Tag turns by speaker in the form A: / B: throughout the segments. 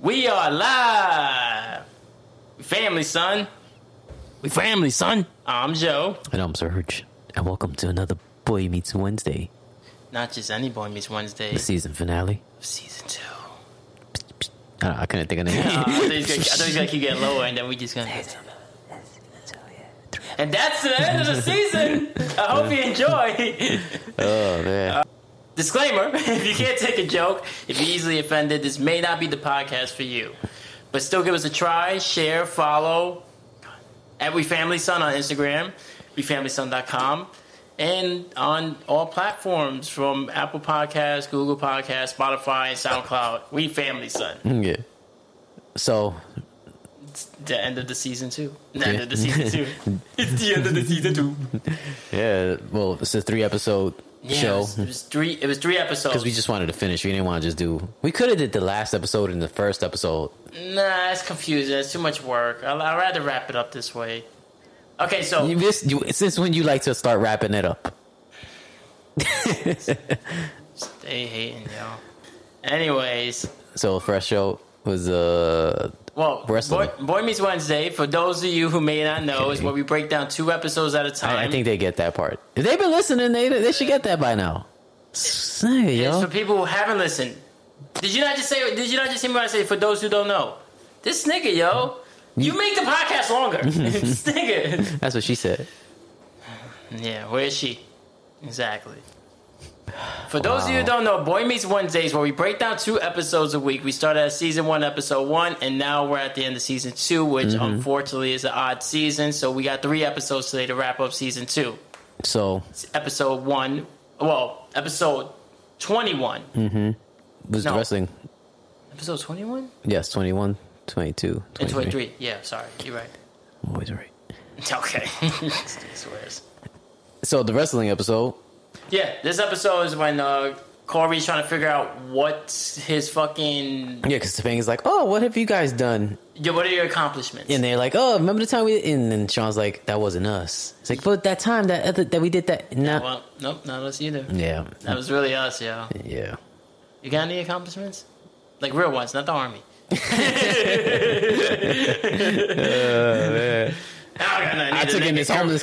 A: We are live. We family, son. We family, son. I'm Joe.
B: And I'm Serge, and welcome to another Boy Meets Wednesday,
A: Not just any boy meets Wednesday.
B: the season finale.
A: Season two.
B: I, don't- I couldn't think of anything.
A: Uh, I thought he was gonna- I thought he was gonna keep getting lower, and then we just gonna. And that's the end of the season. I hope you enjoy.
B: oh man,
A: Disclaimer: If you can't take a joke, if you're easily offended, this may not be the podcast for you. But still, give us a try. Share, follow at We Family Son on Instagram, WeFamilySon.com, and on all platforms from Apple Podcasts, Google Podcasts, Spotify, and SoundCloud. We Family Son.
B: Mm, yeah. So
A: The end of the season two. The end of the season two. it's the end of the season two.
B: yeah, well, it's a three episode
A: Yeah, it,
B: show
A: was, it was three. It was three episodes.
B: because we just wanted to finish. We didn't want to just do. We could have did the last episode and the first episode.
A: Nah, that's confusing. That's too much work. I'll, I'd rather wrap it up this way. Okay, so
B: You miss, you, since when you like to start wrapping it up?
A: they hating y'all. Anyways,
B: So first show was uh
A: well,
B: Wrestling.
A: Boy, Boy Meets Wednesday. For those of you who may not know, is
B: Okay.
A: where we break down two episodes at a time.
B: I, I think they get that part. If they've been listening, they they should get that by now. Say,
A: it's for
B: yo.
A: people who haven't listened. Did you not just say? Did you not just hear me when I say? For those who don't know, this nigga, yo, you make the podcast longer. this nigga.
B: That's what she said.
A: Yeah, where is she? Exactly. For those of you who don't know, Boy Meets Wednesdays, where we break down two episodes a week. We started at season one, episode one, and now we're at the end of season two, which unfortunately is an odd season. So we got three episodes today to wrap up season two.
B: So
A: It's episode one, well, episode 21.
B: was
A: No.
B: wrestling.
A: Episode 21?
B: Yes, 21, 22,
A: And
B: 23.
A: 23. Yeah, sorry. You're right.
B: I'm always right.
A: Okay. Swears.
B: So the wrestling episode,
A: Yeah, this episode is when uh, Corey's trying to figure out what's his fucking.
B: yeah, because Topanga's like, oh, what have you guys done?
A: Yeah, what are your accomplishments?
B: And they're like, oh, remember the time we? And then Sean's like, that wasn't us. It's like, but that time that other, that we did that, not
A: Well, nope, not us either.
B: yeah,
A: That was really us, yo.
B: yeah.
A: You got any accomplishments? Like real ones, not the army. Uh, I don't got nothing
B: I
A: either,
B: took in
A: nigga.
B: this homeless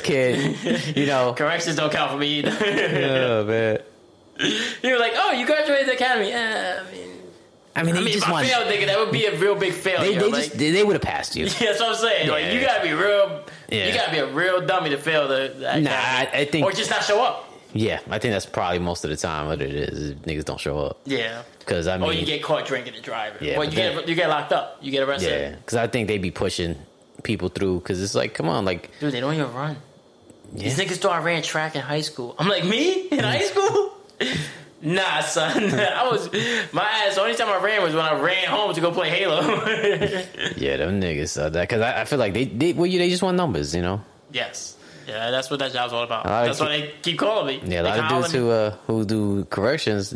B: kid, you know.
A: Corrections don't count for me either.
B: oh man.
A: you were like, oh, you graduated the academy. Eh, I mean,
B: I mean, they
A: I mean if
B: just
A: I
B: want.
A: failed, nigga, that would be a real big failure.
B: They, they
A: like,
B: just they, they would have passed you.
A: that's what I'm saying. Like, you
B: Yeah.
A: gotta be real. You
B: Yeah.
A: gotta be a real dummy to fail the. the
B: Nah,
A: academy.
B: I, I think
A: or just not show up.
B: yeah, I think that's probably most of the time what it is. is Niggas don't show up
A: Yeah.
B: because I mean,
A: Or Oh, you get caught drinking and driving.
B: Yeah,
A: Well,
B: but
A: you get you get locked up. You get arrested.
B: yeah, because I think they be pushing people through because it's like, come on, like
A: Dude, they don't even run. These
B: Yeah.
A: niggas thought I ran track in high school. I'm like, me? In high school? Nah, son. I was my ass. The only time I ran was when I ran home to go play Halo.
B: Yeah, them niggas uh, that because I, I feel like they they well, you, they just want numbers, you know.
A: yes, yeah, that's what that job's all about.
B: I like
A: that's why they keep calling me.
B: Yeah, a
A: They
B: lot of
A: calling
B: dudes
A: me.
B: who uh, who do corrections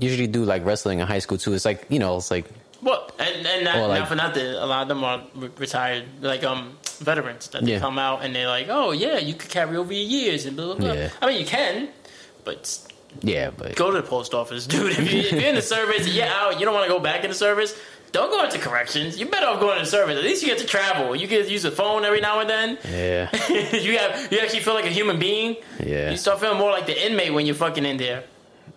B: usually do like wrestling in high school too. It's like you know, it's like
A: Well, and, and not,
B: Or like-
A: not for nothing. A lot of them are re- retired, like um veterans that they
B: Yeah.
A: come out and they're like, oh yeah, you could carry over your years and blah blah blah.
B: Yeah.
A: I mean, you can, but
B: yeah, but
A: go to the post office, dude. If, you, if you're in the service, you're out. You don't want to go back in the service. Don't go into corrections. You better off going to the service. At least you get to travel. You get to use a phone every now and then.
B: yeah,
A: you have you actually feel like a human being.
B: Yeah.
A: You start feeling more like the inmate when you're fucking in there.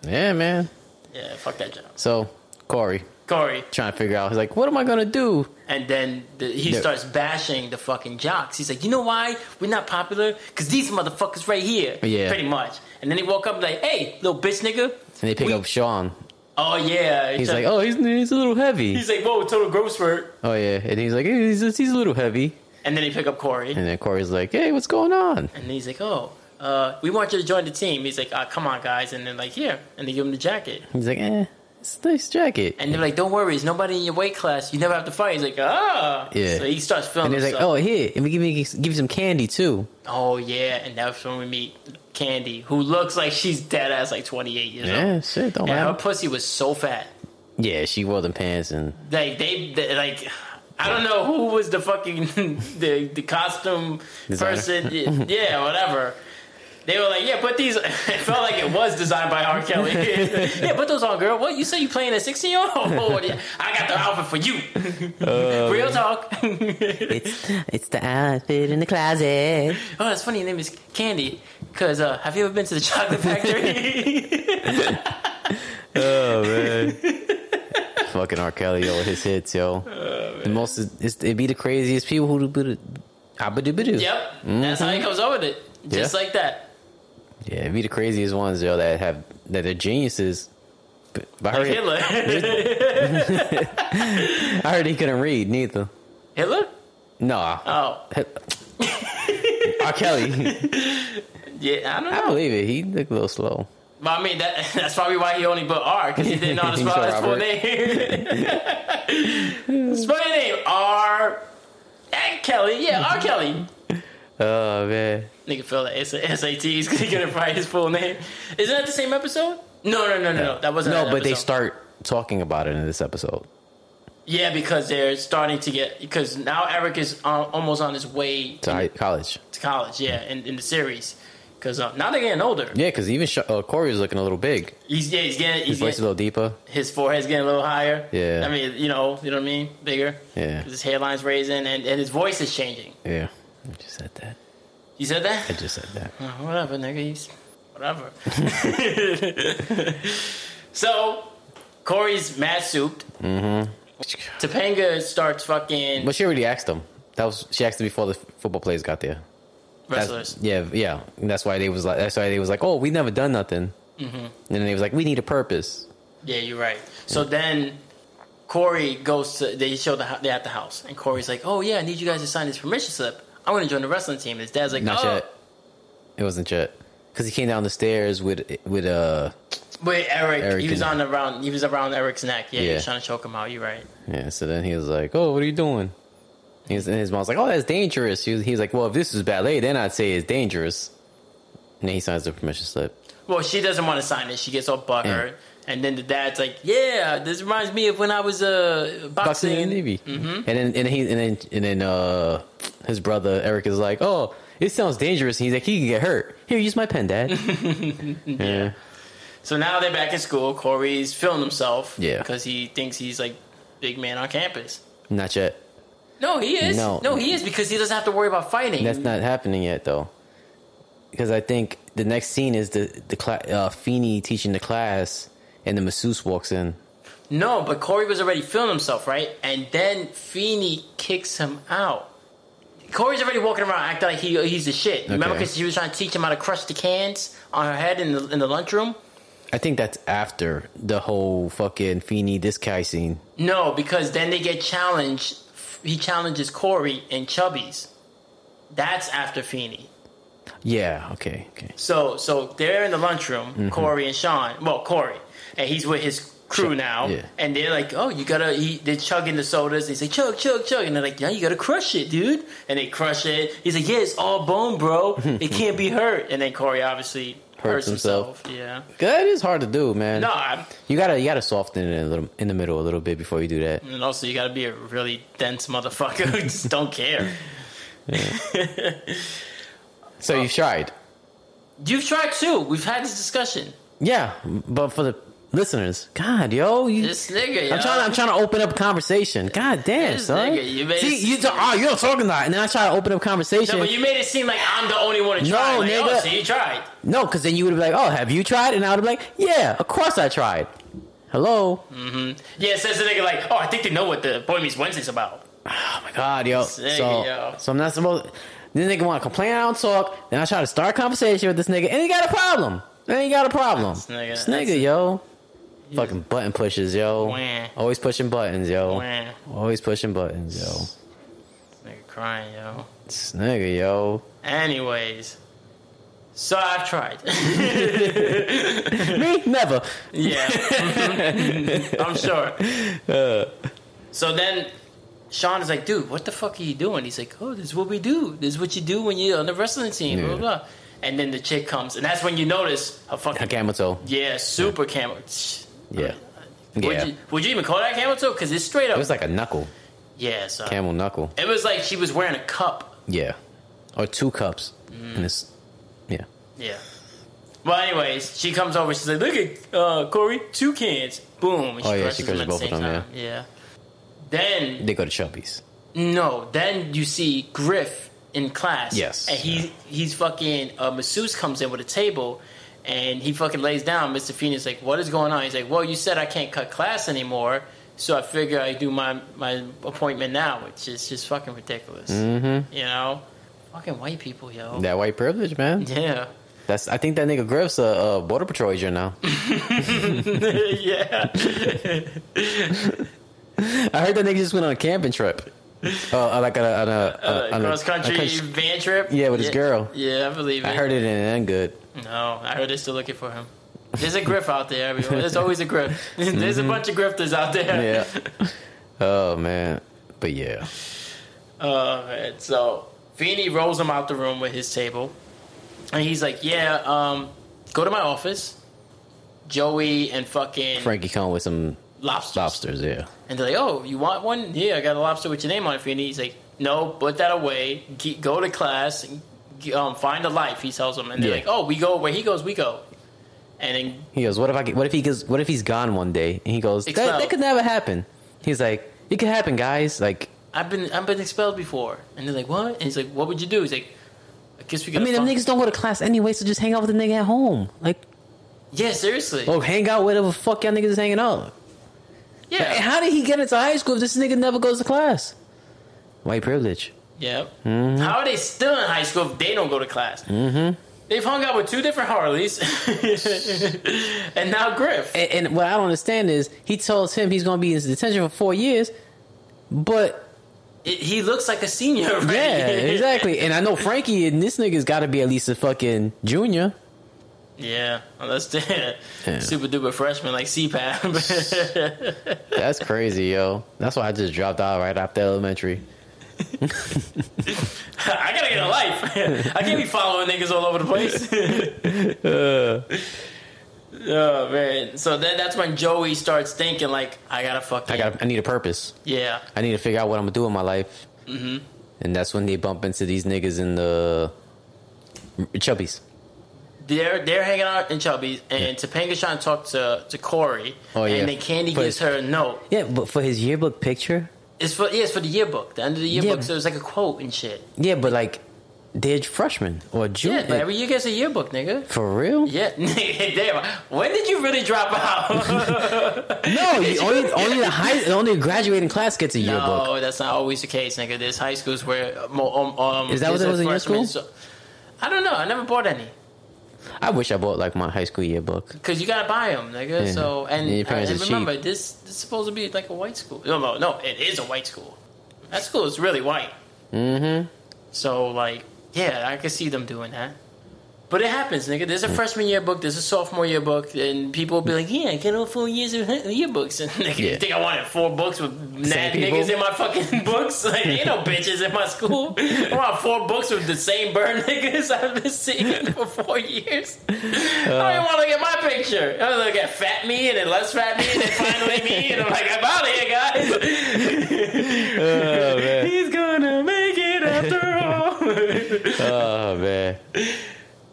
B: yeah, man.
A: Yeah, fuck that job,
B: So Corey
A: Corey.
B: trying to figure out, he's like, what am I gonna do?
A: And then the, he
B: Yeah.
A: starts bashing the fucking jocks. He's like, you know why we're not popular? Because these motherfuckers right here.
B: Yeah.
A: Pretty much. And then he woke up like, hey, little bitch nigga.
B: And they pick
A: We-
B: up Sean.
A: Oh yeah.
B: He's like, oh, he's he's a little heavy.
A: He's like, whoa, total gross word.
B: Oh yeah, and he's like, "Eh, he's he's a little heavy.
A: And then he pick up Corey.
B: And then Corey's like, hey, what's going on?
A: And he's like, "Oh, uh, we want you to join the team." He's like, uh, "Come on, guys!" And then like, "Here," and they give him the jacket.
B: He's like, eh, it's a nice jacket.
A: And they're like, "Don't worry, it's nobody in your weight class. You never have to fight." He's like, "Ah!"
B: Yeah.
A: So he starts filming.
B: And he's like, oh, here, and we give me give you some candy too.
A: oh yeah!" And that's when we meet Candy, who looks like she's dead ass like twenty eight years old.
B: Yeah, shit, don't
A: And her
B: matter.
A: pussy was so fat.
B: Yeah, she wore them pants and
A: Like they, they like. I don't know who was the fucking the the costume
B: Designer.
A: person, yeah, whatever. They were like, yeah, put these. It felt like it was designed by R. Kelly. yeah, put those on, girl. What you say? You playing a sixteen year old? Yeah, I got the outfit for you. Real talk.
B: Uh, It's it's the outfit in the closet.
A: Oh, that's funny. Your name is Candy. Cause uh, have you ever been to the chocolate factory?
B: Oh man. Fucking R. Kelly, yo, with his hits, yo. the most, it's, it'd be the craziest people who do the, ah, abba-dibba-doo.
A: yep, that's how he comes up with it. Just
B: Mm-hmm. Yeah.
A: like that.
B: Yeah, it'd be the craziest ones, yo, that have that are geniuses. But, but I,
A: Like
B: heard,
A: Hitler.
B: I heard he couldn't read neither.
A: Hitler.
B: No,
A: Oh,
B: R. Kelly,
A: yeah. I don't
B: I
A: know.
B: believe it. He looked a little slow.
A: But I mean, that, that's probably why he only put R because he didn't know how to
B: You
A: spell
B: sure,
A: his full
B: Robert?
A: name. spell your name R. and Kelly, yeah,
B: Mm-hmm.
A: R. Kelly.
B: Oh man,
A: Nigga fell at S- SATs because he couldn't write his full name. Isn't that the same episode? No, no, no, no, no. That wasn't.
B: no,
A: that
B: but they
A: episode.
B: start talking about it in this episode.
A: Yeah, because they're starting to get because now Eric is on, almost on his way
B: to high, college.
A: to college. Yeah, in, in the series because uh, now they're getting older.
B: Yeah, because even Sh- uh, Corey was looking a little big.
A: He's yeah, he's getting he's
B: His voice is
A: getting,
B: a little deeper.
A: his forehead's getting a little higher.
B: Yeah.
A: I mean, you know, you know what I mean, bigger.
B: Yeah.
A: his hairline's raising and, and his voice is changing.
B: Yeah, I just said that.
A: You said
B: I
A: that?
B: just said that.
A: Oh, whatever, nigga. He's whatever. so Corey's mad souped.
B: Mm-hmm.
A: Topanga starts fucking
B: But she already asked him. That was she asked him before the f- football players got there. That's-
A: wrestlers.
B: yeah, yeah. And that's why they was like. That's why they was like, oh, we never done nothing.
A: Mm-hmm.
B: And then they was like, we need a purpose.
A: Yeah, you're right. So then Corey goes to they show the hou- they at the house, and Corey's like, "Oh yeah, I need you guys to sign this permission slip. I want to join the wrestling team." And his dad's like,
B: Not
A: "Oh,
B: yet. It wasn't yet. Because he came down the stairs with with uh
A: wait, Eric,
B: Eric
A: he was
B: and-
A: on around he was around Eric's neck. Yeah, he
B: Yeah.
A: was trying to choke him out. You're right.
B: yeah. So then he was like, oh, what are you doing? He was, and his mom's like, oh, that's dangerous. He was, he was like, well, if this is ballet, then I'd say it's dangerous. And then he signs the permission slip.
A: Well, she doesn't want to sign it. She gets all butthurt, and then the dad's like, "Yeah, this reminds me of when I was uh, boxing."
B: boxing in the Navy. And Mm-hmm. then and he and then and then uh, his brother Eric is like, oh, it sounds dangerous. And he's like, he can get hurt. Here, use my pen, Dad. yeah.
A: So now they're back in school. Corey's feeling himself,
B: Yeah.
A: because he thinks he's like big man on campus.
B: not yet.
A: No, he is.
B: No.
A: no, he is because he doesn't have to worry about fighting.
B: That's not happening yet though, because I think the next scene is the the cla- uh, Feeny teaching the class, and the masseuse walks in.
A: No, but Corey was already feeling himself, right? And then Feeney kicks him out. Corey's already walking around acting like he, he's the shit. Remember,
B: Okay.
A: because she was trying to teach him how to crush the cans on her head in the in the lunchroom.
B: I think that's after the whole fucking Feeny this guy scene.
A: No, because then they get challenged. He challenges Corey and Chubby's. That's after Feeney.
B: Yeah. Okay. Okay.
A: So so they're in the lunchroom,
B: Mm-hmm.
A: Corey and Sean. Well, Corey, and he's with his crew now,
B: yeah.
A: and they're like, "Oh, you gotta." He, they're chugging the sodas. They say, "Chug, chug, chug," and they're like, "Yeah, you gotta crush it, dude." And they crush it. He's like, "Yeah, it's all bone, bro. It can't be hurt." And then Corey obviously hurts,
B: Hurts
A: himself.
B: himself.
A: Yeah.
B: That is hard to do, man.
A: No, I,
B: You gotta you gotta soften it a little in the middle a little bit before you do that.
A: and also you gotta be a really dense motherfucker who just don't care.
B: So you've tried.
A: You've tried too. We've had this discussion.
B: Yeah, but for the listeners, God, yo, you,
A: This nigga,
B: I'm trying. I'm trying to open up conversation. God damn,
A: This
B: son.
A: nigga, you made it-
B: See, you talk, oh, you're talking about, it, and then I try to open up
A: No,
B: conversation.
A: but you made it seem like I'm the only one who tried. like,
B: nigga.
A: Oh, so you tried.
B: No, because then you would be like, "Oh, have you tried?" And I would be like, "Yeah, of course I tried." Hello. Oh
A: Yeah, says the nigga like, oh, I think they know what the Boy Meets Wednesday's about.
B: Oh my God, yo.
A: Sick,
B: so,
A: yo.
B: so I'm not supposed. This nigga want to complain. I don't talk. Then I try to start a conversation with this nigga, and he got a problem. Then he got a problem. This
A: nigga-
B: nigga, yo. Fucking button pushes, yo.
A: Wah.
B: Always pushing buttons, yo.
A: Man,
B: Always pushing buttons, Oh. yo.
A: nigga crying, yo.
B: This nigga, yo.
A: Anyways, so I've tried.
B: Me? Never.
A: yeah, I'm sure.
B: Uh.
A: So then Sean is like, dude, what the fuck are you doing? He's like, oh, this is what we do. This is what you do when you're on the wrestling team, blah,
B: Yeah.
A: blah, blah. And then the chick comes, and that's when you notice her fucking.
B: Camel toe.
A: Yeah, super camel.
B: Yeah.
A: Would,
B: Yeah.
A: you, would you even call that camel toe? Because it's straight up.
B: It was like a knuckle.
A: yeah, so.
B: Camel knuckle.
A: It was like she was wearing a cup. Mm.
B: Yeah. Or two cups. And it's. Yeah.
A: Yeah. Well, anyways, she comes over. She's like, "Look at uh, Corey, two cans, boom!" And
B: Oh, yeah, she
A: crushes
B: crushes both of
A: same
B: them,
A: time. yeah. Then
B: They go to Chubby's.
A: no, then you see Griff in class.
B: Yes.
A: and he he's fucking uh, masseuse comes in with a table, and he fucking lays down. Mister Phoenix like, what is going on? He's like, well, you said I can't cut class anymore, so I figure I do my my appointment now, which is just fucking ridiculous. Mm-hmm. You know, fucking white people, yo.
B: That white privilege, man.
A: Yeah.
B: That's. I think that nigga Griff's a, a border patrol agent now.
A: yeah.
B: I heard that nigga just went on a camping trip. Oh, uh, like on a, on a,
A: Uh,
B: on a-
A: cross country
B: a country-
A: van trip.
B: Yeah, with his girl.
A: Yeah, I believe it.
B: I heard it and it ain't good.
A: No, I heard they're still looking for him. There's a griff out there, everyone. There's always a griff. There's a bunch of grifters out there.
B: Mm-hmm. Yeah. oh man. But yeah.
A: Oh man. So Feeney rolls him out the room with his table, and he's like, "Yeah, um, go to my office." Joey and fucking
B: Frankie come with some
A: lobsters.
B: lobsters. Yeah.
A: And they're like, "Oh, you want one? Yeah, I got a lobster with your name on it, Feeney." He's like, "No, put that away. Ge- go to class. Ge- Um, find a life." He tells them, and they're
B: Yeah.
A: like, "Oh, we go where he goes. We go." And then
B: He goes, "What if I? Get, what if he goes? What if he's gone one day?" And he goes, that,
A: Expelled.
B: "That could never happen." He's like, "It could happen, guys." Like,
A: I've been I've been expelled before, and they're like, "What?" And he's like, "What would you do?" He's like, "I guess we
B: I
A: got."
B: mean, them niggas don't go to class anyway, so just hang out with the nigga at home. Like,
A: Yeah, seriously.
B: oh, hang out with whatever fuck y'all niggas is hanging out. Like,
A: Yeah.
B: how did he get into high school if this nigga never goes to class? White privilege.
A: Yep.
B: Mm-hmm.
A: How are they still in high school if they don't go to class? Mm-hmm. They've hung out with two different Harleys, and now Griff.
B: And, and what I don't understand is he tells him he's gonna be in detention for four years, but
A: It- he looks like a senior. Right?
B: yeah, exactly. And I know Frankie and this nigga's got to be at least a fucking junior.
A: Yeah, unless they're
B: Yeah.
A: super duper freshman like CPAP.
B: That's crazy, yo. That's why I just dropped out right after elementary.
A: I gotta get a life. I can't be following niggas all over the place. Uh, oh man! So then that's when Joey starts thinking like, I gotta fucking
B: I got. I need a purpose.
A: yeah.
B: I need to figure out what I'm gonna do in my life. And that's when they bump into these niggas in the chubbies.
A: They're they're hanging out in Chubby's, and Topanga's trying to talk to to Corey,
B: Oh, yeah.
A: and then Candy
B: But
A: gives
B: it's-
A: her a note.
B: Yeah, but for his yearbook picture.
A: It's for yeah, it's for the yearbook, the end of the yearbook.
B: Yeah.
A: So it's like a quote and shit.
B: Yeah, but like they're freshmen or
A: Yeah,
B: junior.
A: but every year gets a yearbook, nigga.
B: for real?
A: Yeah, damn. When did you really drop out?
B: No, you only only the high only the graduating class gets a yearbook.
A: No, that's not always the case, nigga. There's high schools where uh, mo- um, um
B: Is that what
A: there's
B: it was
A: a
B: in your
A: freshman,
B: school?
A: so- I don't know. I never bought any
B: I wish I bought like my high school yearbook.
A: because you gotta buy them, nigga.
B: Yeah.
A: So and,
B: Yeah, your parents
A: and
B: is
A: remember, this this is supposed to be like a white school. No, no, no. It is a white school. That school is really white. Mm-hmm. So like, yeah, I could see them doing that. But it happens, nigga. There's a freshman yearbook. There's a sophomore yearbook, and people will be like, "Yeah, get all four years of yearbooks." And nigga, you
B: Yeah.
A: think I wanted four books with mad
B: people?
A: niggas in my fucking books? Like, ain't no bitches in my school. I want four books with the same burn niggas I've been seeing for four years. I don't even want to look at my picture. I look at fat me and then less fat me and then finally me, and I'm like, I'm out of here, guys.
B: Oh,
A: He's gonna make it after all.
B: Oh man.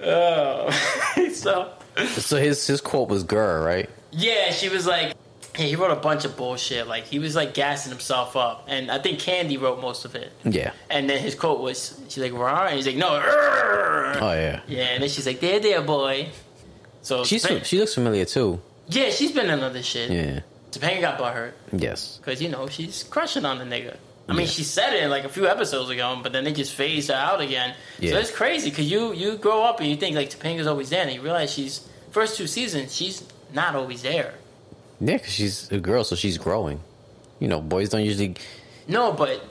A: Oh, so
B: So his his quote was "girl," right?
A: yeah, she was like, hey, he wrote a bunch of bullshit. Like he was like gassing himself up, and I think Candy wrote most of it.
B: Yeah.
A: And then his quote was, she's like, rah, and he's like, no, "Rrrr."
B: Oh yeah.
A: yeah, and then she's like, there, there, boy. So
B: She's
A: Topanga-
B: she looks familiar too.
A: yeah, she's been in other shit.
B: Yeah.
A: Topanga got butthurt hurt
B: Yes.
A: because you know she's crushing on the nigga. I mean,
B: Yeah.
A: she said it like a few episodes ago, but then they just phased her out again. So
B: Yeah.
A: it's crazy because you you grow up and you think like Topanga's always there, and you realize she's first two seasons she's not always there.
B: Yeah, 'cause she's a girl, so she's growing. You know, boys don't usually.
A: No, but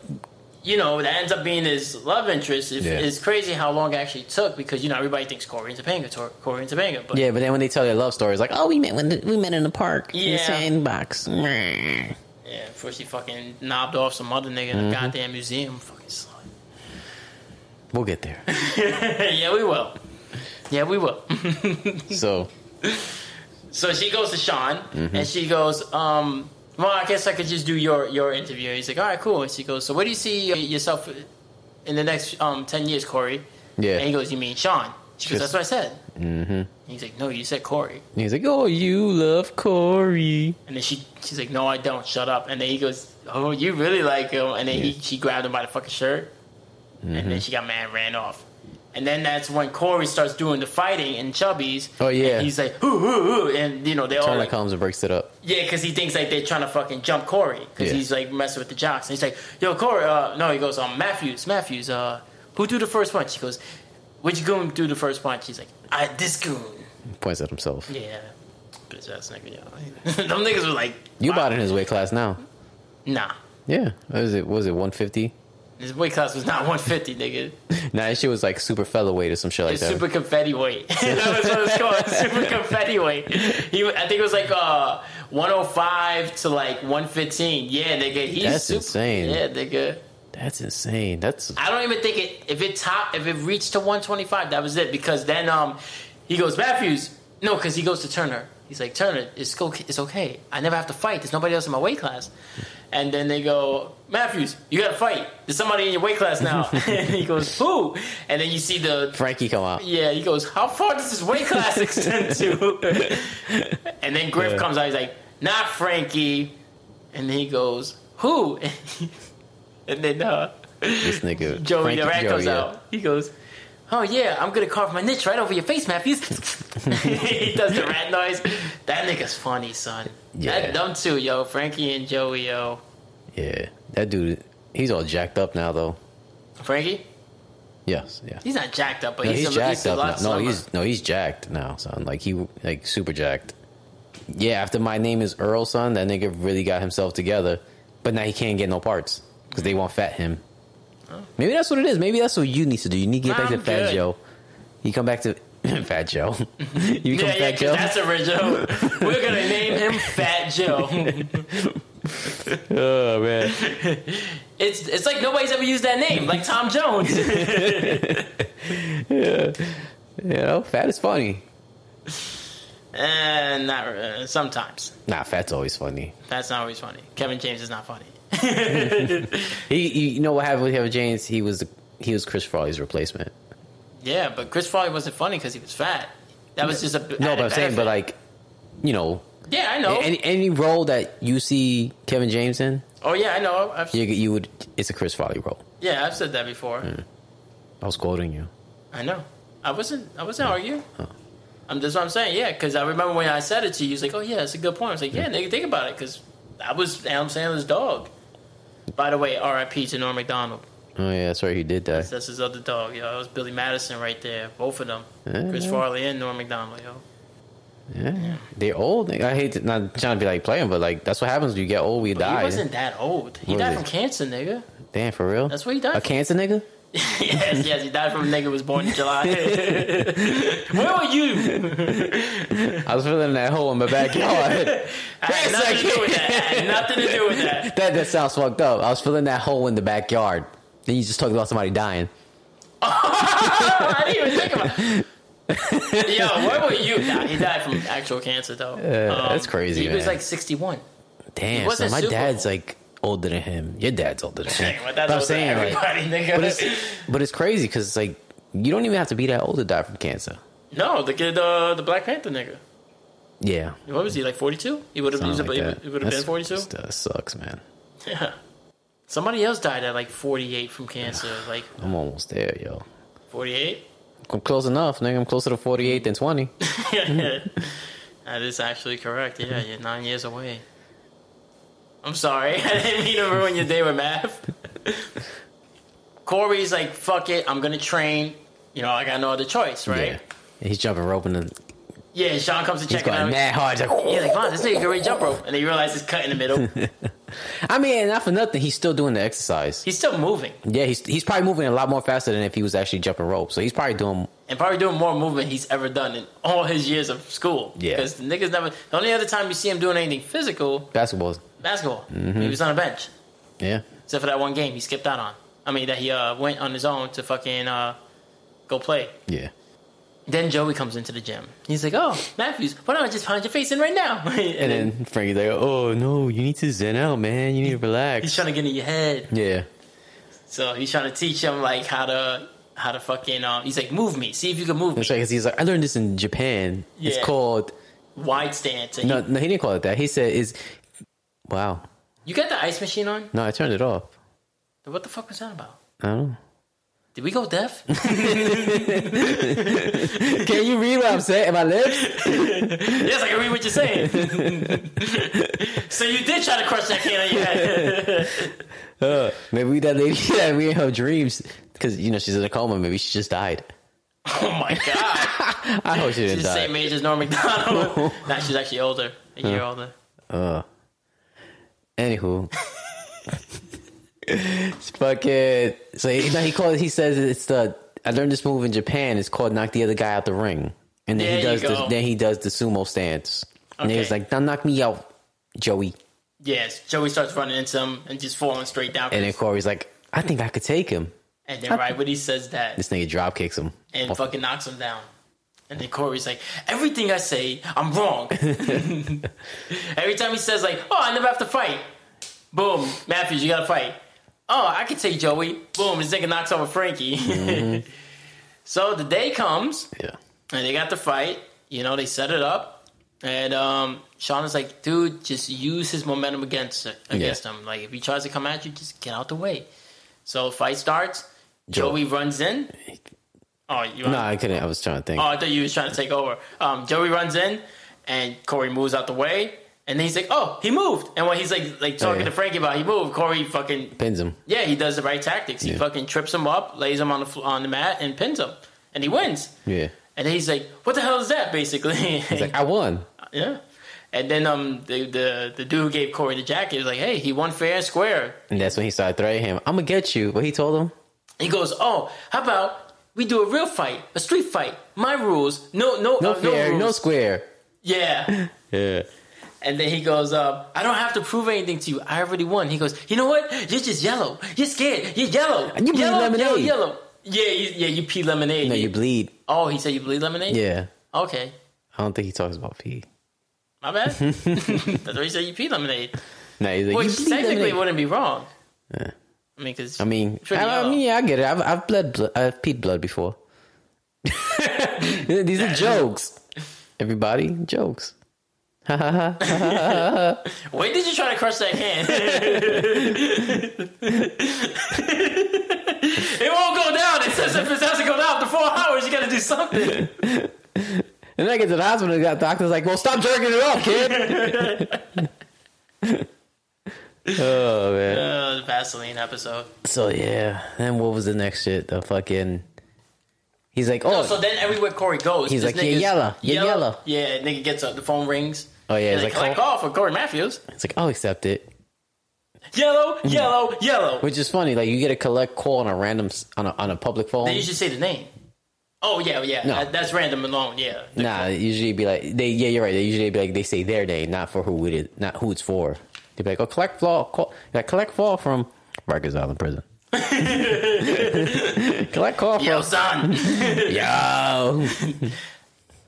A: you know that ends up being his love interest. If,
B: Yeah.
A: It's crazy how long it actually took because you know everybody thinks Corey and Topanga, Tor- Corey and Topanga, but
B: Yeah, but then when they tell their love stories, like, oh, we met when we met in the park, in
A: Yeah.
B: the sandbox. Meh.
A: yeah, before she fucking knobbed off some other nigga in
B: Mm-hmm.
A: a goddamn museum, fucking slut.
B: We'll get there.
A: yeah, we will. Yeah, we will.
B: So
A: So she goes to Sean
B: Mm-hmm.
A: and she goes, um, "Well, I guess I could just do your your interview." And he's like, "All right, cool." And she goes, "So uh, where do you see yourself in the next um, ten years, Corey?"
B: Yeah.
A: And he goes, "You mean Sean?" She goes, that's what I said. Mm-hmm. He's like, no, you said Corey.
B: And he's like, oh, you love Corey.
A: And then she, she's like, no, I don't. Shut up. And then he goes, oh, you really like him. And then he, she grabbed him by the fucking shirt. And
B: Mm-hmm.
A: then she got mad and ran off. And then that's when Corey starts doing the fighting in Chubby's.
B: Oh, yeah.
A: And he's like, hoo, hoo, hoo. And, you know, they all
B: Charlie
A: like,
B: comes and breaks it up.
A: yeah, because he thinks like they're trying to fucking jump Corey. Because
B: Yeah.
A: he's like messing with the jocks. And he's like, yo, Corey, uh, no, he goes, um, Matthews, Matthews, uh, who threw the first punch? He goes, which goon threw the first punch? He's like, I, this goon.
B: Points at himself.
A: Yeah. Bitch ass nigga, yo. Them niggas were like,
B: You
A: wow.
B: about in his weight class now?
A: Nah.
B: Yeah. What is it? What was it 150?
A: This weight class was not 150, nigga.
B: Nah, that shit was like super featherweight or some shit like
A: It's
B: that.
A: super confetti weight. that was what it's called. Super confetti weight. He, I think it was like uh, 105 to like 115. Yeah, nigga. He's
B: That's
A: super,
B: insane.
A: Yeah, nigga.
B: That's insane. That's
A: I don't even think it. If it top, if it reached to 125, that was it. Because then um, he goes Matthews. No, because he goes to Turner. He's like Turner. It's okay. It's okay. I never have to fight. There's nobody else in my weight class. And then they go Matthews. You got to fight. There's somebody in your weight class now. and he goes who? And then you see the.
B: Frankie come out.
A: Yeah, he goes. How far does this weight class extend to? and then Griff
B: Yeah.
A: comes out. He's like, not Frankie. And then he goes, who? and then uh,
B: This nigga.
A: Joey
B: Frankie-
A: the rat
B: Joey,
A: comes
B: yeah.
A: out. He goes, "Oh yeah, I'm gonna carve my niche right over your face, Matthews." he does the rat noise. That nigga's funny, son.
B: Yeah.
A: That them two, yo, Frankie and Joey, yo,
B: Yeah. That dude, he's all jacked up now, though.
A: Frankie.
B: Yes. Yeah.
A: He's not jacked up, but
B: No,
A: he's,
B: he's
A: a,
B: jacked
A: he's a
B: up
A: lot
B: now. No,
A: slimmer.
B: he's no, he's jacked now, son. Like he, like super jacked. Yeah, after my name is Earl, son, that nigga really got himself together. But now he can't get no parts because they won't fat him. Maybe that's what it is. Maybe that's what you need to do. You need to get back to
A: Oh. I'm
B: Fat
A: good.
B: Joe. You come back to Fat Joe. you become
A: yeah, yeah,
B: Fat
A: 'cause
B: Joe.
A: that's original. We're gonna name him Fat Joe.
B: Oh man,
A: It's it's like nobody's ever used that name, like Tom Jones.
B: you know, fat is funny.
A: and not uh, sometimes.
B: Nah, fat's always funny.
A: That's not always funny. Kevin James is not funny.
B: He, you- you know what happened with Kevin James? He was the, he was Chris Farley's replacement.
A: Yeah, but Chris Farley wasn't funny because he was fat. That was just a
B: No, but I'm saying, but like, you know,
A: yeah, I know.
B: Any any role that you see Kevin James in,
A: oh yeah, I know. I've,
B: you, you would it's a Chris Farley role.
A: yeah, I've said that before.
B: I was quoting you.
A: I know. I wasn't. I wasn't arguing.
B: Oh.
A: I'm that's what I'm saying. Yeah, because I remember when I said it to you, you was like, "Oh yeah, that's a good point." I was like, "Yeah, nigga, think about it," because I was Adam Sandler's dog. By the way, R.I.P. to Norm Macdonald.
B: Oh yeah, that's right. He did that.
A: That's his other dog, yo. That was Billy Madison right there. Both of them,
B: Yeah.
A: Chris Farley and Norm Macdonald, yo.
B: Yeah. They're old. I hate to, not trying to be like playing, but like that's what happens when you get old. We
A: He
B: die.
A: wasn't that old. He
B: What
A: died
B: was
A: from
B: it?
A: cancer, nigga.
B: Damn, for real.
A: That's what he died
B: A
A: from.
B: cancer nigga.
A: yes, yes, he died from a nigga was born in July. Where were you?
B: I was feeling that hole in my backyard.
A: I had nothing to do with that. I had nothing to do with that.
B: that that sounds fucked up. I was feeling that hole in the backyard. Then you just talking about somebody dying. Oh,
A: I didn't even think about it. Yo, where were you? Nah, he died from actual cancer, though. Um,
B: Yeah, that's crazy,
A: He was
B: man.
A: like 61.
B: Damn,
A: wasn't
B: son, my
A: super
B: dad's
A: old.
B: like older than him. Your dad's older than him.
A: Dang, but that's
B: But
A: what saying,
B: like,
A: everybody, nigga.
B: But it's but it's crazy because it's like you don't even have to be that old to die from cancer.
A: no, the kid, uh, the Black Panther nigga.
B: Yeah,
A: What was he, like 42? He would have
B: something like that.
A: he would have been
B: That's-
A: 42?
B: That sucks, man.
A: Yeah. Somebody else died at like 48 from cancer. Like
B: I'm almost there, yo.
A: 48?
B: I'm close enough, nigga. I'm closer to 48 than 20.
A: that is actually correct. Yeah, you're nine years away. I'm sorry. I didn't mean to ruin your day with math. Corey's like, fuck it. I'm going to train. You know, I got no other choice,
B: Yeah,
A: right?
B: And he's jumping rope and then
A: Yeah, Sean comes to
B: he's
A: check him
B: going
A: out.
B: mad hard. He's like,
A: Yeah, like, wow, this nigga can really jump rope. And then you realize it's cut in the middle.
B: I mean, not for nothing. He's still doing the exercise.
A: He's still moving
B: Yeah, he's he's probably moving a lot more faster than if he was actually jumping rope. So he's probably doing.
A: and probably doing more movement he's ever done in all his years of school.
B: Yeah.
A: Because the niggas never, the only other time you see him doing anything physical,
B: Basketballs.
A: basketball.
B: Mm-hmm.
A: He was on a bench.
B: Yeah.
A: except for that one game he skipped out on. I mean, that he uh, went on his own to fucking uh, go play.
B: Yeah.
A: Then Joey comes into the gym. He's like, "Oh, Matthews, why don't I just pound your face in right now?" and,
B: And
A: then
B: then Frankie's like, oh, no, you need to zen out, man. You need to
A: he's
B: relax.
A: trying to get in your head,
B: Yeah.
A: so he's trying to teach him like how to how to fucking. Um, he's like, move me. See if you can move me.
B: That's right, because he's like, I learned this in Japan.
A: Yeah.
B: It's called.
A: Wide stance. And
B: No,
A: he-
B: no, he didn't call it that. He said, "Is wow."
A: you got the ice machine on?
B: No, I turned it off.
A: What the fuck was that about?
B: I don't know.
A: Did we go deaf?
B: Can you read what I'm saying? Am I lips?
A: yes, I can read what you're saying. so you did try to crush that can on your head.
B: Uh, maybe that lady that we in her dreams, because you know she's in a coma. Maybe she just died.
A: oh my god.
B: I hope she didn't
A: She's the
B: die.
A: same age as Norm McDonald. nah, she's actually older. A year older.
B: Anywho, it's fucking. So he, no, he called. He says it's the. I learned this move in Japan. It's called knock the other guy out the ring, and then he
A: There you
B: does. The,
A: go.
B: then he does the sumo stance, and he
A: Okay.
B: was like, "Don't knock me out, Joey."
A: Yes, Joey starts running into him and just falling straight down.
B: And
A: And,
B: then Corey's like, "I think I could take him."
A: then right when he says that,
B: This nigga drop kicks him.
A: and fucking knocks him down. And then Corey's like, everything I say, I'm wrong. Every time he says like, oh, I never have to fight. Boom, Matthews, you gotta fight. Oh, I can take Joey. Boom, this nigga knocks over Frankie. so the day comes,
B: Yeah.
A: and they got the fight. You know, they set it up, and um, Sean is like, "Dude, just use his momentum against against
B: Yeah.
A: him. Like, if he tries to come at you, just get out the way." So fight starts.
B: Joe-
A: Joey runs in. Oh, you
B: No, I couldn't. I was trying to think.
A: Oh, I thought you was trying to take over. Um, Joey runs in, and Corey moves out the way, and then he's like, "Oh, he moved." And when he's like, like talking
B: yeah.
A: to Frankie about he moved, Corey fucking
B: Pins him.
A: yeah, he does the right tactics. He
B: Yeah.
A: fucking trips him up, lays him on the fl- on the mat, and pins him, and he wins.
B: Yeah.
A: And then he's like, "What the hell is that?" Basically,
B: He's like, I won.
A: yeah. And then um the, the the dude who gave Corey the jacket was like, "Hey, he won fair and square."
B: And that's when he started threatening him. I'm going to get you. What he told him?
A: He goes, "Oh, how about we do a real fight, a street fight? My rules, no, no,
B: No
A: uh,
B: fair, no,
A: rules.
B: square.
A: yeah."
B: Yeah.
A: And then he goes, uh, I don't have to prove anything to you. I already won. He goes, you know what? You're just yellow. You're scared. You're yellow.
B: And you bleed
A: yellow,
B: lemonade."
A: Yellow, yellow. Yeah, you, yeah, you pee lemonade.
B: No, you bleed.
A: oh, he said you bleed lemonade?
B: Yeah.
A: Okay.
B: I don't think he talks about pee.
A: My bad. That's what he said you pee lemonade.
B: No, he's like, you
A: Which
B: bleed
A: technically
B: lemonade.
A: wouldn't be wrong.
B: Yeah.
A: I mean, because
B: I mean,
A: Pretty
B: I, I
A: yellow.
B: mean, yeah, I get it. I've, I've bled, bl- I've peed blood before. These are jokes. Everybody, jokes.
A: when did you try to crush that hand? it won't go down. It says if it doesn't go down after four hours, you got to do something.
B: And then I get to the hospital, and the doctor's like, well, stop jerking it off, kid. oh, man.
A: Uh, the Vaseline episode.
B: So yeah, then what was the next shit? The fucking. He's like, oh,
A: Oh, so then everywhere Corey goes,
B: He's
A: this
B: like, "You're
A: nigga's
B: yellow. You're yellow.
A: Yeah, nigga gets up. The phone rings.
B: Oh, yeah,
A: He's like,
B: it's like,
A: collect
B: oh.
A: call for Corey Matthews.
B: it's like I'll accept it,
A: Yellow, yellow, yellow.
B: which is funny. Like you get a collect call on a random s- on a on a public phone.
A: Then you should say the name. Oh yeah, yeah.
B: No.
A: That- that's random alone. Yeah.
B: nah, they usually be like they yeah you're right. They usually be like they say their name, not for who it is, not who it's for. They be like, oh, collect fall, call, like collect fall from Rikers Island Prison. collect call from
A: Yo, son,
B: yo.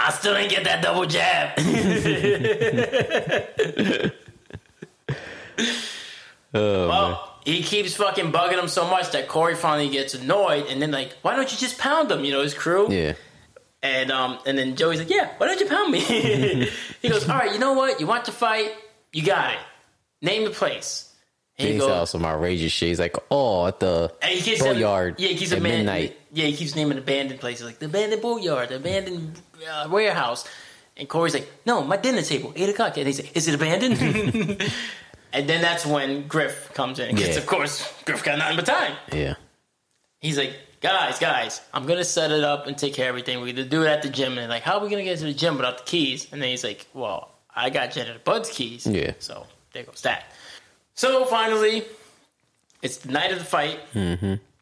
A: I still didn't get that double jab.
B: Oh,
A: well, he keeps fucking bugging him so much that Corey finally gets annoyed, and then like, why don't you just pound him? You know, his crew.
B: yeah.
A: And um, and then Joey's like, "Yeah, why don't you pound me?" he goes, "All right, you know what? You want to fight? You got it. Name the place." And
B: He
A: he
B: said
A: goes,
B: some outrageous shit. He's like, oh, at the
A: and he keeps
B: Boyard
A: Yeah, he keeps
B: at
A: a man,
B: midnight.
A: Yeah, he keeps naming abandoned places like the abandoned boatyard, the abandoned uh, warehouse. And Corey's like, "No, my dinner table, eight o'clock." And he's like, "Is it abandoned?" and then that's when Griff comes in because,
B: Yeah.
A: of course, Griff got nothing but time.
B: yeah.
A: He's like, guys, guys, I'm gonna set it up and take care of everything. We're gonna do it at the gym. And they're like, how are we gonna get to the gym without the keys? And then he's like, well, I got Janet Bud's keys.
B: Yeah.
A: So there goes that. So finally, it's the night of the fight.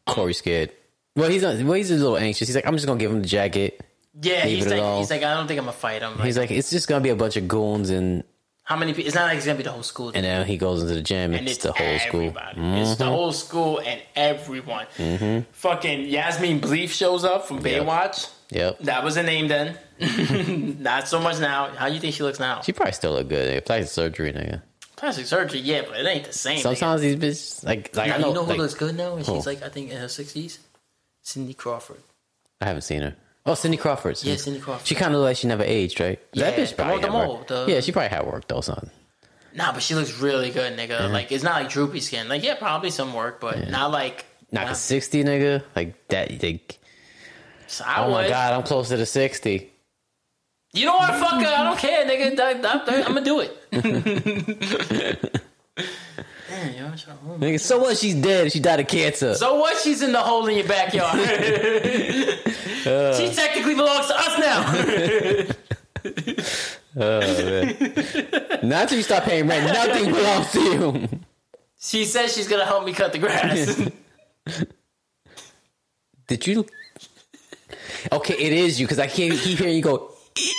B: Corey's scared. Well, he's not, well, he's a little anxious. He's like, I'm just gonna give him the jacket.
A: Yeah,
B: Leave
A: he's
B: it
A: like,
B: alone.
A: he's like, I don't think I'm gonna fight him. Like,
B: He's like, it's just gonna be a bunch of goons, and
A: how many people? It's not like it's gonna be the whole school.
B: and then he goes into the gym. And
A: and
B: it's, the whole
A: everybody.
B: school. Mm-hmm.
A: It's the whole school and everyone. Fucking Yasmin Bleef shows up from
B: Yeah.
A: Baywatch.
B: Yep.
A: That was her name then. Not so much now. How do you think she looks now?
B: She probably still look good. Nigga. Plastic surgery, nigga.
A: Plastic surgery, yeah, but it ain't the same. nigga.
B: Sometimes these bitches like like
A: Now,
B: I know,
A: you know who
B: like,
A: looks good now? And
B: Who?
A: she's like, I think in her sixties, Cindy Crawford.
B: I haven't seen her. Oh, Cindy Crawford.
A: Yeah, Cindy Crawford.
B: She kind of looked like she never aged, right? that
A: Yeah,
B: bitch probably
A: the
B: had
A: mole,
B: work.
A: the-
B: Yeah, she probably had work though, son.
A: Nah, but she looks really good, nigga. Like it's not like droopy skin. Like yeah, probably some work, but not like.
B: Not
A: nah.
B: the sixty, nigga. Like that. Like,
A: So I
B: oh my
A: would.
B: god, I'm close to the sixty.
A: You know what? Fuck it. I don't care, nigga. I, am gonna do it. Damn, yo, what's wrong?
B: Nigga, so what? She's dead. She died of cancer.
A: So what? She's in the hole in your backyard. she technically belongs to us now.
B: Not until you stop paying rent. Nothing belongs to you.
A: she says she's gonna help me cut the grass.
B: Did you? Okay, it is you because I can't keep hearing you go.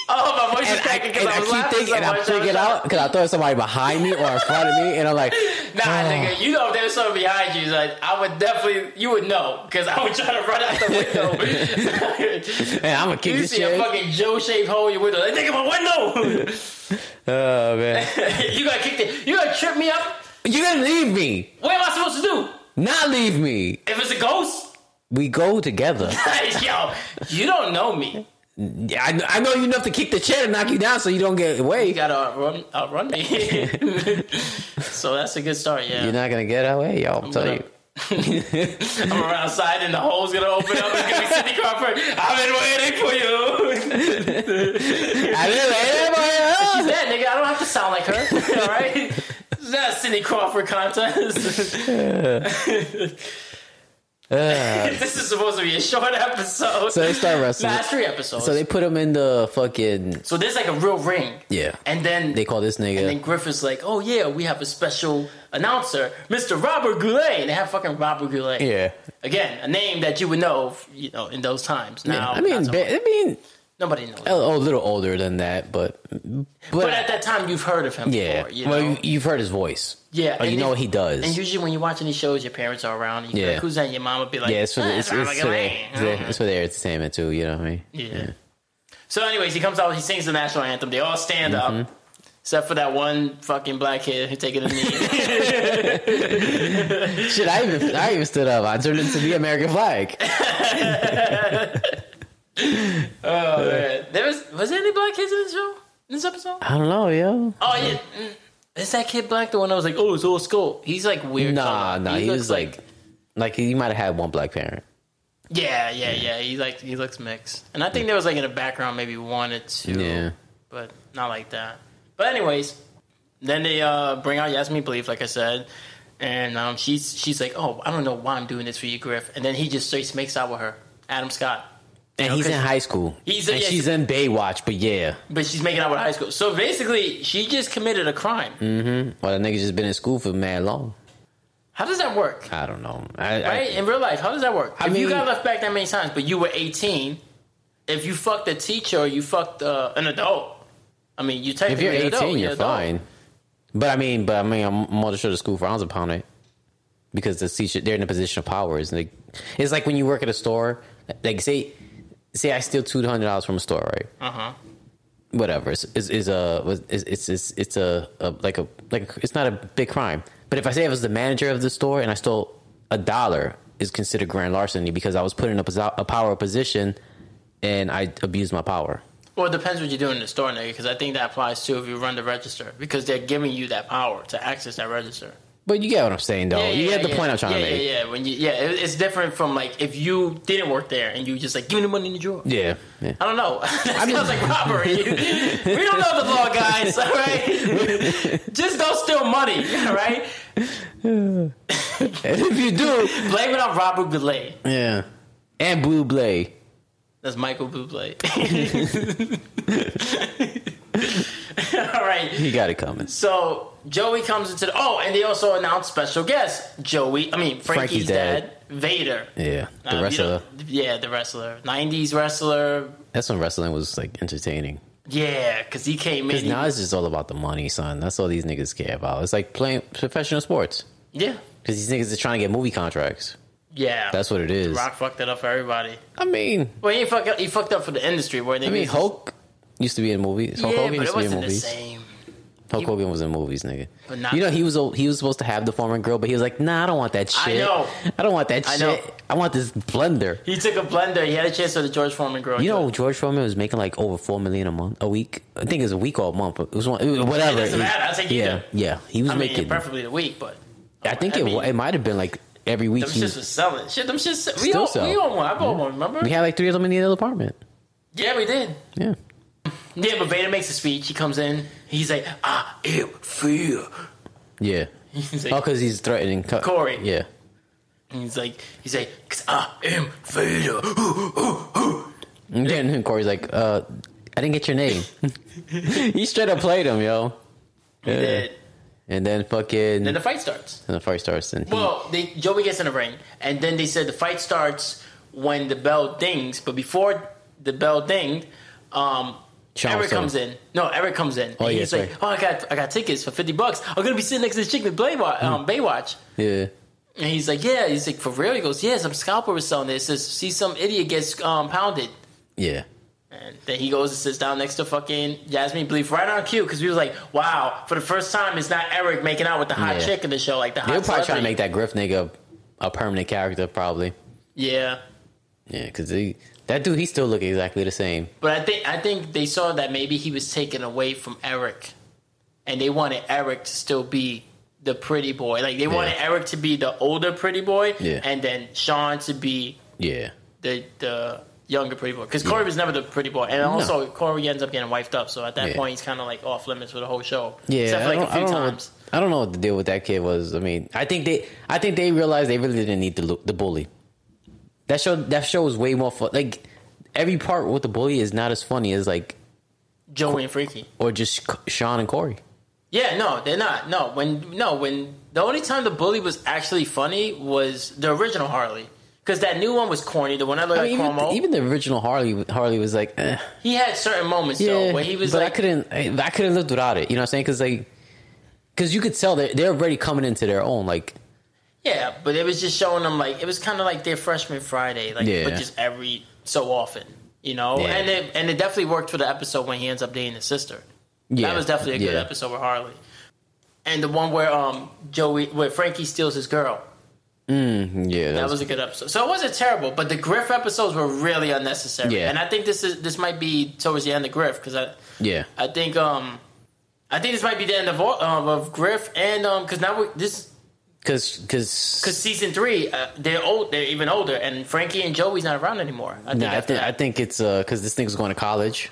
A: oh, my voice is
B: And I,
A: cracking because
B: and
A: I,
B: I
A: was
B: keep
A: laughing
B: thinking,
A: so
B: "Oh, and
A: much.
B: I'm
A: I was
B: freaking
A: like,
B: out because I thought it was somebody behind me or in front of me, and I'm like,
A: Nah, nigga, you know if there's something behind you, like I would definitely, you would know because I would try to run out the window.
B: man, I'm gonna kick
A: you
B: this
A: see
B: shit.
A: a fucking Joe-shaped hole in your window, like nigga, my window.
B: oh man,
A: you gotta kick the, you gotta trip me up.
B: you're gonna leave me?
A: What am I supposed to do?
B: Not leave me.
A: If it's a ghost,
B: We go together.
A: yo, you don't know me.
B: Yeah, I, I know you enough to kick the chair and knock you down so you don't get
A: You
B: away.
A: gotta outrun, outrun me. so that's a good start. Yeah,
B: You're not gonna get away, y'all. I'm telling you.
A: I'm around outside and the hole's gonna open up. It's gonna be Cindy Crawford. I've been waiting for you.
B: I didn't let
A: She's
B: anybody else.
A: dead, nigga. I don't have to sound like her. All right. It's not a Cindy Crawford contest. this is supposed to be a short episode.
B: Uh. So they start wrestling.
A: Nah, it's three episodes.
B: So they put him in the fucking
A: So there's like a real ring.
B: yeah.
A: And then
B: They call this
A: and then
B: nigga.
A: Griffith's like, oh yeah, we have a special announcer, Mr. Robert Goulet. And they have fucking Robert Goulet.
B: Yeah.
A: Again, a name that you would know, you know, in those times. Now,
B: I mean,
A: not so much.
B: ba- I mean,
A: nobody knows.
B: a, a little older than that, but but,
A: but at that time, you've heard of him
B: yeah.
A: before. You
B: well,
A: know?
B: you, you've heard his voice.
A: yeah,
B: or you
A: and
B: know
A: if-
B: what he does.
A: And usually, when you're watching these shows, your parents are around. And you're
B: Yeah.
A: like, Who's that? And your mom would be like,
B: yeah, it's for
A: "Ah,
B: the, it's,
A: Robert
B: it's, for
A: Goulet."
B: the, it's for the entertainment too. You know what I mean?
A: Yeah. So, anyways, he comes out. He sings the national anthem. They all stand
B: Mm-hmm.
A: up, except for that one fucking black kid who taking a knee.
B: Shit, I even I even stood up. I turned into the American flag.
A: oh man, there was was there any black kids in this show? In this episode?
B: I don't know, yo.
A: Oh yeah. Mm. Is that kid black the one I was like, oh, it's all skull? He's like weird.
B: Nah,
A: color.
B: nah. He,
A: looks
B: was like, like, he might have had one black parent.
A: yeah, yeah, yeah. He like he looks mixed, and I think there was like in the background maybe one or two,
B: Yeah.
A: but not like that. But anyways, then they uh, bring out Yasmin Belief, like I said, and um, she's she's like, oh, I don't know why I'm doing this for you, Griff, and then he just straight makes out with her, Adam Scott,
B: And
A: know,
B: he's in
A: 'cause
B: high school.
A: he's-
B: and
A: yeah,
B: she's in Baywatch, but yeah.
A: but she's making out with high school. So basically, she just committed a crime.
B: Mm. Well, the nigga just been in school for mad long.
A: How does that work?
B: I don't know. I, I-
A: Right? In real life, how does that work?
B: I
A: if you
B: mean-
A: got left back that many times, but you were 18, if you fucked a teacher or you fucked uh, an adult, I mean, you
B: if
A: technically
B: you're
A: an
B: 18,
A: adult,
B: you're,
A: an adult.
B: fine. But I mean, but I mean, I'm more sure the school frowns upon it because the teacher they're in a position of power. It's like, it's like when you work at a store. Like say, say I steal two hundred dollars from a store, right?
A: Uh-huh.
B: Whatever. It's is is a it's it's it's, it's a, a like a like a, it's not a big crime. But if I say I was the manager of the store and I stole a dollar, is considered grand larceny because I was put in a, posi- a power position and I abused my power.
A: Well, it depends what you're doing in the store, nigga, because I think that applies too if you run the register, because they're giving you that power to access that register.
B: But you get what I'm saying, though. Oh, you get the
A: yeah.
B: point I'm trying
A: yeah,
B: to make.
A: Yeah, yeah, when you, yeah, it, it's different from like if you didn't work there and you just like give me the money in the drawer.
B: Yeah. yeah.
A: I don't know. That sounds like robbery. we don't know the law, guys. All right, just don't steal money. All right,
B: And if you do,
A: blame it on Robert Goulet.
B: yeah. And Blue Blay.
A: That's Michael Bublé. all right.
B: He got it coming.
A: So Joey comes into the oh, and they also announced special guest Joey. I mean Frankie's,
B: Frankie's
A: dad,
B: dad.
A: Vader.
B: Yeah. The
A: Um, you
B: wrestler.
A: know- yeah, the wrestler, '90s wrestler.
B: That's when wrestling was like entertaining.
A: Yeah, because he came in.
B: Because now it's just all about the money, son. That's all these niggas care about. It's like playing professional sports.
A: yeah,
B: Because these niggas are trying to get movie contracts.
A: yeah.
B: That's what it is.
A: Rock fucked it up for everybody.
B: I mean,
A: Well, he fucked up, he fucked up for the industry. Where they
B: I mean,
A: just-
B: Hulk used to be in movies. Hulk
A: yeah,
B: Hogan
A: but it
B: used to be in
A: wasn't the
B: movies.
A: same.
B: Hulk Hogan was in movies, nigga.
A: But not-
B: you know he was a- he was supposed to have the foreman grill, but he was like, "Nah, I don't want that
A: I
B: shit.
A: know.
B: I don't want that
A: I
B: shit.
A: know.
B: I want this blender."
A: He took a blender. He had a chance for the George Foreman grill.
B: You know, George Foreman was making like over four million a month, a week. I think it was a week or a month. It was one, it was whatever.
A: It doesn't
B: was-
A: matter. I'll take
B: yeah,
A: either.
B: yeah. He was
A: I mean,
B: making.
A: preferably the week, but
B: I think it,
A: I mean,
B: wa- it might have been like every week.
A: them
B: He,
A: shits was selling. Shit, them shits. We
B: Still
A: all
B: sell.
A: we all one. I bought one. Remember?
B: we had like three of them in the other apartment.
A: yeah, we did.
B: Yeah.
A: Yeah, but Vader makes a speech. He comes in. He's like, I am fear.
B: Yeah.
A: He's like,
B: Oh, because he's threatening Cu-
A: Corey.
B: Yeah.
A: he's like, he's like, cause I am Vader.
B: And then and Corey's like, uh, I didn't get your name. he straight up played him, yo.
A: He
B: Yeah.
A: did.
B: And then fucking.
A: Then the fight starts.
B: and the fight starts. And he,
A: Well, they, Joey gets in the ring, and then they said the fight starts when the bell dings. But before the bell dinged, um,
B: Sean
A: Eric
B: was selling.
A: comes in. No, Eric comes in.
B: Oh,
A: and
B: yeah,
A: he's
B: that's
A: like, "Oh, I got I got tickets for fifty bucks. I'm gonna be sitting next to this chick with Baywatch." Um,
B: Hmm.
A: Baywatch.
B: yeah.
A: And he's like, "Yeah." He's like, "For real?" He goes, "Yeah." Some scalper was selling this. Says, "See, some idiot gets um, pounded."
B: Yeah.
A: And then he goes and sits down next to fucking Jasmine Bleef right on cue because we was like, "Wow!" For the first time, it's not Eric making out with the hot
B: Yeah.
A: chick in the show, like the hot.
B: They were probably trying
A: celebrity.
B: to make that Griff nigga a permanent character, probably.
A: Yeah,
B: Yeah, because that dude, he still look exactly the same.
A: But I think I think they saw that maybe he was taken away from Eric, and they wanted Eric to still be the pretty boy. Like they wanted
B: Yeah.
A: Eric to be the older pretty boy,
B: Yeah.
A: and then Sean to be
B: Yeah.
A: the the younger pretty boy. Because Corey was never the pretty boy, and also Corey ends up getting wifed up. So at that
B: Yeah.
A: point, he's kind of like off limits for the whole show.
B: Yeah,
A: except for
B: I
A: like
B: don't-
A: a
B: I
A: few
B: don't know what-
A: times.
B: I don't know what the deal with that kid was. I mean, I think they, I think they realized they really didn't need the lu- the bully. That show, that show was way more fun. Like every part with the bully is not as funny as like
A: Joey and Freaky.
B: or just C- Sean and Corey.
A: Yeah, no, they're not. No, when no, when the only time the bully was actually funny was the original Harley. Because that new one was corny. The one I looked
B: I mean,
A: at
B: even,
A: Cuomo.
B: even the original Harley, Harley was like, eh,
A: He had certain moments
B: yeah,
A: though where he was
B: but
A: like,
B: I couldn't, I, I couldn't live without it. You know what I'm saying? Because like, because you could tell they're, they're already coming into their own. Like,
A: yeah, but it was just showing them like it was kind of like their freshman Friday, like
B: Yeah.
A: but just every so often, you know.
B: Yeah.
A: And it and it definitely worked for the episode when he ends up dating his sister.
B: yeah,
A: that was definitely a good
B: yeah.
A: episode with Harley, and the one where um Joey where Frankie steals his girl.
B: Mm-hmm. Yeah,
A: That was a good episode. So it wasn't terrible, but the Griff episodes were really unnecessary.
B: Yeah.
A: And I think this is this might be towards the end of Griff because I
B: yeah.
A: I think um I think this might be the end of all- um, of Griff and um because now we, this
B: Because, because,
A: Because season three, uh, they're old. They're even older, and Frankie and Joey's not around anymore. I think
B: No, I
A: after
B: think I
A: that.
B: think it's because this thing's going to college,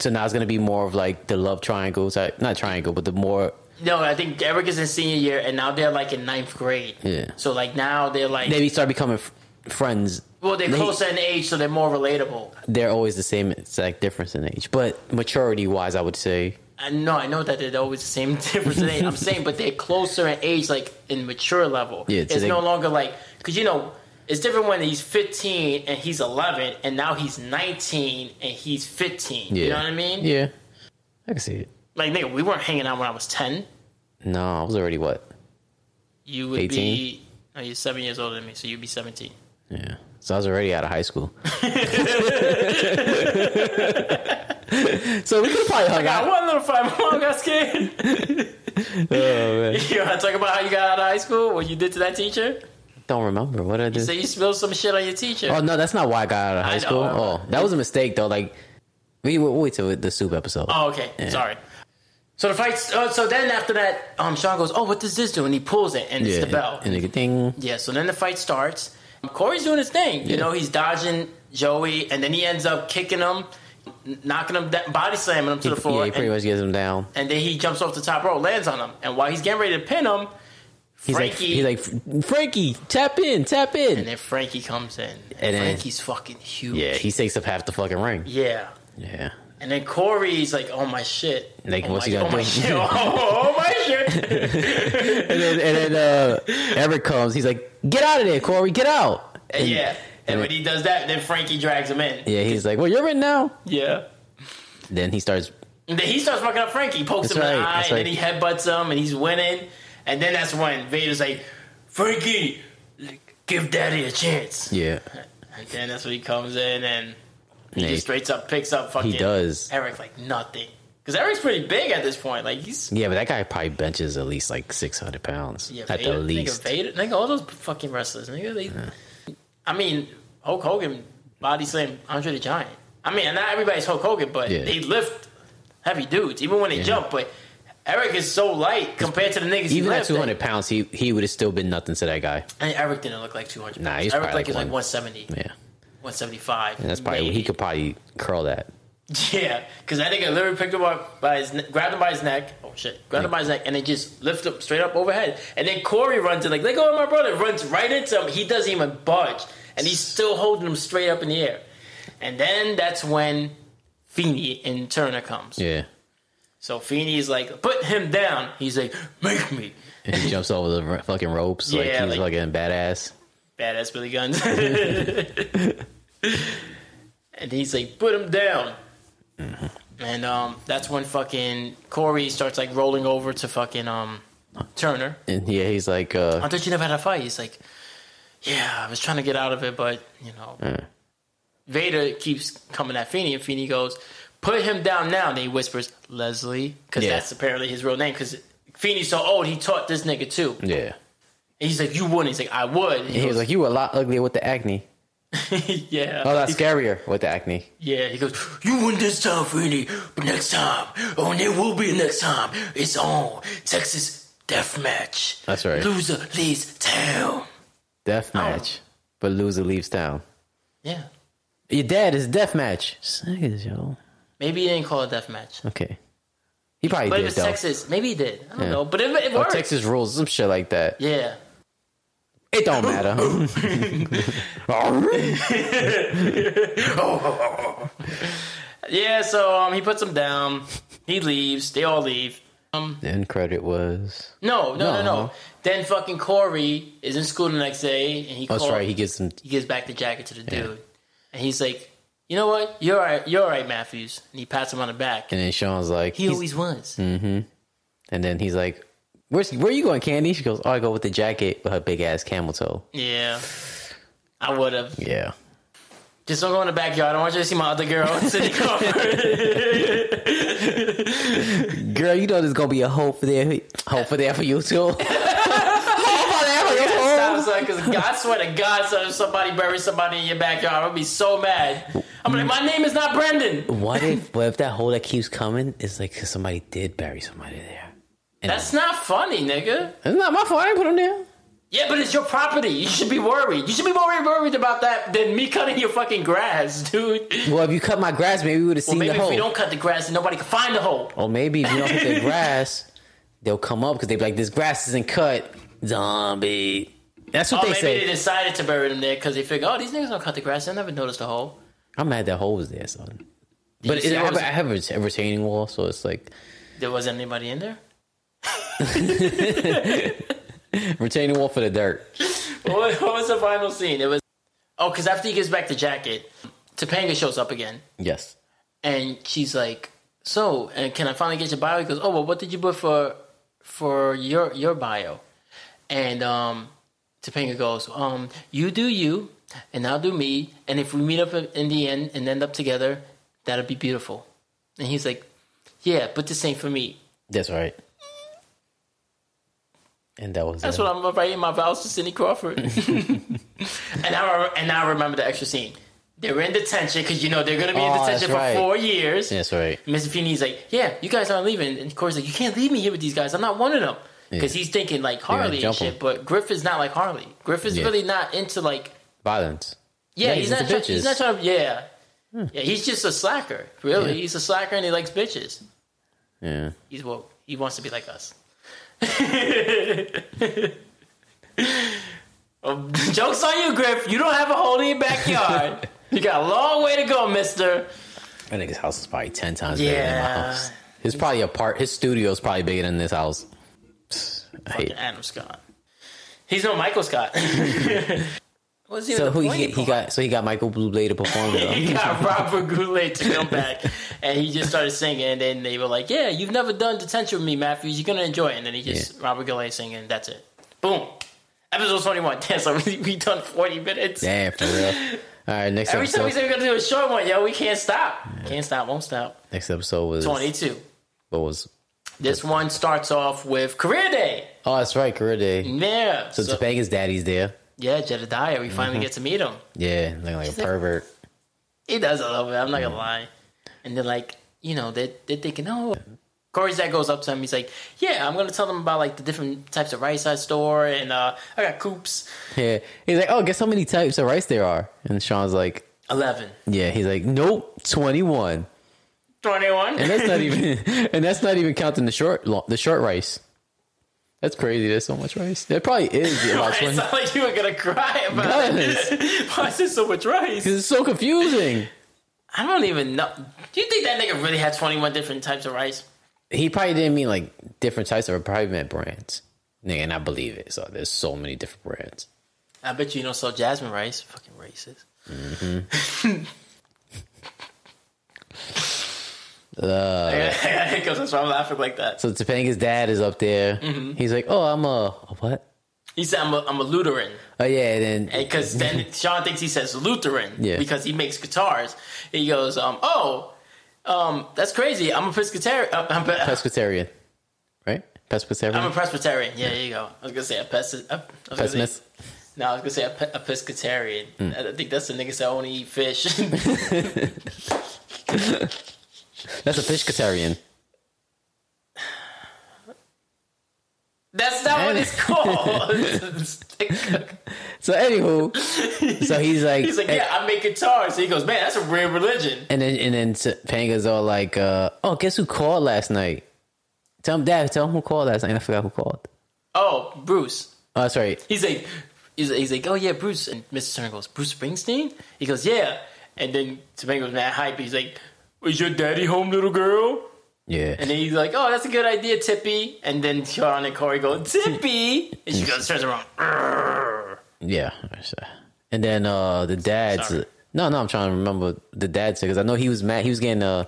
B: so now it's going to be more of like the love triangle type, not triangle, but the more
A: no, I think Eric is in senior year, and now they're like in ninth grade.
B: Yeah.
A: So like now they're like
B: they start becoming f- friends.
A: well they're
B: they-
A: closer in age, so they're more relatable.
B: They're always the same exact difference in age, but maturity wise, I would say
A: I know I know that they're always the same difference. in age. I'm saying, but they're closer in age, like in mature level.
B: Yeah, so
A: It's
B: they-
A: no longer like because you know. It's different when he's 15 and he's 11, and now he's 19 and he's 15. You
B: Yeah.
A: know what I mean?
B: yeah, I can see it.
A: Like, nigga, we weren't hanging out when I was 10.
B: No, I was already what?
A: You would
B: 18?
A: be. No, you're seven years older than me, so you'd be 17.
B: Yeah, so I was already out of high school. so we could have probably hung
A: Got
B: out.
A: one little fight. My mom got scared.
B: Oh,
A: you want to talk about how you got out of high school? What you did to that teacher?
B: Don't remember what I did.
A: So you spilled some shit on your teacher.
B: Oh no, that's not why I got out of
A: I
B: high
A: know.
B: school. Oh, that was a mistake though. Like we we'll wait till the soup episode.
A: Oh, okay. Sorry. So the fights. Oh, so then after that, um, Sean goes, "Oh, what does this do?" And he pulls it, and it's the bell.
B: And it ding.
A: Yeah, so then the fight starts. Corey's doing his thing. You
B: Yeah.
A: know, he's dodging Joey, and then he ends up kicking him, n- knocking him, down, body slamming him to the floor.
B: yeah, he pretty
A: and,
B: much gets him down.
A: and then he jumps off the top rope, lands on him. And while he's getting ready to pin him,
B: He's
A: Frankie,
B: like, he's like, Frankie, tap in, tap
A: and
B: in.
A: then Frankie comes in.
B: And
A: And
B: then-
A: Frankie's fucking huge.
B: Yeah, he takes up half the fucking ring.
A: Yeah.
B: Yeah,
A: And then Corey's like, oh my shit.
B: Like,
A: oh
B: what's
A: my,
B: he gonna
A: oh my
B: do?
A: shit. Oh, oh my shit.
B: and then, and then uh, Eric comes. He's like, get out of there, Corey, get out.
A: And yeah. And,
B: and
A: when
B: then-
A: he does that, then Frankie drags him in.
B: yeah, he's like, well, you're in now.
A: Yeah.
B: Then he starts.
A: And then he starts fucking up Frankie. He pokes
B: That's
A: him in the
B: right,
A: eye,
B: that's
A: and then he headbutts him, and he's winning. And then that's when Vader's like, Frankie, give daddy a chance.
B: Yeah,
A: And then that's when he comes in and he
B: Yeah,
A: just
B: he-
A: straight up picks up fucking
B: does.
A: Eric like nothing. Because Eric's pretty big at this point. Like he's
B: Yeah, but that guy probably benches at least like 600 pounds.
A: yeah,
B: at
A: Vader-
B: the least.
A: Nigga, Vader, nigga, all those fucking wrestlers, nigga. They, I mean, Hulk Hogan body slam Andre the Giant. I mean, not everybody's Hulk Hogan, but
B: Yeah.
A: they lift heavy dudes even when they jump. But Eric is so light compared to the niggas. he eh?
B: Even at
A: lifted.
B: 200 pounds, he, he would have still been nothing to that guy.
A: And Eric didn't look like 200.
B: Nah,
A: pounds.
B: he's
A: Eric
B: probably
A: like
B: like
A: is like
B: one-
A: 170,
B: Yeah.
A: 175.
B: And that's probably,
A: maybe.
B: he could probably curl that.
A: Yeah, because that nigga literally picked him up by his, ne- grabbed him by his neck. Oh shit, grabbed him by his neck, and they just lift him straight up overhead. And then Corey runs in like, "Let go of my brother!" Runs right into him. He doesn't even budge, and he's still holding him straight up in the air. And then that's when Feeney and Turner comes.
B: Yeah.
A: So Feeney is like, "Put him down." He's like, "Make me."
B: And he jumps over the r- fucking ropes like
A: Yeah,
B: he's
A: like-
B: fucking badass.
A: Badass Billy Guns. and he's like, put him down.
B: Mm-hmm.
A: And um, that's when fucking Corey starts like rolling over to fucking um, Turner.
B: And yeah, he's like, uh,
A: I thought you never had a fight. He's like, yeah, I was trying to get out of it, but you know, Vader keeps coming at Feeney, and Feeney goes, put him down now. And he whispers, Leslie, because
B: Yeah.
A: that's apparently his real name. Because Feeney's so old, he taught this nigga too. And
B: yeah.
A: he's like, you wouldn't. He's like, I would. And he
B: He was like, you were a lot uglier with the acne.
A: goes, yeah.
B: Oh, that's scarier with the acne.
A: Yeah, he goes, You win this time, Feeney, but next time, oh, and it will be next time, it's on Texas Deathmatch.
B: That's right.
A: Loser leaves town. Oh.
B: Death match. But loser leaves town.
A: Yeah.
B: Your dad is death match. Niggas, yo.
A: Maybe he didn't call it deathmatch.
B: Okay. He probably
A: But it
B: did,
A: was
B: though.
A: Texas. Maybe he did. I don't
B: Yeah.
A: know, but it, it
B: Or
A: worked.
B: Texas rules, some shit like that.
A: Yeah.
B: It don't matter.
A: Yeah, so um, he puts him down. He leaves. They all leave. Um,
B: the end credit was.
A: no, no, no, no,
B: No.
A: Then fucking Corey is in school the next day, and he
B: Oh, that's
A: called-
B: right. He gets some.
A: he gives back the jacket to the dude, and he's like, "You know what? You're all right. You're all right, Matthews." And he pats him on the back.
B: And then Sean's like,
A: He
B: he's- Mm.
A: always was.
B: and then he's like, "Where's where you going, Candy?" She goes, "Oh, I go with the jacket with her big ass camel toe."
A: Yeah, I would have.
B: Yeah,
A: Just don't go in the backyard. I want you to see my other girl sitting over.
B: girl, you know there's gonna be a hope for there, hope for there for you too. hope for there for you
A: Stop,
B: too.
A: son, because I swear to God, son, if somebody buries somebody in your backyard, I would be so mad. I'm like, my name is not Brendan.
B: What if what if that hole that keeps coming is like 'cause somebody did bury somebody there?
A: That's not funny, nigga.
B: It's not my fault. I didn't put him there.
A: Yeah, but it's your property. You should be worried. You should be more worried about that than me cutting your fucking grass, dude.
B: Well, if you cut my grass, maybe we would have seen
A: Maybe
B: the hole.
A: if we don't cut the grass, then nobody can find the hole.
B: Or maybe if you don't hit the grass, they'll come up because they be like, "This grass isn't cut, zombie." That's what
A: Oh,
B: they
A: maybe
B: say.
A: they decided to bury them there because they figure, oh, these niggas don't cut the grass. They never noticed the hole.
B: I'm mad that hole was there, son. But
A: see
B: it, I,
A: I
B: have,
A: was-
B: I have a retaining wall, so it's like
A: There wasn't anybody in there.
B: retaining wall for the dirt.
A: what, what was the final scene? It was oh, because after he gives back the jacket, Topanga shows up again,
B: Yes,
A: and she's like, "So, and can I finally get your bio?" He goes, "Oh well, what did you put for for your your bio?" And um, Topanga goes, um, "You do you, and I'll do me, and if we meet up in the end and end up together, that'll be beautiful." And he's like, "Yeah, but this ain't for me."
B: that's right. And that was
A: That's what I'm writing my vows to Cindy Crawford. and I and I remember the extra scene. They were in detention because you know they're going to be in
B: Oh,
A: detention for
B: that's right.
A: four years.
B: That's right.
A: Mr. Feeney's like, "Yeah, you guys aren't leaving," and Corey's like, "You can't leave me here with these guys. I'm not one of them." Because
B: Yeah.
A: he's thinking like Harley and
B: jump
A: shit,
B: him.
A: but Griff is not like Harley. Griff is
B: Yeah.
A: really not into like
B: Violence.
A: yeah,
B: Yeah,
A: he's,
B: he's
A: not
B: into
A: try- he's
B: bitches. Hmm.
A: not trying to yeah yeah he's just a slacker really.
B: Yeah.
A: He's a slacker and he likes bitches.
B: Yeah.
A: He's woke. He wants to be like us. Well, joke's on you, Griff. You don't have a hole in your backyard. you got a long way to go, mister.
B: That nigga's house is probably ten times bigger than
A: Yeah.
B: my house. His probably apart. His studio is probably bigger than this house. I hate-
A: Adam Scott. He's no Michael Scott. What's even
B: So
A: the
B: who
A: point
B: he,
A: of
B: he got? So he got Michael Bublé to perform with. him.
A: he got Robert Goulet to come back, and he just started singing. And then they were like, "Yeah, you've never done detention with me, Matthews. You're gonna enjoy it." And then he just Robert Goulet singing. and That's it. Boom. Episode twenty one. Damn, so we, we done forty minutes.
B: Damn, for real. All right, next
A: Every time we
B: episode.
A: say we're gonna do a short one, yo, we can't stop. Can't stop. Won't stop.
B: Next episode was
A: Twenty two.
B: What was?
A: This one starts off with Career Day.
B: Oh, that's right, career day.
A: Yeah.
B: So,
A: So- Mm-hmm.
B: Topanga's daddy's there.
A: yeah, Jedediah. We finally get to meet him.
B: Yeah, looking like a
A: like-
B: pervert.
A: He does a little bit. I'm not gonna lie. And they're like, you know, they're, they're thinking, oh. Corey's dad goes up to him. He's like, yeah, I'm gonna tell them about like the different types of rice I store, and uh, I got coops
B: Yeah, he's like, oh, guess how many types of rice there are? And Sean's like,
A: eleven.
B: yeah, he's like, nope, twenty one.
A: 21.
B: And that's not even, and that's not even counting the short, lo- the short rice. That's crazy. There's so much rice. There probably is about
A: It's
B: twenty.
A: not like you were gonna cry about it. Why is there so much rice?
B: It's so confusing.
A: I don't even know. Do you think that nigga really had 21 different types of rice?
B: He probably didn't mean like different types of. Probably meant brands. Nigga, and I believe it. So there's so many different brands.
A: I bet you don't sell jasmine rice. Fucking racist.
B: Uh,
A: I got- I got hiccups. That's why I'm laughing like that.
B: so Topanga's dad is up there.
A: Mm-hmm.
B: He's like, oh, I'm a, a what?
A: He said, I'm a, I'm a Lutheran.
B: Oh yeah, and then
A: Because then Sean thinks he says Lutheran
B: Yeah.
A: because he makes guitars. He goes, um, oh, um, that's crazy. I'm a Presbyterian. Uh, I'm, a-
B: pescatarian, right? Pescatarian.
A: I'm a Presbyterian. Yeah, there you go. I was going to say a pessimist. Mm. Uh, I was gonna say-
B: pessimist.
A: No, I was gonna say a, pe- a pescatarian. I- I think that's the niggas that only eat fish.
B: That's a fishcatarian.
A: that's not what it's called.
B: So anywho, so he's like,
A: He's like, yeah, I make guitars. he goes, man, that's a real religion.
B: and then and then Panga's all like, uh, oh, guess who called last night? Tell him, Dad, tell him who called last night. I forgot who called.
A: Oh, Bruce.
B: Oh, that's right.
A: He's like, he's, he's like, oh yeah, Bruce. And Mr. Turner goes, Bruce Springsteen. He goes, yeah. And then Topanga's mad hype. He's like, is your daddy home, little girl?
B: Yeah,
A: And then he's like, oh, that's a good idea, Tippy. And then Sean and Corey go, Tippy. And she goes, turns around. "Arr."
B: yeah. And then uh, the dad's
A: Sorry.
B: no, no. I'm trying to remember the dad said because I know he was mad. He was getting uh,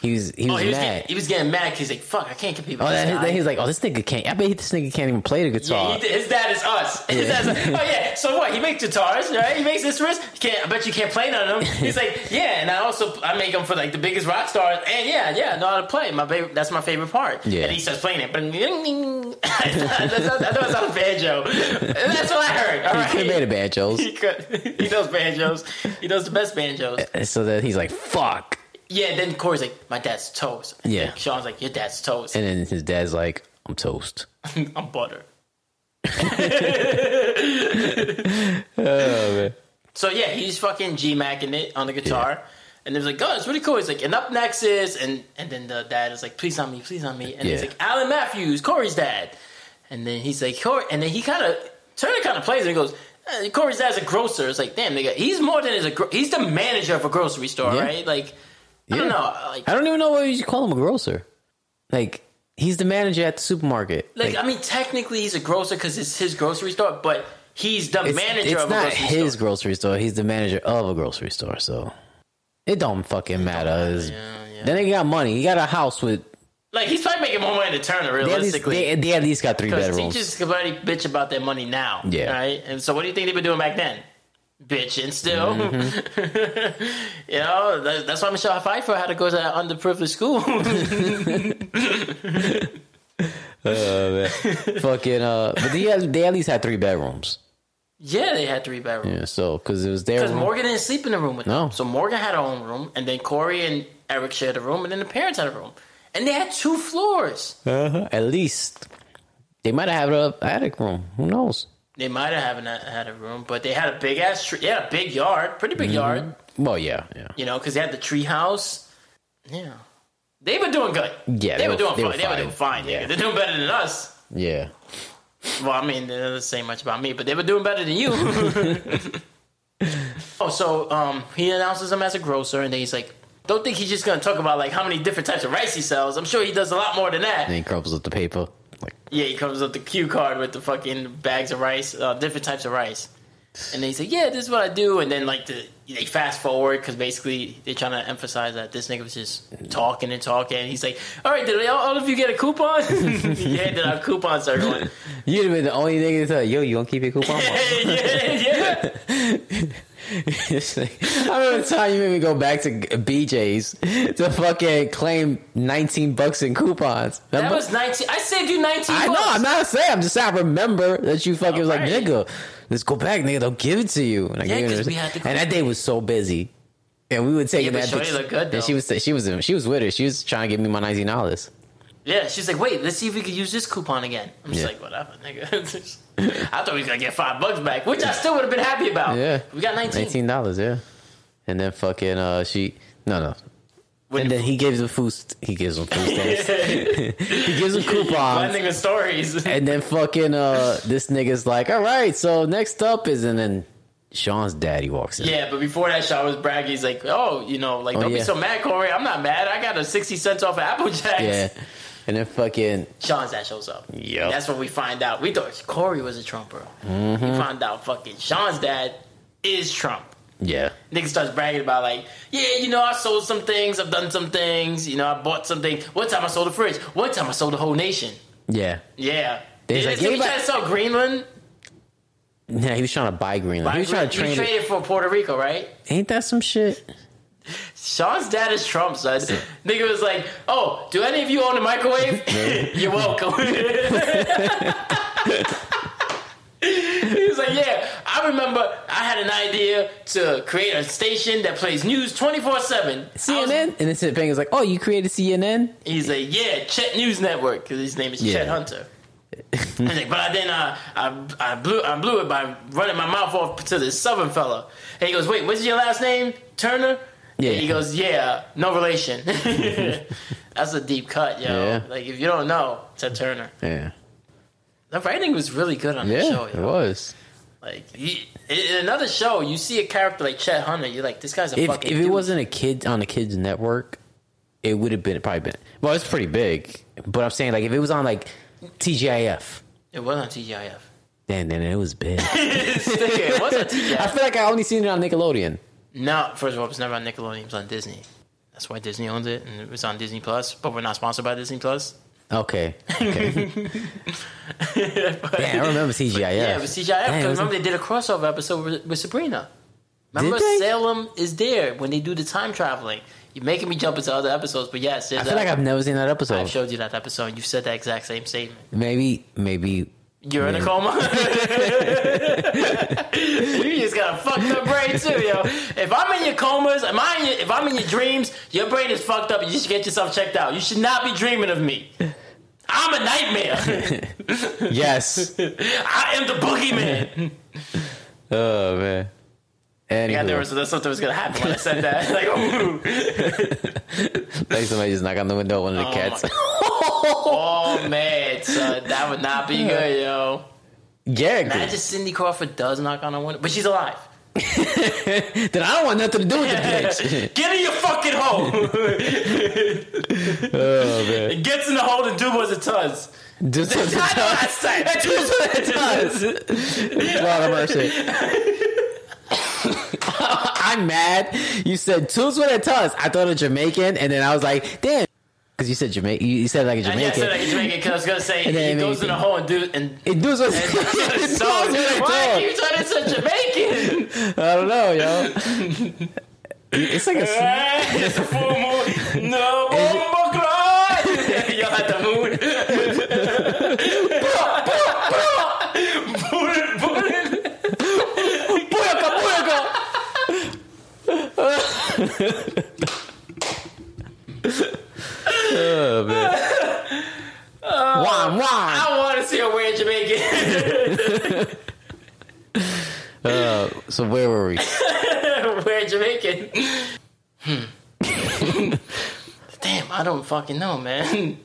B: he was he
A: Oh,
B: was
A: he was,
B: mad.
A: getting, he was getting mad. 'cause He's like, fuck, I can't compete with
B: Oh,
A: this
B: that,
A: guy.
B: that, he's like, oh, this nigga can't. I bet this nigga can't even play the
A: Yeah,
B: guitar.
A: he, his dad is us. His dad's like, oh yeah. So what? He makes guitars, right? He makes instruments. Can't I bet you can't play none of them? He's like, yeah. And I also I make them for like the biggest rock stars. And yeah, yeah, I know how to play. My favorite. That's my favorite part.
B: Yeah.
A: And he starts playing it. But that's not, I know it's not a banjo. That's what I heard. All
B: He could have
A: right.
B: made a bad jokes.
A: He, could, he knows banjos. He knows the best banjos.
B: And so then he's like, fuck.
A: Yeah. Then Corey's like, my dad's toast.
B: Yeah.
A: Sean's like, your dad's toast.
B: And then his dad's like, I'm toast.
A: I'm butter.
B: Oh,
A: So yeah, he's fucking G Macing it on the guitar. And it was like, oh, it's really cool. He's like, and up next is and and then the dad is like, please not me, please not me. And he's
B: Yeah.
A: like, Alan Matthews, Corey's dad. And then he's like, Corey and then he kinda Turner kinda plays and he goes, eh, Corey's dad's a grocer. It's like, damn nigga, he's more than is a gro- he's the manager of a grocery store,
B: Yeah.
A: right? Like I don't
B: Yeah.
A: know. Like
B: I don't even know why you should call him a grocer. Like, he's the manager at the supermarket.
A: like I mean technically he's a grocer because it's his grocery store, but he's the
B: it's,
A: manager
B: it's
A: of a
B: not
A: grocery store.
B: his grocery store. He's the manager of a grocery store. So it don't fucking matter. It's- Then he got money. He got a house with.
A: Like he's probably making more money than Turner,
B: They at, least,
A: realistically.
B: they, they at least got three
A: Because
B: bedrooms.
A: teachers can already bitch about their money now.
B: Yeah.
A: Right? And so what do you think they've been doing back then? Bitching still.
B: Mm-hmm.
A: you know, that, that's why Michelle Pfeiffer had to go to that underprivileged school.
B: fucking. Uh, but they, at- they at least had three bedrooms.
A: yeah, they had three bedrooms.
B: Yeah, so, because it was their
A: Because
B: room.
A: Morgan didn't sleep in the room with
B: No.
A: them. So Morgan had her own room, and then Corey and Eric shared a room, and then the parents had a room. And they had two floors.
B: Uh-huh. At least they might have an attic room. Who knows?
A: They might have haven't had a room, but they had a big ass tree. They had a big yard, pretty
B: Mm-hmm.
A: big yard,
B: Well, yeah, yeah.
A: you know, because they had the tree house. Yeah. They were doing good.
B: Yeah,
A: they, were, doing
B: they
A: fine.
B: were
A: They were
B: fine.
A: doing fine. nigga.
B: Yeah.
A: They're doing better than us.
B: Yeah.
A: Well, I mean, they doesn't say much about me, but they were doing better than you. oh, so um, he announces him as a grocer, and then he's like, "Don't think he's just gonna talk about like how many different types of rice he sells. I'm sure he does a lot more than that."
B: And he crumples up the paper. Like,
A: Yeah, he comes with the cue card with the fucking bags of rice, uh, different types of rice. And then he's like, "Yeah, this is what I do." And then like the they fast forward because basically they're trying to emphasize that this nigga was just talking and talking. And he's like, "All right, did all, all of you get a coupon?" yeah, did our coupons are going.
B: Oh you'd have been the only nigga to tell, yo, you gonna keep your coupon?
A: yeah, yeah.
B: It's like- I remember the time you made me go back to BJ's to fucking claim 19 bucks in coupons.
A: That was 19. I saved you 19
B: I know,
A: bucks.
B: I'm not saying, I'm just saying I remember that you fucking was like,
A: Alright.
B: nigga, let's go back, nigga, they'll give it to you. And I
A: Yeah,
B: gave it
A: 'cause
B: to
A: we
B: her.
A: had to go
B: And that day was so busy. And we would take
A: Yeah,
B: it
A: but
B: that
A: Shorty
B: bitch-
A: looked good,
B: And she
A: though.
B: was she was she was with her. She was trying to give me my nineteen dollars.
A: Yeah, she's like, wait, let's see if we could use this coupon again. I'm just
B: Yeah.
A: like, whatever, nigga. I thought we was gonna get five bucks back, which I still would have been happy about.
B: Yeah.
A: we got 19.
B: Nineteen dollars, yeah. And then fucking uh she no no.
A: When
B: and
A: you-
B: then he gives the food st- he gives them food stamps. he gives them coupons.
A: Blending the stories.
B: And then fucking uh this nigga's like, all right, so next up is and then Sean's daddy walks in.
A: Yeah, but before that shot was bragging. He's like, oh, you know, like,
B: Oh,
A: don't be
B: yeah.
A: so mad, Corey. I'm not mad. I got a 60 cents off of Apple Jacks.
B: Yeah. And then fucking
A: Sean's that shows up.
B: Yep.
A: And That's when we find out. We thought Corey was a Trumper.
B: Mm-hmm.
A: We found out fucking Sean's dad is Trump.
B: yeah.
A: Nigga starts bragging about like, yeah, you know, I sold some things, I've done some things, you know, I bought some things. One time I sold a fridge. One time I sold the whole nation.
B: Yeah.
A: Yeah. Did
B: He's like,
A: like, he
B: yeah, but-
A: try to sell Greenland?
B: Yeah, he was trying to buy Greenland. He was trying to
A: He
B: train it.
A: traded for Puerto Rico, right?
B: Ain't that some shit?
A: Sean's dad is Trump, son. Nigga was like, oh, do any of you own a microwave? You're welcome. he was like, yeah, I remember I had an idea to create a station that plays news 24 7.
B: CNN? And then Sid Pang is like, oh, you created CNN?
A: He's like, yeah, Chet News Network, because his name is
B: Yeah.
A: Chet Hunter. He's like, but then I, I, I blew, I blew it by running my mouth off to this southern fella. And he goes, wait, what's your last name? Turner.
B: Yeah.
A: And he goes, yeah, no relation. That's a deep cut, yo.
B: Yeah.
A: Like if you don't know, Ted Turner.
B: Yeah.
A: The writing was really good on the
B: Yeah,
A: show.
B: it
A: Yo.
B: was.
A: Like you, in another show, you see a character like Chet Hunter, you're like, this guy's a
B: If,
A: fucking.
B: if it
A: dude.
B: wasn't a kid on a kid's network, it would have been, probably been, well, it's pretty big. But I'm saying, like, if it was on, like, TGIF,
A: it was on TGIF.
B: then, then it was big. I
A: it was on TGIF.
B: feel like I only seen it on Nickelodeon.
A: No, first of all, it was never on Nickelodeon. It was on Disney. That's why Disney owns it, and it was on Disney Plus. But we're not sponsored by Disney Plus.
B: Okay. okay. Damn, I remember TGIF.
A: Yeah, it was CGIF.
B: Damn,
A: Because
B: was-
A: remember, they did a crossover episode with, with Sabrina. Remember,
B: Did they?
A: Salem is there when they do the time traveling. You're making me jump into other episodes, but yes, there's
B: I feel like I've never seen that
A: I
B: episode.
A: showed you that episode. and You said that exact same statement.
B: Maybe, maybe
A: You're in a coma. you just got a fucked up brain too, yo. If I'm in your comas, am I? In your, if I'm in your dreams, your brain is fucked up. You should get yourself checked out. You should not be dreaming of me. I'm a nightmare.
B: Yes.
A: I am the boogeyman.
B: oh man.
A: Yeah, there
B: Anywho,
A: was that's something was gonna happen when I said that. Like, ooh.
B: like somebody just knocked on the window. One of the
A: Oh,
B: cats.
A: oh man, son, that would not be good, yo.
B: yeah.
A: Imagine Cindy Crawford does knock on a window, but she's alive.
B: Then I don't want nothing to do with the bitch.
A: Get in your fucking hole.
B: oh man.
A: It gets in the hole and do was it does.
B: Just what it
A: I know I
B: does.
A: said
B: That's what it does. Lord have mercy. I'm mad. You said tools what it does. I thought of Jamaican, and then I was like, damn. Because you said Jamaican. You you said like a
A: I guess I said I
B: Jamaican.
A: could drink it because I was gonna say
B: And then
A: he
B: it
A: goes
B: made
A: in a hole and do and.
B: It does what it does.
A: So why are you turning to Jamaican?
B: I don't know, yo. It's like a.
A: it's a full moon. No bomba cry. Y'all at the moon. Bullet, bullet.
B: Wah, wah.
A: I want to see her wearing Jamaican.
B: So where were we?
A: wearing Jamaican. Hmm. Damn, I don't fucking know, man.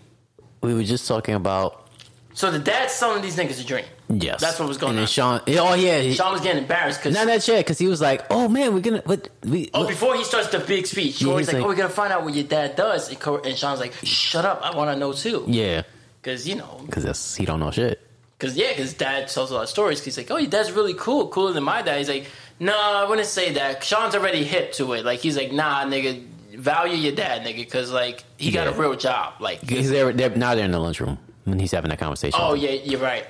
B: we were just talking about
A: So the dad's selling these niggas a drink.
B: yes.
A: That's what was going
B: and
A: on.
B: Then Sean. Oh yeah. He,
A: Sean was getting embarrassed because
B: not that shit because he was like, oh man, we're gonna. What, we,
A: Oh,
B: what-
A: before he starts the big speech,
B: Yeah,
A: Corey's
B: he's
A: like,
B: like-
A: "Oh, we're gonna find out what your dad does," and, Cor- and Sean's like, "Shut up, I want to know too,"
B: yeah.
A: because you know,
B: Because that's he don't know shit.
A: because yeah, because dad tells a lot of stories. 'Cause he's like, "Oh, your dad's really cool, cooler than my dad." He's like, "No, I wouldn't say that." Sean's already hip to it. Like he's like, "Nah, nigga, value your dad, nigga, because like he got
B: Yeah.
A: a real job." Like,
B: Because they're, they're now they're in the lunchroom when he's having that conversation.
A: oh yeah, you're right.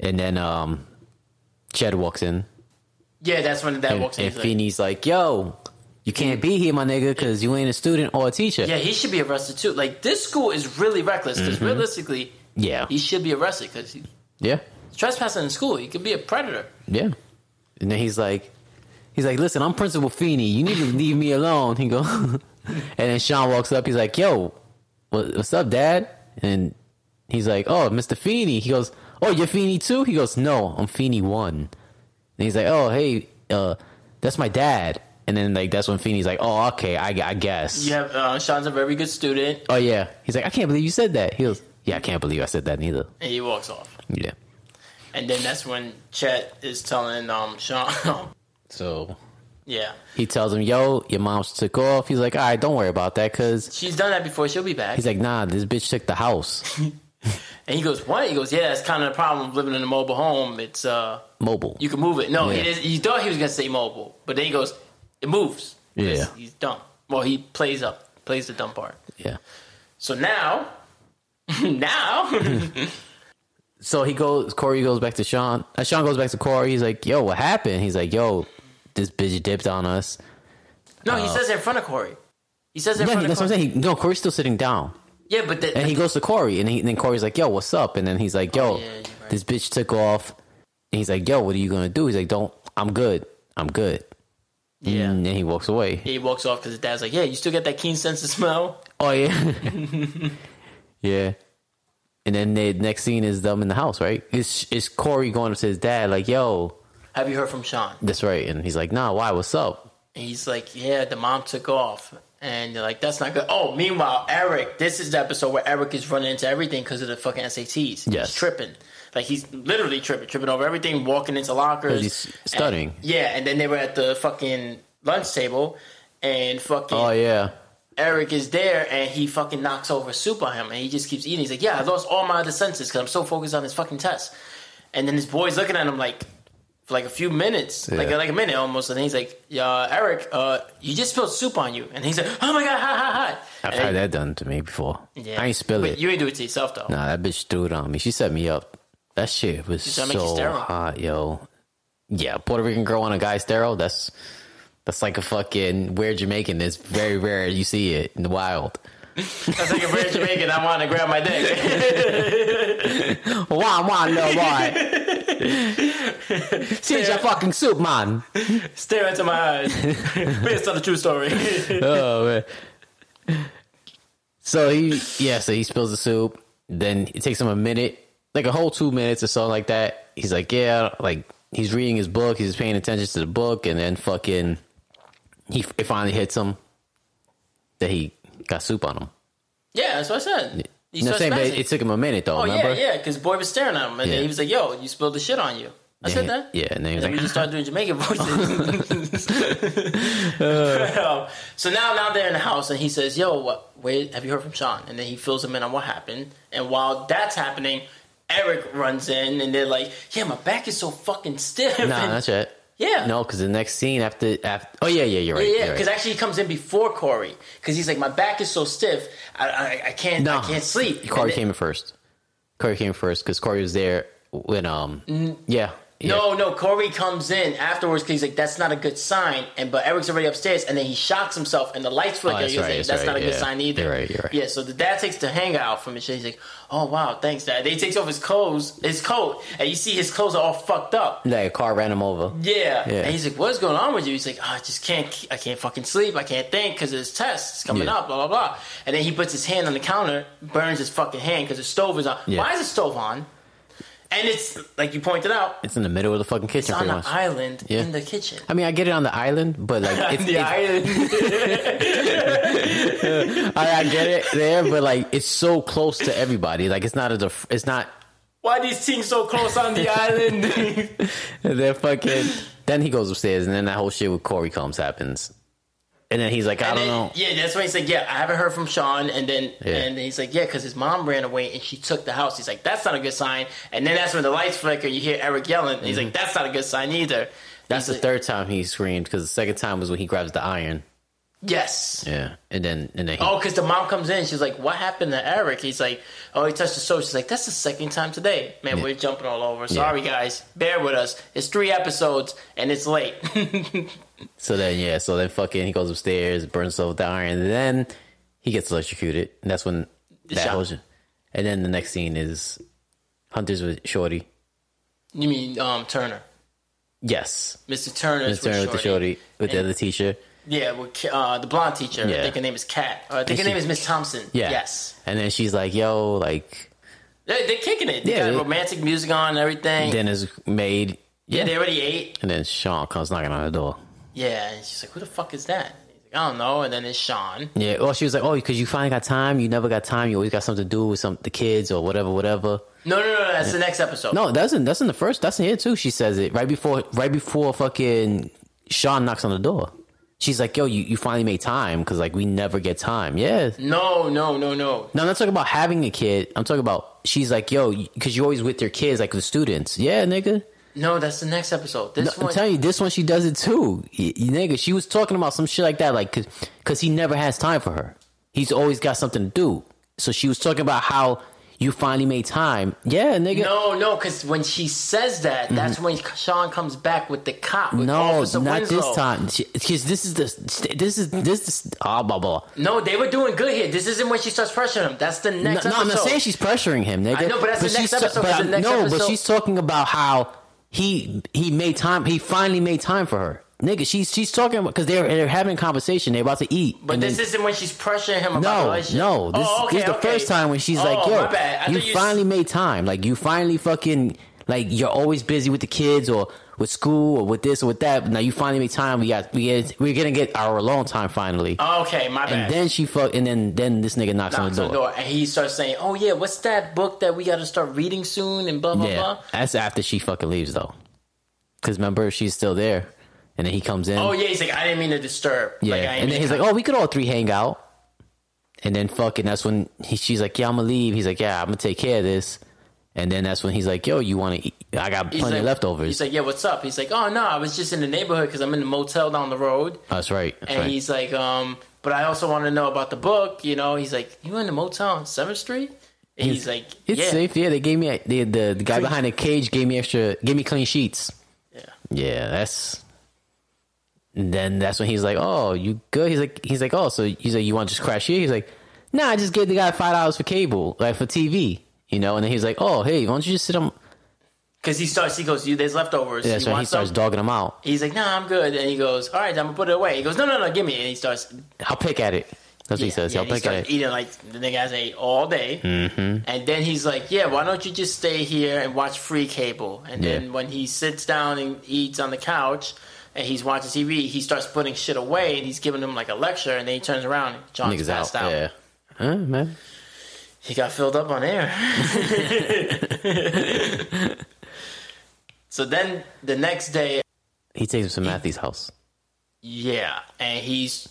B: And then um, Chad walks in.
A: Yeah, that's when that
B: And,
A: walks in.
B: and
A: he's like-
B: Feeney's like, yo, you can't be here, my nigga, because you ain't a student or a teacher.
A: Yeah, he should be arrested too. Like this school is really reckless because
B: Mm-hmm.
A: realistically,
B: Yeah.
A: he should be arrested because he's
B: Yeah.
A: trespassing in school. He could be a predator.
B: Yeah. And then he's like, he's like, listen, I'm Principal Feeney. You need to leave me alone. He goes, and then Sean walks up. He's like, yo, what, what's up, Dad? And he's like, oh, Mr. Feeney. He goes, oh, you're Feeney too? He goes, no, I'm Feeney one. And he's like, oh, hey, uh, that's my dad. And then like that's when Feeney's like, oh, okay, I, I guess.
A: You have uh, Sean's a very good student,
B: Oh yeah. He's like, I can't believe you said that. He goes, yeah, I can't believe I said that neither.
A: and he walks off.
B: Yeah.
A: And then that's when Chet is telling um Sean,
B: So
A: yeah,
B: he tells him, yo, your mom's took off. He's like, all right, don't worry about that, cause
A: she's done that before. She'll be back.
B: He's like, nah, this bitch took the house.
A: And he goes, "What?" He goes, "Yeah, that's kind of the problem of living in a mobile home. It's uh,
B: Mobile.
A: you can move it. No, he,
B: Yeah.
A: didn't- he thought he was gonna say mobile, but then he goes, it moves.
B: Yeah.
A: he's dumb. Well, he plays up, plays the dumb part.
B: yeah.
A: So now, now,
B: So he goes, Corey goes back to Sean. Uh, Sean goes back to Corey. He's like, yo, what happened? He's like, yo, this bitch dipped on us.
A: no, he says it in front of Corey. He says it in
B: Uh. Yeah,
A: front
B: that's
A: of
B: what I'm
A: Corey.
B: saying. He- no, Corey's still sitting down.
A: Yeah, but the,
B: And he goes to Corey. And, he, and then Corey's like, yo, what's up? And then he's like, yo,
A: Oh, yeah, you're right.
B: this bitch took off. And he's like, yo, what are you going to do? He's like, don't, I'm good. I'm good.
A: yeah.
B: And then he walks away.
A: he walks off because his dad's like, "Yeah, you still get that keen sense of smell."
B: Oh, yeah. yeah. And then the next scene is them in the house, right? It's, it's Corey going up to his dad, like, yo,
A: Have you heard from Sean?
B: That's right. And he's like, nah, why? What's up?
A: And he's like, "Yeah, the mom took off." And you're like, "That's not good." Oh, meanwhile, Eric, this is the episode where Eric is running into everything because of the fucking SATs.
B: Yes.
A: he's tripping. Like he's literally tripping, tripping over everything, walking into lockers.
B: He's
A: And-
B: studying.
A: yeah, and then they were at the fucking lunch table, and fucking
B: Oh, yeah.
A: Eric is there, and he fucking knocks over soup on him, and he just keeps eating. He's like, "Yeah, I lost all my other senses because I'm so focused on this fucking test." And then his boy's looking at him like, for like a few minutes, like
B: Yeah.
A: like a minute almost, and he's like, "Yeah, Eric, uh, you just spilled soup on you," and he's like, "Oh my god, ha ha ha!" And
B: I've had
A: then-
B: that done to me before.
A: Yeah.
B: I ain't spill
A: But
B: it.
A: You ain't do it to yourself though.
B: nah, that bitch threw it on me. She set me up. That shit was
A: trying to make you
B: so
A: sterile.
B: hot, yo. Yeah, Puerto Rican girl on a guy sterile. That's that's like a fucking weird Jamaican. It's very rare you see it in the wild.
A: That's like if we're in Jamaican, I want to grab my dick.
B: Why, why, no, why? Since your fucking soup, man.
A: Stare into my eyes. Based on the true story.
B: oh man. So he yeah, so he spills the soup. Then it takes him a minute, like a whole two minutes or something like that. He's like, yeah, like he's reading his book, he's paying attention to the book, and then fucking he it finally hits him that he got soup on him.
A: yeah, that's what I said. He
B: You know what I'm
A: starts
B: saying? But
A: smashing.
B: it, it took him a minute though.
A: Oh
B: remember?
A: yeah, yeah, because boy was staring at him, and
B: Yeah.
A: then he was like, "Yo, you spilled the shit on you." I said that.
B: Yeah, and then
A: And
B: he was
A: then we
B: like,
A: just started doing Jamaican voices. But, um, so now, now they're in the house, and he says, "Yo, what? Wait, have you heard from Sean?" And then he fills him in on what happened. And while that's happening, Eric runs in, and they're like, "Yeah, my back is so fucking stiff."
B: nah,
A: And-
B: that's it.
A: yeah,
B: No, because the next scene after after oh yeah yeah you're right
A: yeah, yeah.
B: you're
A: Because
B: right.
A: actually, he comes in before Corey because he's like, "My back is so stiff, I, I, I can't,
B: No,
A: I can't sleep." And
B: Corey
A: then-
B: came in first. Corey came first because Corey was there when um yeah, yeah.
A: Mm-hmm. No, no. Corey comes in afterwards because he's like, "That's not a good sign." And but Eric's already upstairs, and then he shocks himself, and the lights flicker.
B: Oh, that's
A: he's
B: right,
A: like,
B: that's
A: "That's
B: right,
A: not a good
B: yeah.
A: sign either."
B: You're right, you're right.
A: Yeah. So the dad takes the hanger out from his shit. He's like, "Oh wow, thanks, dad." Then he takes off his clothes, his coat, and you see his clothes are all fucked up.
B: like a car ran him over.
A: Yeah.
B: Yeah.
A: And he's like, "What's going on with you?" He's like, "Oh, "I just can't. I can't fucking sleep. I can't think because this test is coming
B: Yeah.
A: up." Blah blah blah. And then he puts his hand on the counter, burns his fucking hand because the stove is on.
B: Yeah.
A: Why is the stove on? And it's like you pointed out.
B: It's in the middle of the fucking kitchen,
A: It's on
B: pretty
A: an
B: much.
A: island
B: Yeah.
A: in the kitchen.
B: I mean, I get it on the island, but like, it's,
A: the
B: it's-
A: island.
B: I, I get it there, but like, it's so close to everybody. Like, it's not a, def- it's not.
A: Why these things so close on the island?
B: They're fucking. Then he goes upstairs, and then that whole shit with Corey comes happens, and then he's like, I
A: And
B: don't
A: then-
B: know.
A: Yeah, that's when he's like, yeah, I haven't heard from Sean. And then
B: Yeah.
A: and he's like, yeah, because his mom ran away and she took the house. He's like, that's not a good sign. And then that's when the lights flicker. You hear Eric yelling. He's like, that's not a good sign either.
B: Mm-hmm.
A: He's
B: That's the
A: like-
B: third time he screamed because the second time was when he grabs the iron.
A: Yes.
B: Yeah, and then and then he,
A: Oh, because the mom comes in. She's like, "What happened to Eric?" He's like, "Oh, he touched his soul." She's like, "That's the second time today, man. We're jumping all over. Sorry, guys. Bear with us. It's three episodes and it's late."
B: so then yeah, so then fucking he goes upstairs, burns himself down, and then he gets electrocuted. And that's when that
A: shot.
B: whole shit- And then the next scene is Hunter's with Shorty.
A: you mean um, Turner,
B: Yes,
A: Mr. Turner's
B: Turn with the Shorty with the
A: And-
B: other teacher.
A: Yeah, with K- uh, the blonde teacher. I
B: Yeah.
A: think her name is Kat. Uh, I think her
B: she-
A: name is Miss Thompson.
B: Yeah.
A: Yes.
B: And then she's like, "Yo, like
A: They, they're kicking it. They
B: Yeah,
A: got
B: they-
A: romantic music on and everything.
B: dinner's made."
A: yeah, they already ate.
B: And then Sean comes knocking on the door.
A: Yeah, and she's like, "Who the fuck is that?" He's like, "I don't know." And then it's Sean.
B: Yeah. Well, she was like, "Oh, because you finally got time. You never got time. You always got something to do with some the kids or whatever, whatever."
A: No, no, no, no that's the next episode.
B: No, that's in that's in the first. That's in here too. She says it right before right before fucking Sean knocks on the door. She's like, "Yo, you, you finally made time because like we never get time." Yeah.
A: no, no, no, no.
B: No, I'm not talking about having a kid. I'm talking about she's like, "Yo, because you're always with your kids, like the students." Yeah, nigga.
A: No, that's the next episode. This
B: I'm
A: one.
B: telling you, this one she does it too. Y- y- nigga, she was talking about some shit like that, like, cause, 'cause he never has time for her. He's always got something to do. So she was talking about how you finally made time. Yeah, nigga.
A: no, no, because when she says that, that's when Sean comes back with the cop. With
B: Mm-hmm. No,
A: Officer
B: not
A: Winslow.
B: this time. Because this is the this is this is ah blah blah. blah.
A: No, they were doing good here. This isn't when she starts pressuring him. That's the
B: No,
A: next
B: no,
A: episode.
B: I'm not saying she's pressuring him. Nigga.
A: I know, but that's the next
B: she's ta-
A: episode,
B: but
A: that's the
B: I'm-
A: next
B: no,
A: episode.
B: but she's talking about how he he made time. He finally made time for her. Nigga, she's she's talking about because they're they're having a conversation. They're about to eat.
A: But
B: and
A: this
B: then-
A: isn't when she's pressuring him about the
B: No,
A: relationship.
B: no. This,
A: Oh,
B: this is
A: okay,
B: the
A: okay.
B: first time when she's
A: Oh,
B: like,
A: my bad. I
B: "Yo,
A: thought
B: you
A: you s-
B: finally made time. Like you finally fucking like you're always busy with the kids or with school or with this or with that. Now you finally made time. We got we get, we're gonna get our alone time finally."
A: Okay, my bad.
B: and then she fuck, and then then this nigga knocks,
A: knocks
B: on the door.
A: and he starts saying, "Oh yeah, what's that book that we got to start reading soon?" And blah blah
B: Yeah,
A: blah.
B: that's after she fucking leaves though, because remember she's still there, and then he comes in.
A: Oh yeah, he's like, "I didn't mean to disturb."
B: Yeah,
A: like, I
B: and then he's like, "Oh, we could all three hang out." And then fucking, that's when he, she's like, "Yeah, I'm gonna leave." He's like, "Yeah, I'm gonna take care of this." And then that's when he's like, "Yo, you want to? eat? I got plenty of
A: He's
B: leftovers."
A: like, "Yeah, what's up?" He's like, "Oh no, I was just in the neighborhood because I'm in the motel down the road."
B: that's right. That's
A: And
B: right.
A: he's like, "Um, but I also want to know about the book." You know, he's like, "You in the motel on Seventh Street?" And he's, like,
B: "It's
A: "Yeah,
B: safe." Yeah, they gave me the the, the guy behind the cage gave me extra, gave me clean sheets.
A: yeah."
B: Yeah, that's. And then that's when he's like, "Oh, you good?" He's like, "He's like, oh, so he's like, you want to just crash here?" He's like, "Nah, I just gave the guy five dollars for cable, like for TV, you know." And then he's like, "Oh, hey, why don't you just sit on?"
A: Because he starts, he goes, "You there's leftovers."
B: That's
A: you
B: when
A: want
B: he starts
A: some?"
B: dogging him out.
A: He's like, "Nah, I'm good." And he goes, "All right, I'm gonna put it away." He goes, "No, no, no, give me." And he starts
B: I'll pick at it. That's what he says.
A: Yeah,
B: I'll
A: and he
B: pick at
A: starts
B: it.
A: eating like the nigga has ate all day, mm-hmm. and then he's like, "Yeah, why don't you just stay here and watch free cable?" And
B: Yeah.
A: then when he sits down and eats on the couch, and he's watching TV, he starts putting shit away, and he's giving him like a lecture, and then he turns around, and John's
B: Niggas out.
A: passed out.
B: Yeah. Huh, man.
A: He got filled up on air. so then the next day,
B: He takes him to Matthew's house.
A: yeah, and he's.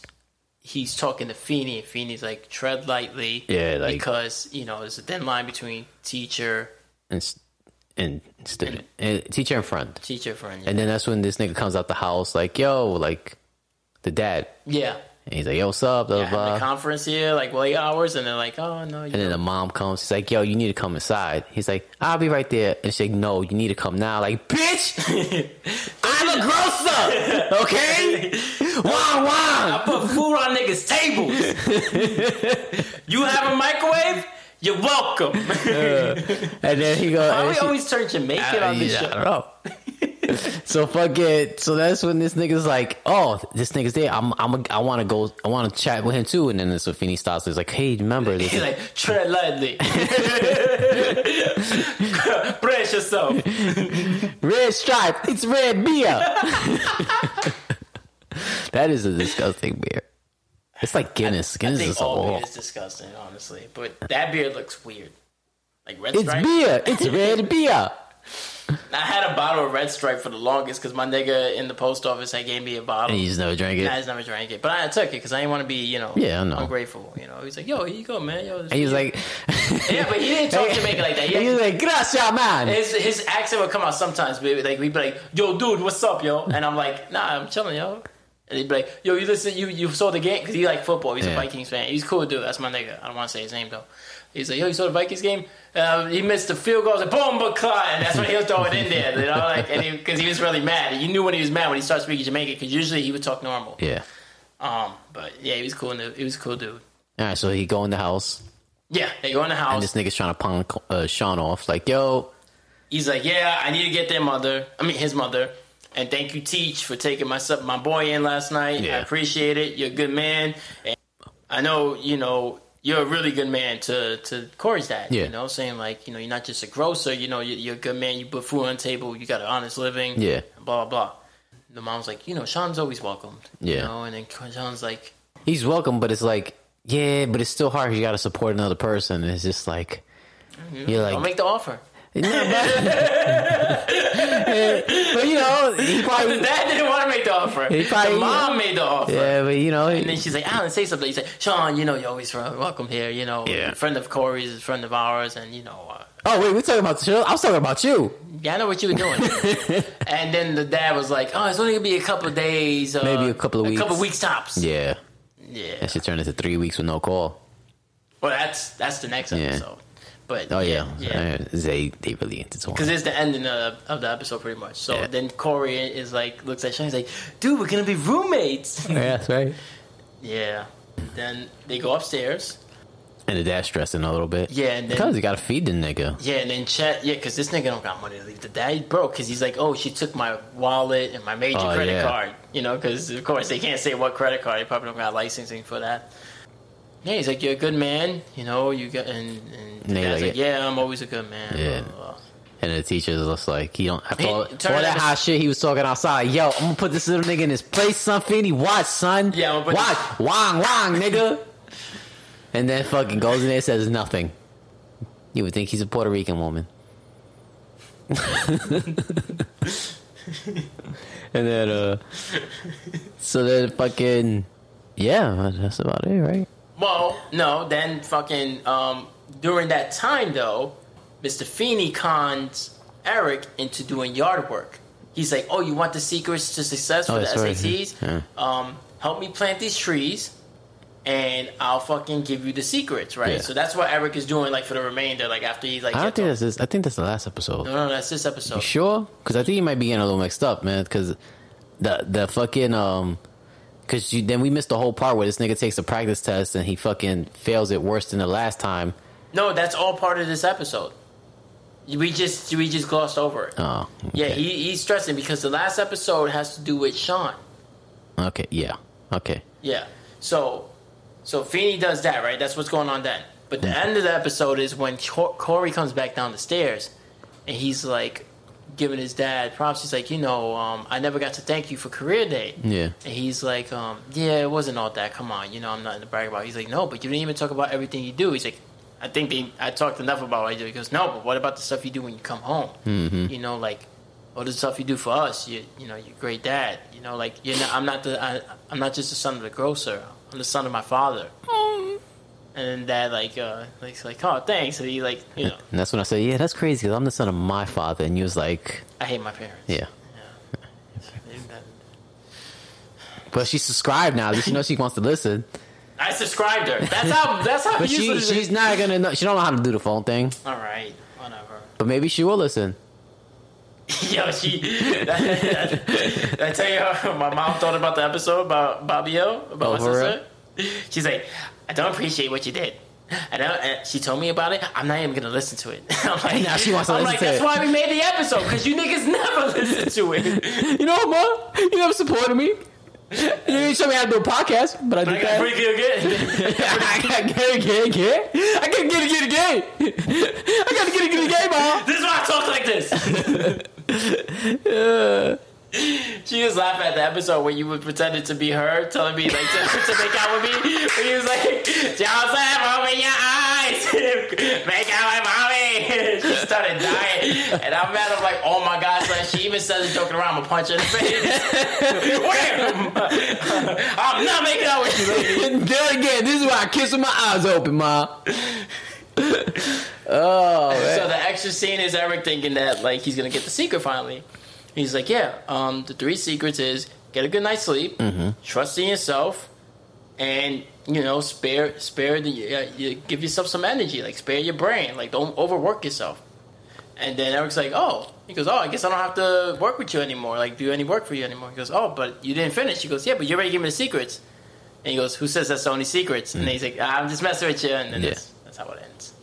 A: He's talking to Feeney, and Feeney's like, tread lightly.
B: Yeah, like-
A: because, you know, there's a thin line between teacher
B: And s- and student. And teacher in front.
A: teacher friend.
B: And then that's when this nigga comes out the house like, yo, like the dad.
A: yeah.
B: And he's like, yo, what's up? Blah,
A: yeah.
B: blah,
A: Having a
B: blah.
A: conference here, like late hours, and they're like, oh, no. You
B: And then the mom comes. She's like, yo, you need to come inside. He's like, I'll be right there. And she's like, no, you need to come now. Like, bitch, I'm a grocer. Okay? Wah, wah.
A: I put food on niggas' tables. you have a microwave? You're welcome.
B: And then he goes.
A: Why
B: and
A: we
B: she-
A: always turn Jamaican on this
B: Uh,
A: show?
B: yeah, I don't know. so fuck it. So that's when this nigga's like, "Oh, this nigga's there. I'm, I'm, a, I want to go. I want to chat with him too." And then this Feeney starts. He's like, "Hey, remember this?"
A: He's
B: is-
A: like, tread lightly. Brace yourself.
B: red stripe. It's red beer. that is a disgusting beer. It's like Guinness.
A: I
B: Guinness
A: think
B: is a
A: all
B: all.
A: beer is disgusting, honestly. But that beer looks weird. Like Red
B: It's
A: Stripe.
B: beer. It's red beer.
A: I had a bottle of Red Stripe for the longest because my nigga in the post office had gave me a bottle.
B: And you just never drank it.
A: I just never drank it, but I took it because I didn't want to be, you know,
B: Yeah, I know.
A: ungrateful. You know, he's like, "Yo, here you go, man." Yo, this-
B: And he's like,
A: yeah, but he didn't talk Jamaican like that.
B: He's
A: Yeah,
B: like, "Gracias, man."
A: his his accent would come out sometimes. But like we'd be like, "Yo, dude, what's up, yo?" And I'm like, "Nah, I'm chilling, yo." And he'd be like, "Yo, you listen, you you saw the game because he like football. He's a
B: Yeah.
A: Vikings fan. He's a cool dude. That's my nigga. I don't want to say his name though. He's like, "Yo, you saw the Vikings game? Uh, he missed the field goal. I was like, boom, but Clyde. And that's when he'll throw it in there, you know, like because he, was really mad. You knew when he was mad when he started speaking Jamaican because usually he would talk normal.
B: Yeah.
A: Um, but yeah, he was cool. dude. He was a cool dude.
B: All right, so he go in the house,
A: Yeah, they go in the house.
B: and this nigga's trying to pawn uh, Sean off. Like, yo,
A: He's like, yeah, I need to get their mother. I mean, his mother. And thank you, Teach, for taking my sub, my boy in last night. I
B: Yeah.
A: appreciate it. You're a good man. And I know, you know, you're a really good man to to Corey's dad.
B: Yeah.
A: You know, saying like, you know, you're not just a grocer. You know, you're, you're a good man. You put food on the table. You got an honest living.
B: Yeah.
A: Blah blah blah. The mom's like, you know, Sean's always welcomed. You
B: Yeah.
A: know, and then Sean's like,
B: he's welcome, but it's like, yeah, but it's still hard. 'cause You got to support another person. And it's just like, you're
A: I'll
B: like,
A: Mm-hmm. make the offer.
B: no, but, but you know, he
A: The
B: probably,
A: dad didn't want to make the offer.
B: He probably-
A: the mom made the offer.
B: yeah, but you know,
A: And then she's like, Alan, say something. He's like, Sean, you know, you're always wel- welcome here. You know,
B: Yeah.
A: friend of Corey's, is friend of ours, and you know, uh,
B: oh wait, we're talking about the show. I was talking about you.
A: yeah, I know what you were doing. and then the dad was like, Oh, it's only gonna be a couple of days, uh,
B: Maybe a couple of
A: a
B: weeks.
A: couple of weeks tops.
B: Yeah,
A: Yeah.
B: that should turn into three weeks with no call.
A: Well, that's that's the next episode. But
B: Oh yeah,
A: yeah.
B: Uh, they they really into
A: Because
B: Twan.
A: it's the ending of, of the episode, pretty much. So
B: Yeah.
A: then Corey is like, looks at Sean. He's like, "Dude, we're gonna be roommates."
B: Yeah, that's right.
A: yeah. Then they go upstairs.
B: And the dad's stressing a little bit.
A: Yeah, and then-
B: because you got to feed the nigga.
A: Yeah, and then Chet, yeah, because this nigga don't got money to leave the dad. He broke because he's like, oh, she took my wallet and my major
B: Oh,
A: credit
B: yeah.
A: card. You know, because of course they can't say what credit card. They probably don't got licensing for that. Yeah, he's like, you're a good man. You know, you got and, and the
B: And they
A: dad's
B: like
A: like, yeah, I'm always a good man.
B: Yeah.
A: blah, blah, blah.
B: And the teacher's just like, he don't. After
A: He-
B: all, all
A: turn it
B: that hot shit he was talking outside, yo, I'm gonna put this little nigga in his place, son. Finny, watch, son.
A: Yeah, I'm gonna put
B: watch, wang, wang, nigga. and then fucking goes in there, and says nothing. You would think he's a Puerto Rican woman. and then, uh, so then fucking, yeah, that's about it, right?
A: Well, no, then fucking um, during that time though, Mr. Feeney cons Eric into doing yard work. He's like, "Oh, you want the secrets to success for
B: Oh,
A: the
B: that's right.
A: SATs?
B: Yeah.
A: Um, help me plant these trees, and I'll fucking give you the secrets, right?"
B: Yeah.
A: So that's what Eric is doing, like for the remainder, like after he like.
B: I don't
A: gets
B: think
A: off-
B: that's this. I think that's the last episode.
A: no, no, that's this episode.
B: Sure, because I think you might be getting a little mixed up, man. Because the the fucking um, because then we missed the whole part where this nigga takes a practice test and he fucking fails it worse than the last time.
A: No, that's all part of this episode. We just we just glossed over it.
B: Oh,
A: yeah,
B: okay.
A: he, he's stressing because the last episode has to do with Sean.
B: okay, yeah, okay,
A: Yeah. So, so Feeney does that, right? That's what's going on then. But the end of the episode is when Cor- Corey comes back down the stairs, and he's like giving his dad props. He's like, you know, um, I never got to thank you for career day.
B: yeah,
A: And he's like, um, yeah, it wasn't all that. Come on, you know, I'm nothing to brag about. He's like, no, but you didn't even talk about everything you do. He's like, I think they, I talked enough about what I do. He goes, no, but what about the stuff you do when you come home?
B: Mm-hmm.
A: You know, like all the stuff you do for us. You, you know, you're a great dad. You know, like you're not, I'm not the, I, I'm not just the son of the grocer. I'm the son of my father.
B: Mm-hmm.
A: And then dad, like, uh, like, like, oh, thanks. And he, like, you know,
B: and that's when I said, yeah, that's crazy because I'm the son of my father, and you was like,
A: I hate my parents.
B: yeah,
A: And then-
B: but she subscribed now. At least you know she wants to listen,
A: I subscribed her. That's how. That's how.
B: but she
A: useless it is.
B: she's not gonna know. She don't know how to do the phone thing,
A: All right. Whatever.
B: but maybe she will listen.
A: Yo, she. I tell you, how my mom thought about the episode about Bobby O, about
B: Oh,
A: my
B: for
A: sister. She's like, I don't appreciate what you did. I don't, and she told me about it. I'm not even gonna listen to it. I'm like,
B: Now she wants to
A: I'm
B: listen
A: like,
B: to
A: that's
B: it."
A: why we made the episode because you niggas never listen to it.
B: You know, ma, you never supported me. You didn't show me how to do a podcast, but I
A: I got pretty good.
B: I gotta get it, get it. I gotta get it, get it, get it. I gotta get it, get it, get it, mom.
A: This is why I talk like this. She just laughed at the episode where you were pretending to be her, telling me like to, to make out with me. When you was like, Joseph, open your eyes, make out with mommy. She started dying, and I'm mad. I'm like, oh my god, son. She even says it joking around, I'm gonna punch her in the face. Wham! I'm not making out with you. lady.
B: And then again, this is why I kiss with my eyes open, mom. oh man.
A: So the extra scene is Eric thinking that like he's gonna get the secret finally. He's like, yeah, um, the three secrets is get a good night's sleep,
B: Mm-hmm.
A: trust in yourself, and you know spare spare the uh, you give yourself some energy, like spare your brain, like don't overwork yourself. And then Eric's like, oh, he goes, oh, I guess I don't have to work with you anymore, like do any work for you anymore. He goes, oh, but you didn't finish. He goes, yeah, but you already gave me the secrets. And he goes, who says that's the only secrets? And then he's like, ah, I'm just messing with you. And then
B: Mm. Yeah.
A: that's, that's how it ends.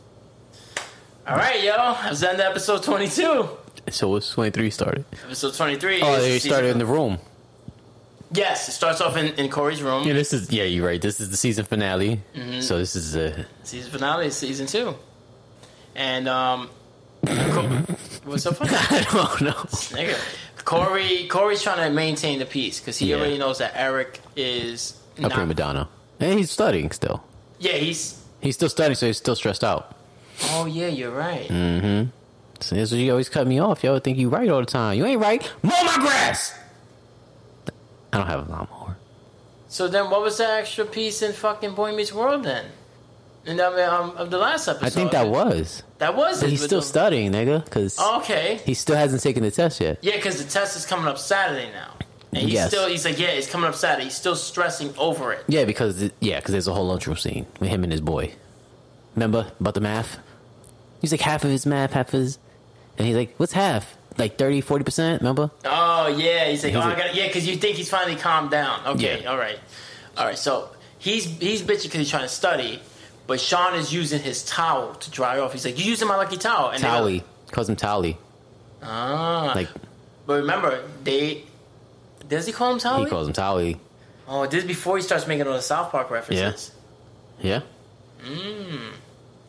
A: All right, y'all. That's the end of episode 22.
B: So what's twenty three started?
A: Episode 23.
B: Oh,
A: is
B: they
A: season-
B: started in the room.
A: Yes, it starts off in, in Corey's room.
B: Yeah, this is yeah. You're right. This is the season finale. So this is uh,
A: Season finale, is season two. And, um, Co- what's so funny?
B: I don't know.
A: Nigga. Corey, Corey's trying to maintain the peace because he
B: Yeah.
A: already knows that Eric is
B: A
A: not.
B: prima donna, and he's studying still.
A: Yeah, he's.
B: He's still studying, so he's still stressed out.
A: Oh yeah, you're right.
B: Mm. So that's what you always cut me off. Y'all think you right all the time. You ain't right. Mow my grass. I don't have a lawnmower.
A: So then, what was the extra piece in fucking Boy Meets World then? And I mean, um, of the last episode,
B: I think that was.
A: that was.
B: But
A: it
B: he's
A: with
B: still
A: the-
B: studying, nigga, because
A: Okay.
B: he still hasn't taken the test yet.
A: Yeah, because the test is coming up Saturday now, and he's
B: Yes.
A: still. He's like, yeah, it's coming up Saturday. He's still stressing over it.
B: Yeah, because it- yeah, because there's a whole lunchroom scene with him and his boy. Remember about the math? He's like half of his math, half of his, and he's like, "What's half? Like 30, 40 percent?" Remember?
A: Oh yeah, he's like,
B: He's
A: oh, I
B: like-
A: got yeah, because you think he's finally calmed down. Okay,
B: Yeah.
A: all right, all right. So he's he's bitching because he's trying to study, but Sean is using his towel to dry off. He's like, you using my lucky towel? And they go-
B: Tally
A: uh,
B: calls him Tally.
A: Ah,
B: Like
A: but remember they. Does he call him Towel?
B: he calls him Tally.
A: Oh, this is before he starts making all the South Park references.
B: Yeah,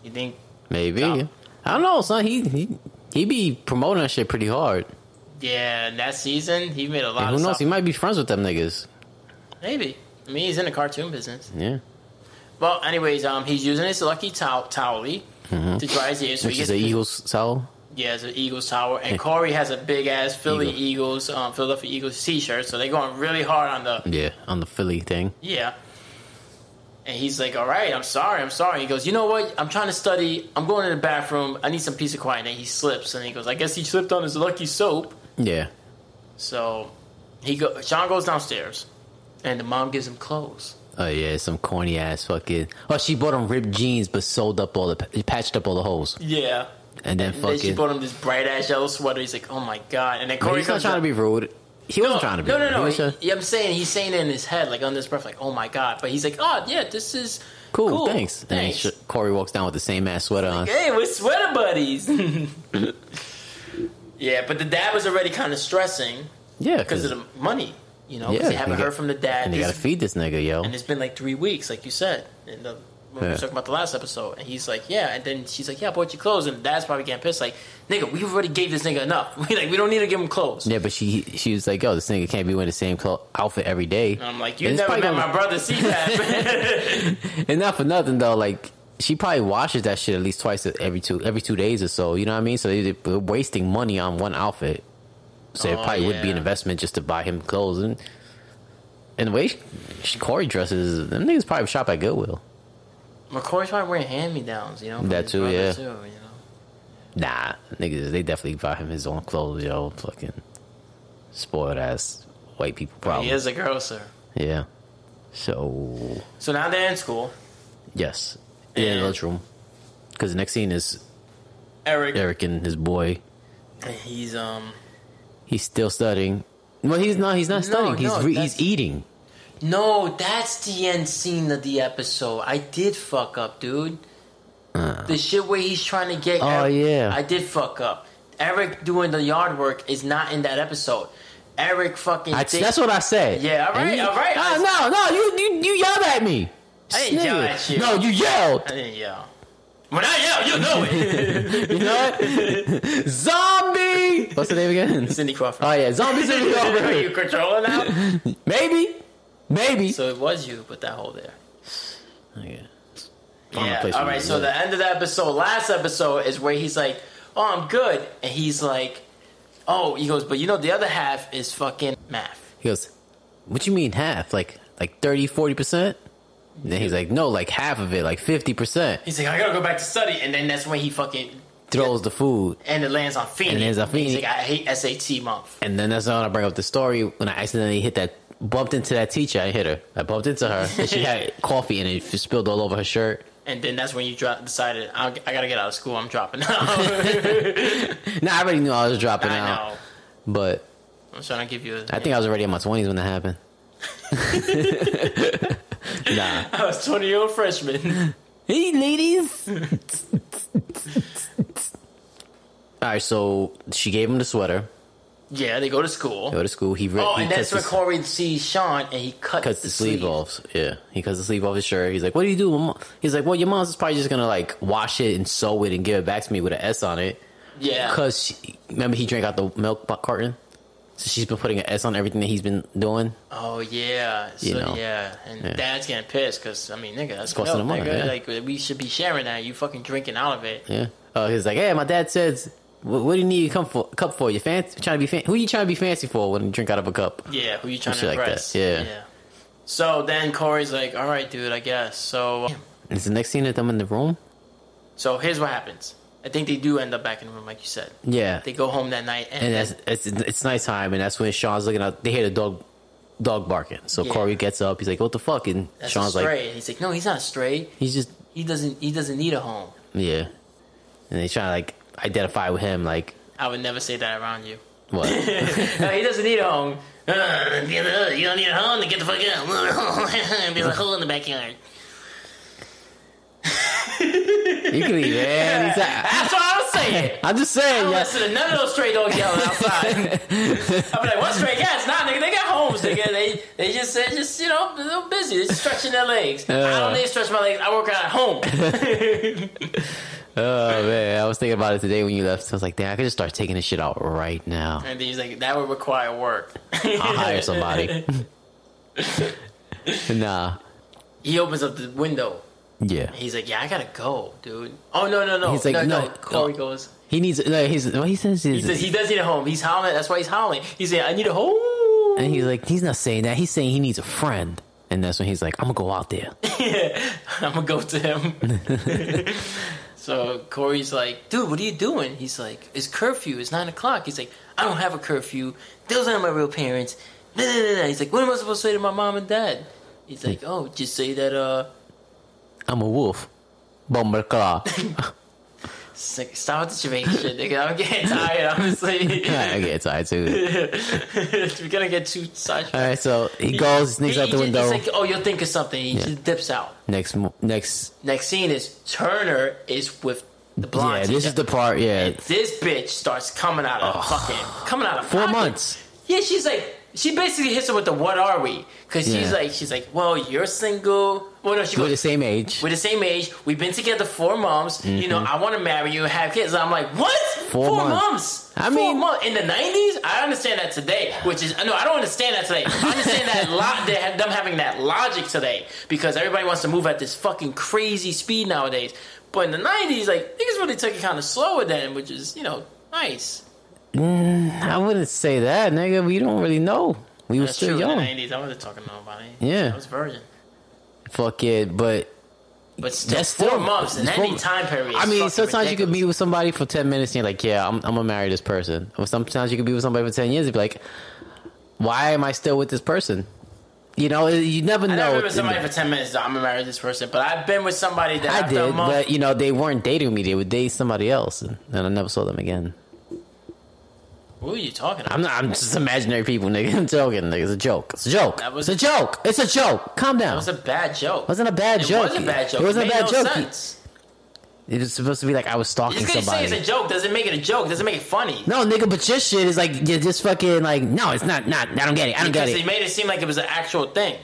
A: You think?
B: maybe.
A: No.
B: I don't know, son. He he he be promoting that shit pretty hard.
A: Yeah, and that season he made a lot.
B: And
A: of
B: who knows?
A: South-
B: He might be friends with them niggas.
A: Maybe. I mean, he's in the cartoon business.
B: Yeah.
A: Well, anyways, um, he's using his lucky towel towel-y to dry his ears. So
B: Mm-hmm. Which
A: he gets
B: is an Eagles towel.
A: Yeah, it's an Eagles tower, and Corey has a big ass Philly
B: Eagle.
A: Eagles, um, Philadelphia Eagles T-shirt. So they're going really hard on the
B: Yeah, on the Philly thing.
A: yeah. And he's like, "All right, I'm sorry, I'm sorry." He goes, "You know what? I'm trying to study. I'm going to the bathroom. I need some peace of quiet." And he slips, and he goes, "I guess he slipped on his lucky soap."
B: Yeah.
A: So he go. Sean goes downstairs, and the mom gives him clothes.
B: Oh yeah, some corny ass fucking. Oh, she bought him ripped jeans, but sold up all the patched up all the holes,
A: Yeah.
B: and
A: And then
B: then
A: she
B: fucking.
A: bought him this bright ass yellow sweater. He's like, "Oh my god!" And then Corey
B: he's not
A: comes
B: trying
A: up-
B: to be rude. He wasn't trying to be.
A: No, no,
B: rude.
A: no.
B: He was
A: He-
B: just-
A: yeah, I'm saying he's saying it in his head, like on this breath, like, "Oh my god!" But he's like, "Oh yeah, this is
B: cool, thanks. And then
A: thanks."
B: sh- Corey walks down with the same ass sweater on.
A: hey, we're sweater buddies. yeah, but the dad was already kind of stressing
B: Yeah,
A: because of the money, you know, because
B: Yeah,
A: they haven't
B: they
A: heard
B: got-
A: from the dad,
B: and they
A: This-
B: gotta feed this nigga, yo.
A: and it's been like three weeks, like you said, and the. When we
B: Yeah.
A: were talking about the last episode, and he's like, "Yeah," and then she's like, "Yeah, I bought you clothes," and the dad's probably getting pissed, like, "Nigga, we already gave this nigga enough. We like, we don't need to give him clothes."
B: Yeah, but she she was like, "Yo, this nigga can't be wearing the same clo- outfit every day."
A: And I'm like, "You
B: And it's
A: never
B: probably
A: met
B: gonna-
A: my brother, see that?"
B: And not for nothing though, like she probably washes that shit at least twice every two every two days or so. You know what I mean? So they- they're wasting money on one outfit. So it
A: Oh,
B: probably would be
A: yeah.
B: an investment just to buy him clothes. And, and the way she, she, Corey dresses, them niggas probably shop at Goodwill.
A: McCoy's probably wearing hand me downs, you know. from
B: That
A: his
B: too,
A: brother,
B: yeah.
A: too, you know?
B: Nah, niggas, they definitely buy him his own clothes, yo. Fucking spoiled ass white people problem.
A: He is a girl, sir.
B: Yeah. So
A: So now they're in school.
B: yes, yeah,
A: And-
B: lunchroom. Because the next scene is
A: Eric,
B: Eric and his boy.
A: and he's um.
B: He's still studying. Well, he's not. He's not
A: No,
B: studying. he's
A: no,
B: re-
A: that's-
B: he's eating.
A: No, that's the end scene of the episode. I did fuck up, dude. the shit where he's trying to get.
B: Uh. Oh,
A: Eric,
B: yeah.
A: I did fuck up. Eric doing the yard work is not in that episode. Eric fucking.
B: I,
A: thinks-
B: that's what I said.
A: Yeah, all
B: And
A: right,
B: you-
A: all right.
B: Ah, no, no, you you you yelled at me.
A: I didn't yell
B: Nigga.
A: at you.
B: No, you yelled.
A: I didn't yell. When I yell, you know it.
B: You know what? Zombie. What's the name again?
A: Cindy Crawford.
B: Oh yeah, zombies in the
A: Are you
B: over.
A: controlling now?
B: Maybe, maybe.
A: so it was you, with that hole there.
B: yeah.
A: Yeah. All right. So the end of the episode, last episode, is where he's like, "Oh, I'm good," and he's like, "Oh," he goes, "But you know, the other half is fucking math."
B: He goes, "What you mean half? Like like 30, 40 percent?" Then he's like, "No, like half of it, like fifty percent."
A: He's like, "I gotta go back to study," and then that's when he fucking
B: Throws the food.
A: and it lands on Phoenix.
B: lands on
A: He's
B: Phoenix.
A: like, "I hate SAT month."
B: And then that's when I bring up the story when I accidentally hit that bumped into that teacher. I hit her. I bumped into her. And she had coffee and it spilled all over her shirt.
A: And then that's when you dro- decided, I, I gotta get out of school, I'm dropping out.
B: Now I already knew I was dropping
A: I
B: out,
A: know.
B: but
A: I'm trying to give you a.
B: I think I was already in my twenties when that happened. nah,
A: I was 20 year old freshman.
B: hey ladies. all right, so she gave him the sweater.
A: yeah, they go to school.
B: Go to school. He re-
A: Oh,
B: he
A: and that's when
B: cuts, his,
A: Corey sees Sean and he cuts,
B: cuts the sleeve, off. Yeah, he cuts the sleeve off his shirt. He's like, "What do you do?" Mom? He's like, "Well, your mom's is probably just gonna like wash it and sew it and give it back to me with an S on it."
A: Yeah.
B: Because she- remember, he drank out the milk bo- carton, so she's been putting an S on everything that he's been doing.
A: Oh yeah, so
B: You know.
A: yeah, and
B: Yeah.
A: dad's getting pissed because I mean, nigga, that's
B: costing
A: milk,
B: them money,
A: nigga.
B: yeah.
A: Like we should be sharing that. You fucking drinking out of it.
B: Yeah. Oh, he's like, "Hey, my dad says, what, what do you need a cup for? Cup for? You fancy? Trying to be fan- who you trying to be fancy for when you drink out of a cup?"
A: Yeah, who you trying
B: Shit
A: to
B: like that,
A: impress?
B: yeah.
A: So then Corey's like, "All right, dude, I guess." So,
B: Is the next scene that I'm in the room?
A: so here's what happens. I think they do end up back in the room, like you said.
B: Yeah.
A: They go home that night, and,
B: and
A: then-
B: that's it's, it's nighttime, and that's when Sean's looking out. They hear the dog dog barking, so
A: Yeah.
B: Corey gets up. He's like, "What the fuck?" And
A: that's
B: Sean's
A: a stray.
B: like,
A: and he's like, "No, he's not stray.
B: "He's just
A: He doesn't. He doesn't need a home.
B: yeah." And they trying to like identify with him, like
A: I would never say that around you.
B: what?
A: no, he doesn't need a home. Uh, you don't need a home to get the fuck out. There's a hole in the backyard."
B: you can leave, man. He's out.
A: That's what I was saying.
B: I'm just
A: I
B: saying,
A: don't
B: yeah.
A: listen to none of those stray dogs yelling outside. I'm like, what stray cats? Nah, nigga, they got homes, nigga. They they just they just you know they're busy. They're just stretching their legs. I don't
B: Yeah.
A: need to stretch my legs. I work out at home.
B: Oh man, I was thinking about it today when you left. I was like, damn, I could just start taking this shit out right now.
A: and then he's like, that would require work.
B: I'll hire somebody. nah.
A: He opens up the window.
B: Yeah.
A: He's like, yeah, I gotta go, dude. Oh no no no.
B: He's like,
A: no,
B: no,
A: no. Corey
B: oh.
A: goes.
B: He needs. No, he's. What he says
A: He
B: is.
A: says he does need a home. He's howling. That's why he's howling. He's saying, I need a home.
B: and he's like, he's not saying that. He's saying he needs a friend. And that's when he's like, I'm gonna go out there.
A: I'm gonna go to him. so Corey's like, dude, what are you doing? He's like, it's curfew. It's nine o'clock. He's like, I don't have a curfew. Those aren't my real parents. Da, da, da, da. He's like, what am I supposed to say to my mom and dad? He's like, oh, just say that. Uh,
B: I'm a wolf. Bumble claw.
A: it's like, stop with the Jamaican shit, nigga. I'm getting tired, honestly.
B: I get tired too.
A: We're gonna get too sidetracked.
B: All right, so he goes, sneaks out the
A: He- he just-
B: window.
A: He's like, oh, you'll think of something. He
B: Yeah.
A: just dips out.
B: next, mo- next.
A: Next scene is Turner is with the blonde.
B: yeah, this is the part. Yeah,
A: this bitch starts coming out of fucking coming out of
B: four
A: pocket.
B: months.
A: Yeah, she's like she basically hits her with the "What are we?" Because she's
B: Yeah.
A: like she's like, "Well, you're single." Well, no, she
B: We're the
A: goes.
B: same age.
A: We're the same age. We've been together four months. You know, I want to marry you and have kids. I'm like, what?
B: Mm-hmm. Four months. I
A: Four
B: mean-
A: months in the '90s. I understand that today, which is no, I don't understand that today. I understand that lot they have them having that logic today because everybody wants to move at this fucking crazy speed nowadays. But in the '90s, like niggas really took it kind of slower then, which is you know nice.
B: I wouldn't say that, nigga. We don't really know. We were
A: That's true.
B: still
A: In the
B: young.
A: '90s, I wasn't talking to nobody.
B: Yeah.
A: I was virgin.
B: Fuck it, but
A: But still,
B: That's
A: four
B: still-
A: months in
B: that's
A: any
B: four-
A: time period.
B: I
A: is
B: mean,
A: fucking
B: sometimes you could
A: ridiculous.
B: be with somebody for ten minutes and you're like, "Yeah, I'm, I'm gonna marry this person." Or sometimes you could be with somebody for ten years and be like, "Why am I still with this person?" You know, you never
A: I
B: know.
A: never been with somebody for ten minutes. Though. I'm gonna marry this person, but I've been with somebody that
B: I
A: after a
B: did,
A: month,
B: but you know, they weren't dating me. They would date somebody else, and, and I never saw them again.
A: Who are you talking about?
B: I'm not. I'm just imaginary people, nigga. I'm joking. Nigga. It's a joke. It's a joke.
A: That was-
B: it's a joke. It's a joke. Calm down.
A: It was a bad joke.
B: wasn't a bad
A: it
B: joke.
A: was a bad joke.
B: It wasn't a
A: made no
B: bad joke.
A: Sense.
B: It was supposed to be like I was stalking
A: Just because you say
B: somebody.
A: it's a joke doesn't make it a joke. Doesn't make it funny.
B: No, nigga, but your shit is like you're just fucking like no, it's not. Not I don't get it. I don't
A: because
B: get
A: they
B: it.
A: made it seem like it was an actual thing.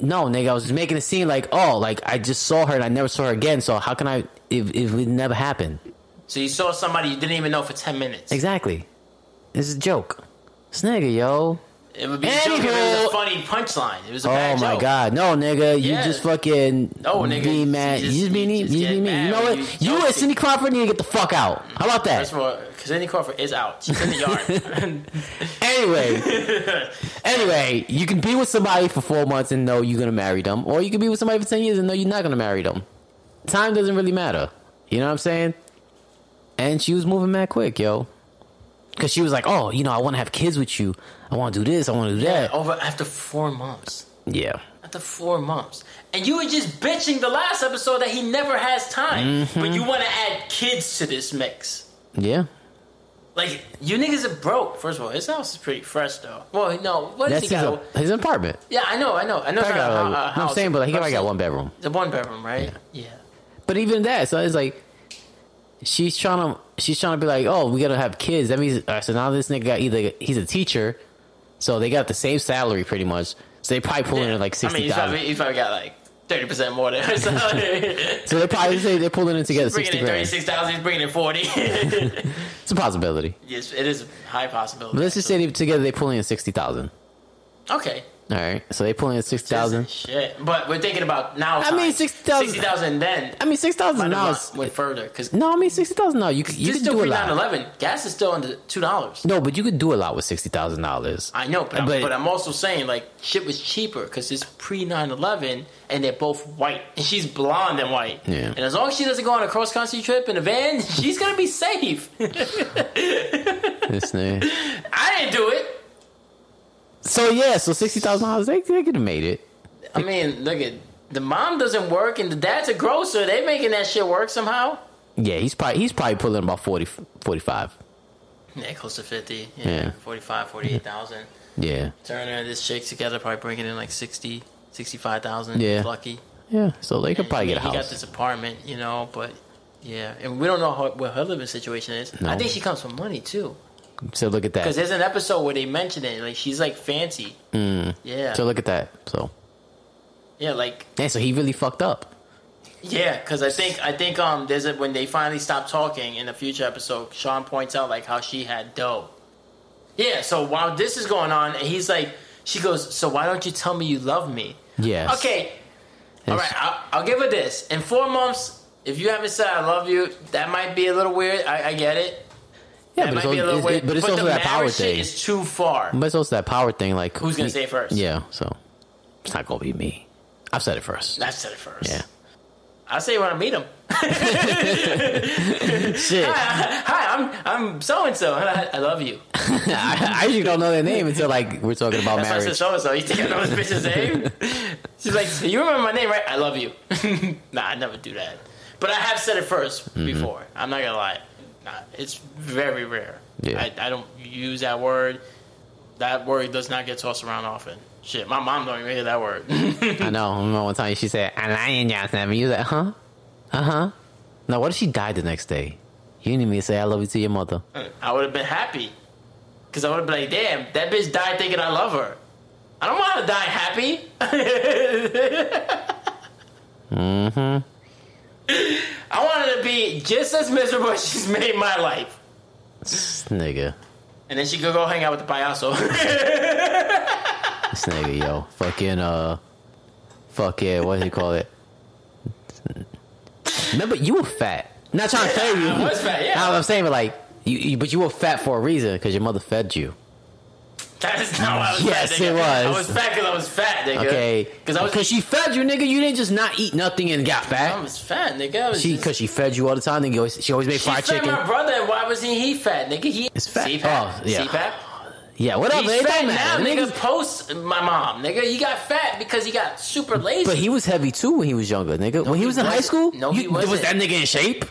B: No, nigga, I was just making a scene like oh, like I just saw her and I never saw her again. So how can I? If, if it never happened,
A: So you saw somebody you didn't even know for ten minutes.
B: exactly. It's a joke. This nigga, yo.
A: It would be a joke if it was
B: Anywho.
A: a funny punchline. It was a
B: Oh
A: bad
B: my
A: joke.
B: god, no, nigga,
A: Yeah.
B: you just fucking
A: No, nigga,
B: being mad.
A: you
B: You
A: just-
B: just, being
A: you
B: you
A: just
B: just, being
A: get
B: mean. You
A: mad
B: know
A: when
B: what?
A: you
B: You
A: don't
B: and Cindy Crawford need to get the fuck out. How about
A: That's
B: that?
A: what Cindy Crawford is out. She's in the yard.
B: Anyway, anyway, you can be with somebody for four months and know you're gonna marry them, or you can be with somebody for ten years and know you're not gonna marry them. Time doesn't really matter. You know what I'm saying? And she was moving mad quick, yo. because she was like, "Oh, you know, I want to have kids with you. I want to do this. I want to do that."
A: Over after four months.
B: Yeah.
A: After four months. And you were just bitching the last episode that he never has time.
B: Mm-hmm.
A: But you want to add kids to this mix.
B: Yeah.
A: Like, you niggas are broke, first of all. His house is pretty fresh, though. Well, no, what does
B: That's
A: he
B: his,
A: got?
B: a- his apartment.
A: yeah, I know, I know. I know it's
B: I
A: not
B: got,
A: a,
B: like,
A: hou- a
B: no,
A: house.
B: I'm saying, but like, he
A: I'm
B: got
A: saying-
B: got one bedroom.
A: The one bedroom, right? Yeah.
B: But even that, so it's like she's trying to she's trying to be like, oh, we gotta have kids. That means all right, so now this nigga got either he's a teacher, so they got the same salary pretty much. So they probably pulling
A: Yeah.
B: in like
A: I mean,
B: sixty
A: he's
B: thousand.
A: probably, he's probably got like 30% more than her. So,
B: so they probably say they're pulling in together
A: bringing
B: sixty
A: in
B: grand.
A: 36,000, he's bringing in 40.
B: It's a possibility.
A: yes, it is a high possibility.
B: But let's just say they, together they pulling in sixty thousand.
A: Okay.
B: All right, so they pulling in sixty thousand.
A: Shit. But we're thinking about now.
B: I mean,
A: time.
B: 60,000
A: 60,000 then.
B: I mean, six thousand now. is-
A: went further because
B: No, I mean sixty thousand now. You c- you
A: this
B: can
A: is still
B: do a
A: pre
B: lot.
A: 9/11. Gas is still under two dollars.
B: No, but you could do a lot with sixty thousand dollars.
A: I know, but,
B: But-
A: I'm, but I'm also saying like shit was cheaper because it's pre 9/11 and they're both white and she's blonde and white.
B: Yeah.
A: And as long as she doesn't go on a cross country trip in a van, she's gonna be safe.
B: This nigga.
A: I didn't do it.
B: So yeah, so sixty thousand dollars, they, they could have made it.
A: I mean, look at the mom doesn't work and the dad's a grocer. They making that shit work somehow.
B: Yeah, he's probably he's probably pulling about 40, 45.
A: Yeah, close to 50.
B: Yeah.
A: Yeah, forty-five, forty-eight thousand. 45, 48,000.
B: Yeah,
A: Turner and this chick together probably bringing in like 60, 65,000.
B: Yeah.
A: Yeah. Lucky.
B: yeah. So they could probably get a
A: He got
B: house.
A: this apartment, you know, but yeah. And we don't know how, what her living situation is.
B: No.
A: I think she comes from money too.
B: So look at
A: Because
B: that.
A: there's an episode where they mention it. Like, she's like fancy. Yeah.
B: Mm. So look at that. So
A: yeah, like,
B: yeah, so he really fucked up.
A: yeah, because I think, I think, um, there's a, when they finally stop talking in the future episode, Sean points out like how she had dough. Yeah, so while this is going on, and he's like, she goes, so why don't you tell me you love me?
B: Yes.
A: Okay, All right, I'll, I'll give her this. In four months, if you haven't said I love you, that might be a little weird. I, I get it.
B: Yeah,
A: that
B: but it's,
A: might be a
B: also,
A: little
B: it's-
A: weird.
B: it- but it's also
A: the
B: that power Mm.
A: marriage shit
B: thing.
A: is too far.
B: But it's also that power thing. Like
A: Who's gonna
B: he-
A: say it first?
B: Yeah. So it's not gonna be me. I've said it first.
A: I said it first.
B: Yeah.
A: I'll say when I meet him.
B: Shit.
A: Hi, I'm I'm so and so. I I love you.
B: I, I usually don't know their name until like we're talking about
A: That's why I said
B: marriage.
A: so and so. You think I know this bitch's name? She's like, you remember my name, right? I love you. nah, I never do that. But I have said it 1st
B: Mm-hmm.
A: before. I'm not gonna lie. Nah, it's very rare.
B: Yeah.
A: I, I don't use that word. That word does not get tossed around often. Shit, my mom don't even hear that word.
B: I know. I remember one time she said, "I'm lying, Johnson." And you was like, "Huh? Uh huh." Now, what if she died the next day? You need me to say, "I love you" to your mother.
A: I would have been happy. Because I would have been like, damn, that bitch died thinking I love her. I don't want her to die happy.
B: Mm-hmm.
A: I want her to be just as miserable as she's made my life.
B: This nigga.
A: And then she could go hang out with the payaso.
B: This nigga, yo. Fucking, uh. Fuck yeah, what do you call it? Remember, you were fat. Not trying to tell you.
A: I was fat, yeah.
B: Now, I'm saying, but like, you, you, but you were fat for a reason because your mother fed you.
A: that is not why I was
B: Yes,
A: fat.
B: it was.
A: nigga. I was fat because I was fat, nigga.
B: Okay.
A: Because I was,
B: she fed you, nigga. You didn't just not eat nothing and got
A: I
B: fat.
A: was fat, nigga. I was
B: She,
A: just-
B: because she fed you all the time. And you always, she always made
A: she
B: fried
A: fed
B: chicken.
A: my brother. Why wasn't he fat, nigga? He
B: It's fat.
A: CPAP.
B: Oh, yeah.
A: CPAP.
B: Yeah, whatever.
A: He's
B: It
A: fat
B: don't
A: now,
B: matter.
A: nigga.
B: Niggas-
A: Post my mom, nigga. He got fat because he got super lazy.
B: But he was heavy too when he was younger, nigga. when he
A: he
B: was in high
A: wasn't.
B: school,
A: No, he
B: you- Was
A: wasn't.
B: that nigga in shape?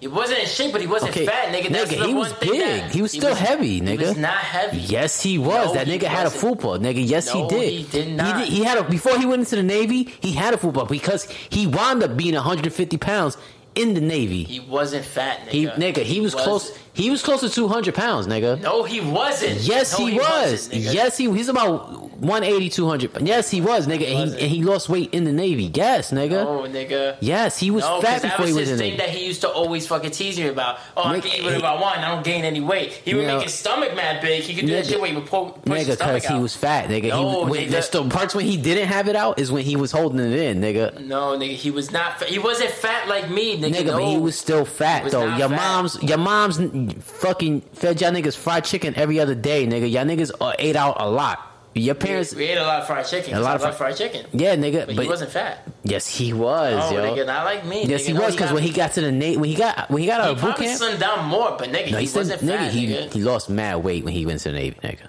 A: he wasn't in shape, but he wasn't
B: Okay,
A: fat, nigga. That's
B: nigga,
A: the
B: he
A: one
B: was
A: thing that-
B: big. He was still heavy, nigga.
A: He was not heavy.
B: Yes, he was.
A: No,
B: that
A: he
B: nigga had a
A: wasn't.
B: fupa, nigga. Yes, he
A: No,
B: did.
A: he did not.
B: He, had a before he went into the navy. He had a fupa because he wound up being 150 pounds in the navy.
A: He wasn't fat, nigga.
B: He, nigga, he was
A: wasn't.
B: close. He was close to 200 pounds, nigga.
A: No, he wasn't.
B: Yes,
A: No,
B: he, was.
A: wasn't, nigga.
B: Yes, he he's about 180, 200. Yes, he was, nigga. and,
A: wasn't.
B: he, and he lost weight in the navy. Yes, nigga.
A: Oh, nigga.
B: Yes, he was
A: No, because
B: fat
A: that
B: before
A: was
B: he was
A: his
B: in the
A: thing
B: navy.
A: that he used to always fucking tease me about. Oh, I
B: Nigga,
A: can eat whatever
B: he-
A: I want. I don't gain any weight. He would
B: No.
A: make his stomach mad big. He could do that
B: Nigga.
A: shit where he would pull, push
B: Nigga,
A: his stomach
B: cause he
A: out.
B: was fat, nigga.
A: No,
B: he, when,
A: nigga.
B: That's the parts when he didn't have it out is when he was holding it in, nigga.
A: no, nigga, he was not. Fat. He wasn't fat like me, nigga.
B: Nigga,
A: no.
B: but he was still fat
A: was
B: though.
A: not
B: Your
A: fat.
B: mom's, your mom's n- fucking fed y'all niggas fried chicken every other day, nigga. Y'all niggas uh, ate out a lot. Your parents.
A: We ate a lot of fried chicken.
B: A lot of
A: I love fried chicken.
B: Yeah, nigga.
A: But,
B: But,
A: he wasn't fat.
B: yes, he was,
A: Oh,
B: yo.
A: nigga, not like me.
B: yes,
A: nigga.
B: he
A: No,
B: was because when he got to the Nate, when he got when he got out
A: he
B: of boot
A: probably
B: camp,
A: slimmed down more, but nigga,
B: no,
A: he,
B: he said,
A: wasn't
B: nigga,
A: fat.
B: he
A: nigga.
B: he lost mad weight when he went to the Navy, nigga.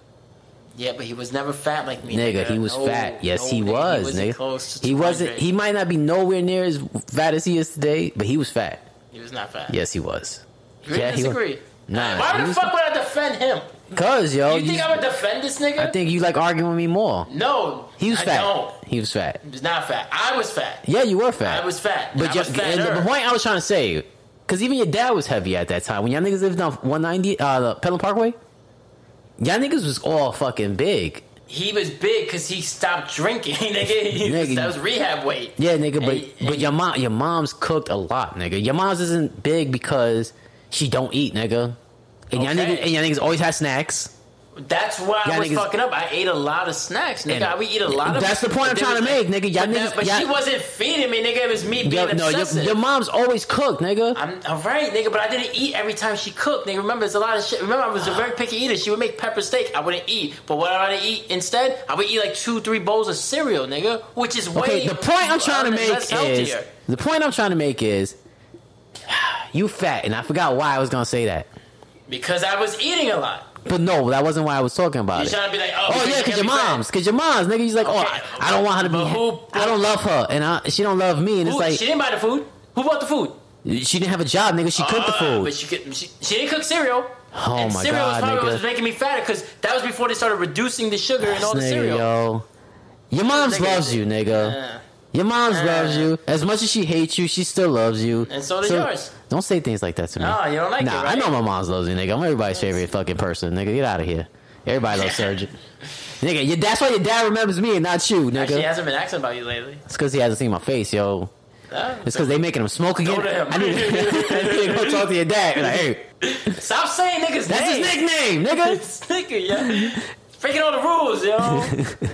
A: yeah, but he was never fat like me.
B: Nigga, he was
A: No,
B: fat. Yes,
A: no,
B: he
A: nigga,
B: was,
A: wasn't
B: nigga.
A: close to
B: he wasn't.
A: 200.
B: He might not be nowhere near as fat as he is today, but he was fat.
A: He was not fat.
B: Yes, he was.
A: You
B: yeah, he was-
A: disagree.
B: Nah,
A: Why
B: he
A: the
B: was-
A: fuck would I defend him?
B: Cause yo,
A: you, think I would defend this nigga?
B: I think you like arguing with me more.
A: no.
B: He was
A: I
B: fat.
A: Don't.
B: He was fat.
A: He was not fat. I was fat.
B: Yeah, you were fat.
A: I was fat.
B: But
A: I
B: yo-
A: was
B: and
A: fatter.
B: the point I was trying to say, because even your dad was heavy at that time when y'all niggas lived on 190, uh, the Pelham Parkway. Y'all niggas was all fucking big.
A: He was big because he stopped drinking, nigga. He was-
B: Nigga,
A: that was rehab weight.
B: Yeah, nigga, but
A: Hey,
B: but your mom your mom's cooked a lot, nigga. Your mom's isn't big because she don't eat, nigga. And y'all
A: Okay.
B: niggas, and y'all niggas always had snacks.
A: That's why I
B: Y'all
A: was
B: niggas-
A: fucking up. I ate a lot of snacks, nigga.
B: And-
A: I would eat a lot of.
B: That's the point I'm
A: but there
B: trying
A: was-
B: to make, nigga. Y'all
A: but that-
B: niggas-
A: but she
B: y'all-
A: wasn't feeding me, nigga. It was me being
B: Yo, no, your,
A: obsessive.
B: your mom's always cooked, nigga.
A: I'm all right, nigga, but I didn't eat every time she cooked. Nigga, remember, it's a lot of shit. Remember, I was a very picky eater. She would make pepper steak. I wouldn't eat, but what I would eat instead, I would eat like two, three bowls of cereal, nigga, which is way.
B: Okay, the point I'm trying to
A: uh,
B: make
A: less
B: is
A: healthier.
B: the point I'm trying to make is you fat, and I forgot why I was gonna say that.
A: because I was eating a lot.
B: But no, that wasn't why I was talking about
A: You're
B: it.
A: trying to be like, oh,
B: Oh yeah,
A: you
B: cause your
A: can't be fat.
B: mom's, cause your mom's, nigga. He's like, oh,
A: Okay,
B: I, I don't want her to be.
A: but who-
B: I don't love her, and I, she don't love me, and it's
A: Who-
B: like
A: she didn't buy the food. Who bought the food?
B: she didn't have a job, nigga. She cooked the
A: Uh,
B: food.
A: But she, could, she, she didn't cook cereal.
B: Oh
A: and
B: my
A: cereal was
B: God,
A: probably what
B: nigga.
A: was making me fatter because that was before they started reducing the sugar and all the
B: Nigga,
A: cereal.
B: yo. Your mom's
A: Nigga.
B: loves you, nigga.
A: Uh,
B: Your mom's
A: Uh.
B: loves you. As much as she hates you, she still loves you.
A: And so does yours.
B: Don't say things like that to me.
A: No, Oh, you don't like it,
B: nah, I
A: right?
B: know my mom's loves you, nigga. I'm everybody's favorite fucking person, nigga. Get out of here. Everybody loves Sergeant. nigga, your, that's why your dad remembers me and not you,
A: Actually,
B: nigga.
A: he hasn't been asking about you lately.
B: it's because he hasn't seen my face, yo.
A: Uh,
B: It's because they making him smoke again.
A: to him.
B: I need I need to go talk to your dad. Be Like, hey,
A: Stop saying niggas.
B: that's
A: name.
B: his nickname, nigga.
A: Snicker, yo. Breaking all the rules, yo. Oh,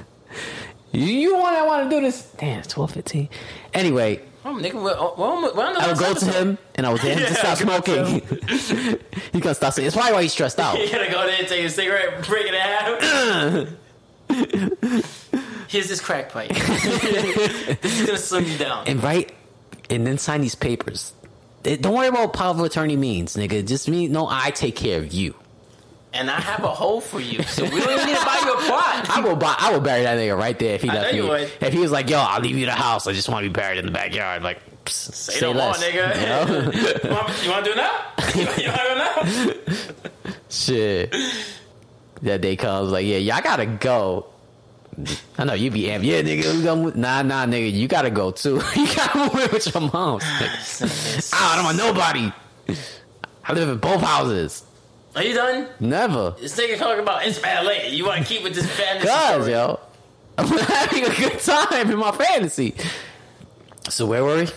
B: You, you want? I want to do this. Damn, it's twelve fifteen. Anyway,
A: Oh, nigga, we're, we're, we're on the last
B: I would go to
A: episode.
B: him and I would tell him to
A: Yeah,
B: stop
A: go to
B: smoking. He's gonna stop. smoking. It's probably why he's stressed out.
A: You gotta go there and take a cigarette, break it out. Here's this crack pipe. this is gonna slim you down.
B: And write, and then sign these papers. Eh, Don't worry about what power of attorney means, nigga. Just me. No, I take care of you.
A: And I have a hole for you, so we don't even need to buy you a plot.
B: I will buy. I will bury that nigga right there if he
A: I
B: left
A: know
B: me.
A: you would.
B: If he was like, "Yo, I'll leave you the house. I just want to be buried in the backyard." Like, psst, say,
A: Say no more,
B: less.
A: nigga.
B: You know?
A: You want- you wanna do it now? You wanna do it now?
B: Shit. That day comes, like, yeah, yeah, I gotta go. I know you be amped. Yeah, nigga, we gonna, nah, nah, nigga, you gotta go too. you gotta move in with your mom. I don't want nobody. I live in both houses.
A: Are you done?
B: Never.
A: This nigga talking about it's LA. You wanna keep with this fantasy?
B: Cuz,
A: story?
B: yo. I'm having a good time in my fantasy. So where were we?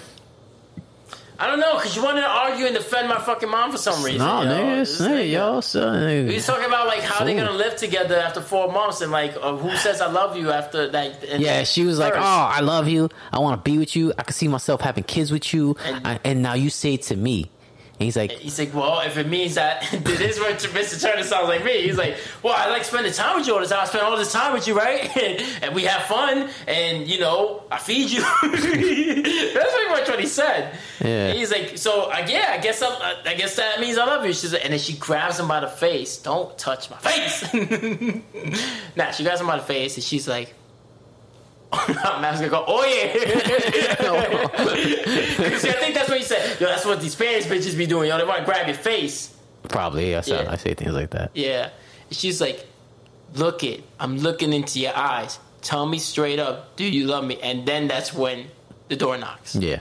A: I don't know, cause you wanted to argue and defend my fucking mom for some reason.
B: No,
A: yo.
B: nigga, it's
A: This
B: nigga, yo. Son,
A: We was
B: nigga.
A: talking about like how they're
B: Fool.
A: gonna live together after four months, and like uh, who says I love you after that. and-
B: Yeah, she was like, "Oh,
A: first.
B: I love you. I want to be with you. I can see myself having kids with you."
A: And-
B: I, and now you say it to me, and he's like,
A: He's like, well, if it means that this is what Mr. Turner sounds like me. He's like, well, I like spending time with you all the time. I spend all this time with you, right? and we have fun, and you know, I feed you. That's pretty much what he said.
B: Yeah.
A: He's like, so uh, yeah, I guess I'm, uh, I guess that means I love you. She's like, and then she grabs him by the face. Don't touch my face. nah, she grabs him by the face, and she's like. Matt's gonna go, oh yeah. See, I think that's what you said. Yo, that's what these Spanish bitches be doing. Yo, they want to grab your face.
B: Probably. I say,
A: Yeah.
B: I say things like that.
A: Yeah. She's like, look it. I'm looking into your eyes. Tell me straight up, do you love me? And then that's when the door knocks.
B: Yeah.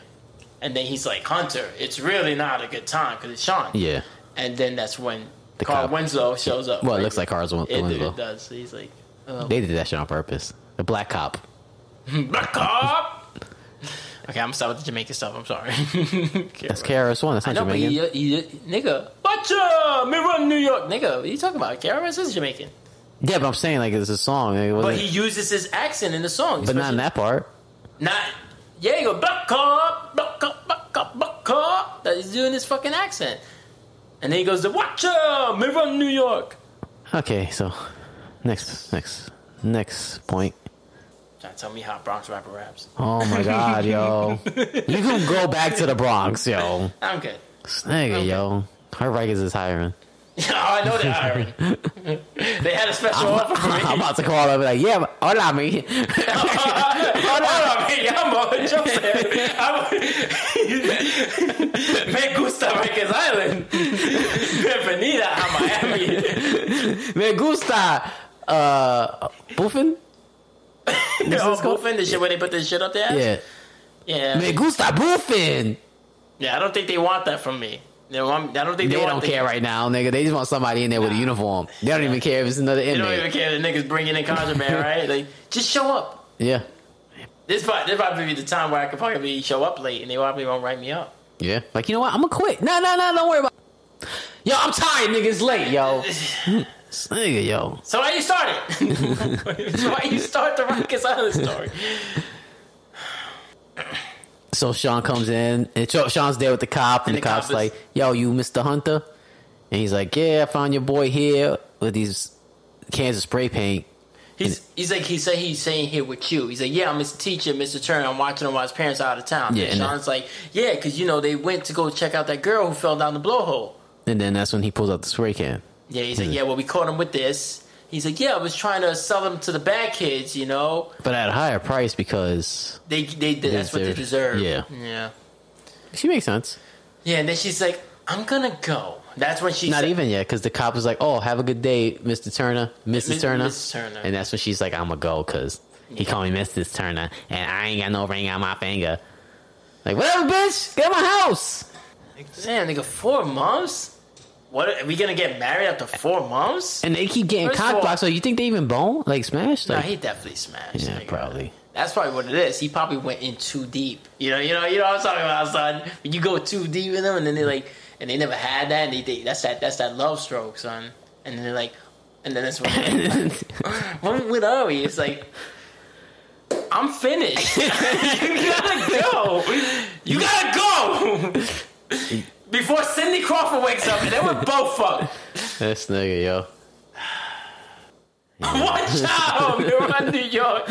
A: And then he's like, Hunter, it's really not a good time because it's Sean.
B: Yeah.
A: And then that's when
B: The
A: Carl
B: cop.
A: Winslow shows up.
B: Well, it looks like Carl Win-
A: it,
B: Winslow.
A: It does. So he's like, oh,
B: They did that shit on purpose. The black cop.
A: black cop. okay, I'm gonna stop with the Jamaican stuff. I'm sorry.
B: That's KRS One. That's
A: I know,
B: not
A: but
B: Jamaican.
A: he, he, nigga, butcha, me run New York, nigga. What are you talking about? Karamas is Jamaican,
B: yeah, but I'm saying like it's a song. It
A: but
B: wasn't,
A: he uses his accent in the song.
B: but not
A: especially-
B: in that part.
A: Not yeah, he go black cop, black cop, black cop, black cop. That he's doing his fucking accent, and then he goes to watcha, me run New York.
B: Okay, so next, next. Next point.
A: Trying to tell me how Bronx rapper raps.
B: Oh my god, yo. You can go back to the Bronx, yo.
A: I'm good.
B: This nigga, yo. Her Vegas is hiring.
A: oh, I know they're hiring. they had a special offer for me.
B: I'm about to call up and be like, yeah, hola, me.
A: Hold on, man. Yamo, yo sé. I'm- Me gusta Rikers Island. Bienvenida a Miami.
B: Me gusta. Uh, Buffin?
A: This oh, Buffin, the shit where they put this shit up there?
B: Yeah.
A: Yeah.
B: Me gusta Buffin.
A: Yeah, I don't think they want that from me. They want, I don't think
B: They
A: they, want
B: don't
A: the-
B: care right now, nigga. They just want somebody in there with a uniform. They don't even care if it's another
A: They don't even
B: inmate.
A: care the niggas bringing in contraband, right? Like, just show up.
B: Yeah.
A: This probably, this probably be the time where I could probably show up late and they probably won't write me up.
B: Yeah. Like, you know what? I'm gonna quit. No, no, no, don't worry about Yo, I'm tired, nigga. It's late, yo. This nigga, yo.
A: So why you start it? so why you start the Rikers Island story?
B: So Sean comes in, and Sha- Sean's there with the cop, and,
A: And
B: the,
A: the
B: cop's
A: cop is-
B: like, "Yo, you Mr. Hunter?" And he's like, "Yeah, I found your boy here with these cans of spray paint."
A: He's, he's like he said he's saying here with you. He's like, yeah, I'm his teacher, Mr. Turner. I'm watching him while his parents are out of town.
B: Yeah,
A: and
B: and
A: Sean's like, yeah, because you know they went to go check out that girl who fell down the blowhole.
B: And then that's when he pulls out the spray can.
A: Yeah, he's like, yeah, well, we caught him with this. He's like, yeah, I was trying to sell them to the bad kids. You know,
B: But at a higher price because
A: they they, that's what they
B: Deserve.
A: deserve.
B: Yeah.
A: yeah,
B: she makes sense.
A: yeah. And then she's like, I'm gonna go. That's when she's
B: Not even yet, because the cop is like, "Oh, have a good day, Mr. Turner, Mrs.
A: Miss-
B: Turner."
A: Mrs. Turner.
B: And that's when she's like, "I'ma go," because he called me Mrs. Turner, and I ain't got no ring on my finger. Like, whatever, bitch, get out of my house.
A: Man, nigga, four months. What are we gonna get married after four months?
B: And they keep getting
A: First of
B: cock
A: all-
B: blocked. So you think they even bone? Like smash?
A: No,
B: Like
A: he definitely smashed.
B: Yeah,
A: nigga.
B: probably.
A: That's probably what it is. He probably went in too deep. You know, you know, you know what I'm talking about, son. When you go too deep in them, and then they like, and they never had that, and they, they that's that that's that love stroke, son. And then they're like, and then that's what. what, what are we? It's like. I'm finished. you gotta go. You gotta go before Cindy Crawford wakes up, and then we're both fucked.
B: this nigga, yo.
A: One child, Neuron, New York.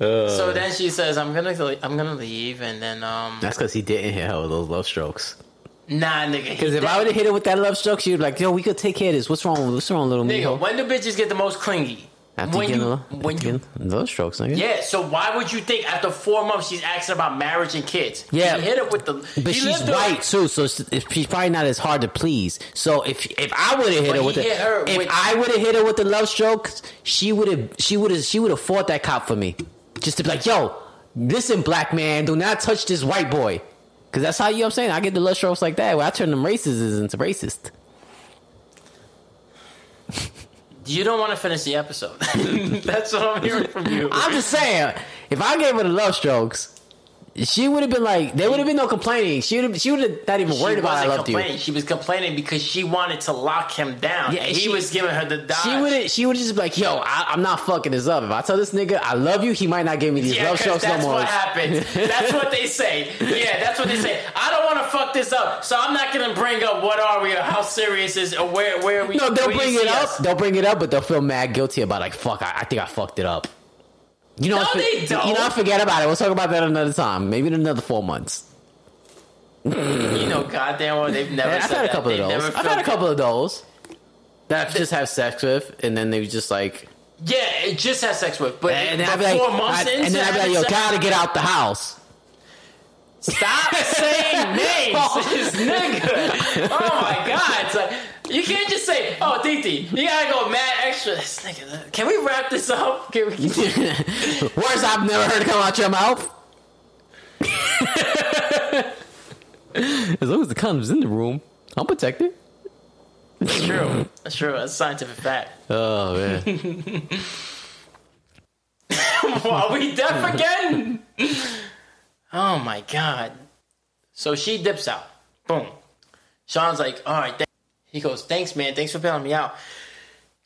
B: Uh.
A: so then she says, "I'm gonna, I'm gonna leave," and then, um,
B: That's because he didn't hit her with those love strokes.
A: nah, nigga.
B: Because if I would have hit her with that love stroke, she would be like, yo, we could take care of this. What's wrong? What's wrong, little
A: nigga,
B: mijo?
A: when do bitches get the most clingy?
B: After
A: when
B: getting
A: you,
B: a-
A: when
B: after
A: you,
B: getting love strokes, nigga.
A: yeah. So why would you think after four months she's asking about marriage and kids?
B: Yeah.
A: he hit her with the,
B: But
A: he
B: she's
A: lived through-
B: white too, so s- if- she's probably not as hard to please. So if if I would have hit
A: But
B: her
A: he
B: with the,
A: hit her
B: if
A: with-
B: I would have hit her with the love strokes, she would have she would have she would have fought that cop for me, just to be like, yo, listen, black man, do not touch this white boy, because that's how you. know what I'm saying I get the love strokes like that. Where I turn them racists into racist.
A: You don't want to finish the episode. That's what I'm hearing from you.
B: I'm just saying, if I gave her the love strokes, she would have been like, there would have been no complaining. She would have she would have not even worried
A: she
B: about I
A: wasn't
B: loved you.
A: complaining. She was complaining because she wanted to lock him down.
B: Yeah,
A: Yeah, he
B: she-
A: was giving her the dodge.
B: She would she would just be like, yo, I, I'm not fucking this up. If I tell this nigga I love you, he might not give me these
A: Yeah,
B: love
A: 'cause
B: strokes no
A: that's
B: more.
A: what happens. That's what they say. Yeah, that's what they say. I don't want to fuck this up, so I'm not gonna bring up what are we or how serious is or where where we.
B: No, they'll
A: where you
B: bring
A: see
B: it up.
A: us.
B: They'll bring it up, but they'll feel mad guilty about like, fuck, I, I think I fucked it up. You know,
A: No,
B: I for-
A: they don't.
B: You know, I forget about it. We'll talk about that another time. Maybe in another four months.
A: You know, goddamn well they've never.
B: And I've
A: said
B: had a
A: that.
B: couple of
A: They've
B: those.
A: never
B: I've had a
A: felt-
B: couple of those that I just have sex with, and then they just like,
A: Yeah, it just had sex with, but
B: and
A: but
B: then I'd be like,
A: four months
B: I-
A: into
B: and then I'd be like, yo,
A: having sex-
B: gotta get out the house.
A: Stop saying names, this nigga. Oh my god, it's like you can't just say, "Oh, Titi," you gotta go mad extra. This nigga, can we wrap this up? Can we?
B: Words I've never heard come out your mouth. as long as the condom's in the room, I'm protected.
A: That's true. That's true. That's scientific fact.
B: Oh man,
A: Are we deaf again? Hmm. oh my god. So she dips out. Boom. Sean's like, all right. Th-. He goes, thanks, man. Thanks for bailing me out.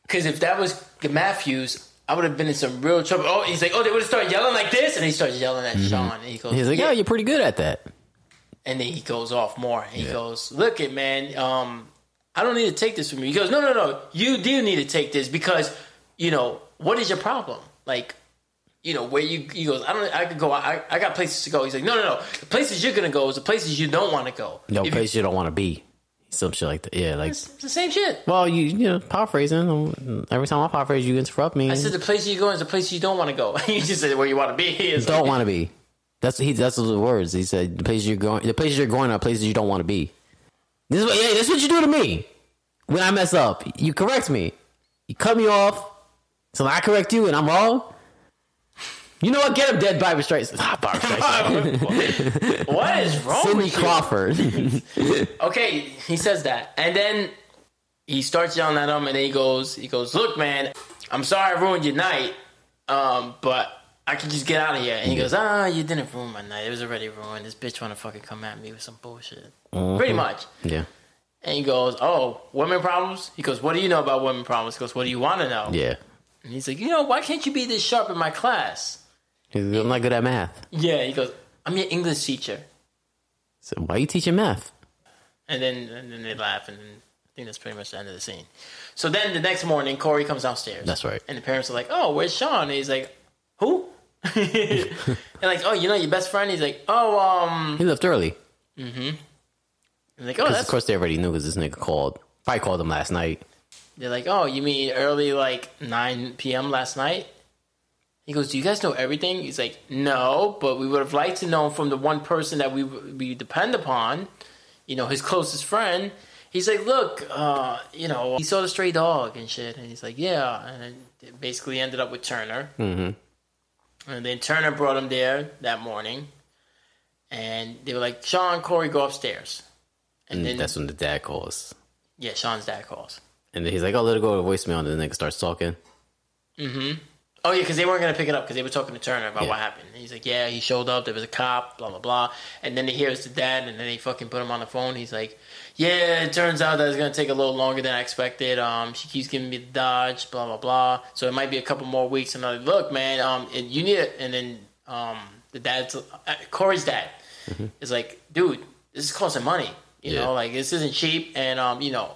A: Because if that was Matthews, I would have been in some real trouble. Oh, he's like, oh, they would have started yelling like this. And he starts yelling at Sean. And he goes,
B: Mm-hmm. he's like,
A: yeah.
B: "Oh, you're pretty good at that."
A: And then he goes off more. He goes, look it, man. Um, I don't need to take this from you. He goes, no, no, no. You do need to take this because, you know, what is your problem? Like, you know, where you, he goes, I don't, I could go, I, I got places to go. He's like, no, no, no. The places you're going to go is the places you don't want to go.
B: No
A: If you-
B: place you don't want to be. Some shit like that. Yeah, like
A: It's the same shit.
B: well, you you know, paraphrasing. Every time I paraphrase, you interrupt me.
A: I said the places you go is the places you don't want to go. you just said where you want to be. It's like-
B: don't want to be. That's he. That's the words he said. The places you're going, the places you're going are places you don't want to be. This is what, yeah, this is what you do to me when I mess up. You correct me. You cut me off. So I correct you, and I'm wrong. You know what? Get him dead. Barbara Streisand. Ah, Barbara Streisand.
A: what is wrong
B: Cindy
A: with you?
B: Crawford.
A: Okay, he says that. And then he starts yelling at him and then he goes, he goes, Look, man, I'm sorry I ruined your night, um, but I can just get out of here. And he goes, Ah, you didn't ruin my night. It was already ruined. This bitch wanna fucking come at me with some bullshit. Pretty much.
B: yeah,
A: And he goes, Oh, women problems? He goes, What do you know about women problems? He goes, What do you wanna know?
B: yeah.
A: And he's like, You know, why can't you be this sharp in my class?
B: I'm not good at math.
A: Yeah, he goes, I'm your English teacher.
B: So why are you teaching math?
A: And then and then they laugh, and then I think that's pretty much the end of the scene. So then the next morning, Corey comes downstairs.
B: That's right.
A: And the parents are like, "Oh, where's Sean?" And he's like, "Who?" and like, "Oh, you know your best friend." He's like, "Oh, um,"
B: He left early.
A: and like, "Oh,
B: 'Cause
A: that's."
B: Of course, they already knew because this nigga called. Probably called him last night.
A: They're like, "Oh, you mean early like nine p.m. last night?" He goes, "Do you guys know everything?" He's like, "No, but we would have liked to know from the one person that we we depend upon, you know, his closest friend." He's like, "Look, uh, you know, he saw the stray dog and shit," and he's like, "Yeah," and then it basically ended up with Turner. Mm-hmm. And then Turner brought him there that morning, and they were like, "Sean, Corey, go upstairs." And
B: And
A: then,
B: Mm, that's when the dad calls.
A: yeah, Sean's dad calls.
B: And then he's like, "Oh, let it go to voicemail." And then the nigga starts talking.
A: Oh yeah, because they weren't gonna pick it up because they were talking to Turner about
B: Yeah.
A: what happened. And he's like, yeah, he showed up. There was a cop, blah blah blah. And then he hears the dad, and then they fucking put him on the phone. He's like, yeah, it turns out that it's gonna take a little longer than I expected. Um, she keeps giving me the dodge, blah blah blah. So it might be a couple more weeks. And I'm like, look, man, um, and you need it. And then um, the dad's uh, Corey's dad is like, dude, this is costing money. You
B: Yeah.
A: know, like this isn't cheap, and um, you know,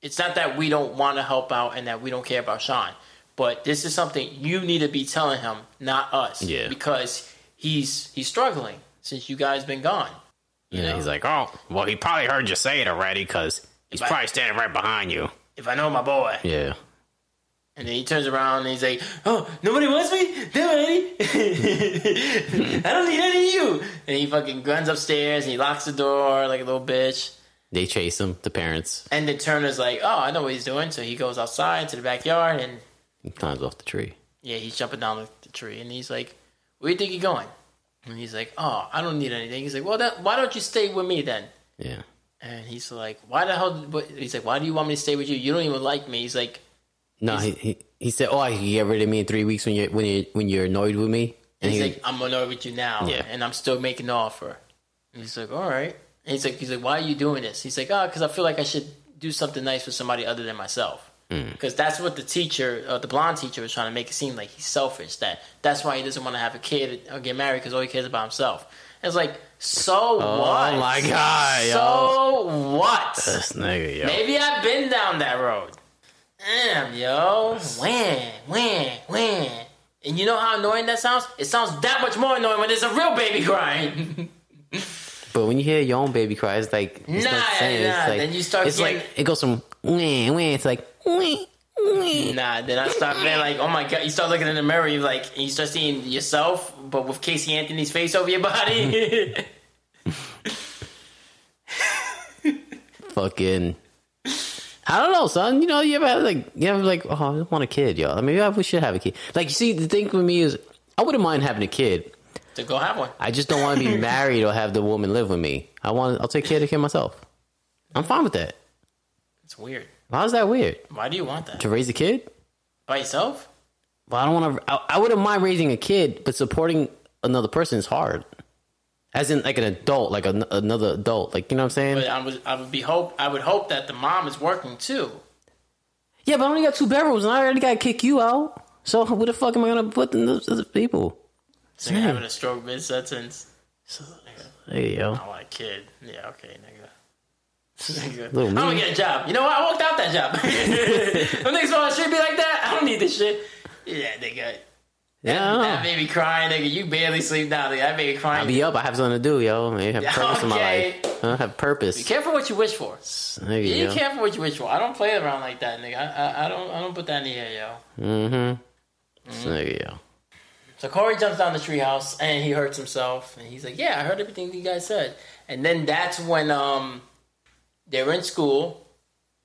A: it's not that we don't want to help out and that we don't care about Sean, but this is something you need to be telling him, not us.
B: Yeah.
A: Because he's he's struggling since you guys been gone.
B: You know, he's like, oh, well, he probably heard you say it already because he's
A: But-
B: probably standing right behind you.
A: If I know my boy.
B: Yeah.
A: And then he turns around and he's like, Oh, nobody wants me? Damn it, Eddie. I don't need any of you. And he fucking runs upstairs and he locks the door like a little bitch.
B: They chase him, the parents.
A: And then Turner's like, Oh, I know what he's doing. So he goes outside to the backyard and
B: He climbs off the tree.
A: yeah, he's jumping down the, the tree, and he's like, "Where do you think you're going?" And he's like, "Oh, I don't need anything." He's like, "Well, that, why don't you stay with me then?"
B: Yeah.
A: And he's like, "Why the hell?" did- What, he's like, "Why do you want me to stay with you? You don't even like me." He's like,
B: No, he, he he said, oh, you get rid of me in three weeks when you're when you are when you're annoyed with me. And
A: "He's
B: he,
A: like, I'm annoyed with you now,
B: Yeah.
A: and I'm still making an offer." And he's like, "All right." And he's like, "He's like, why are you doing this?" He's like, "Oh, because I feel like I should do something nice for somebody other than myself."
B: Hmm.
A: Because that's what the teacher, uh, the blonde teacher, was trying to make it seem like he's selfish. That that's why he doesn't want to have a kid or get married because all he cares about himself. And it's like, so what?
B: oh my god, yo.
A: So what?
B: This nigga, yo.
A: Maybe I've been down that road. Damn, yo. When, when, when. And you know how annoying that sounds? It sounds that much more annoying when there's a real baby crying.
B: But when you hear your own baby cry, it's like it's
A: Nah,
B: not the same.
A: nah,
B: it's like,
A: then you start
B: It's
A: getting-
B: like it goes from wah, wah, it's like wah, wah.
A: nah, then I start being like, oh my god. You start looking in the mirror, you like, and you start seeing yourself, but with Casey Anthony's face over your body.
B: fucking. I don't know, son. You know, you ever had, like you ever like, oh, I don't want a kid, yo. I mean, yeah, we should have a kid. Like, you see, the thing with me is, I wouldn't mind having a kid.
A: to go have one.
B: I just don't want to be married or have the woman live with me. I want, I'll take care of the kid myself. I'm fine with that.
A: It's weird.
B: Why is that weird
A: Why do you want that?
B: to raise a kid?
A: By yourself?
B: Well, I don't want to. I, I wouldn't mind raising a kid, but supporting another person is hard. As in, like an adult, like an, another adult, like you know what I'm saying?
A: But I would, I would be hope, I would hope that the mom is working too.
B: yeah, but I only got two bedrooms, and I already got to kick you out. So, who the fuck am I gonna put in those other people?
A: So you're having a stroke mid sentence.
B: There you go.
A: I want a kid. Yeah, okay, nigga. I'm gonna get a job. You know what? I walked out that job. Them niggas on the street be like that. I don't need this shit. Yeah, nigga.
B: Yeah, I don't
A: That
B: know.
A: baby crying, nigga. You barely sleep now, nigga. That baby crying.
B: I'll be up. I have something to do, yo. I have purpose in my
A: Okay.
B: life. I have purpose.
A: Careful what you wish for.
B: There
A: Yeah,
B: you
A: you careful what you wish for. I don't play around like that, nigga. I, I, I don't I don't put that in the air, yo.
B: go. Mm-hmm. There you go.
A: So Corey jumps down the treehouse and he hurts himself, and he's like, "Yeah, I heard everything you guys said." And then that's when um they were in school,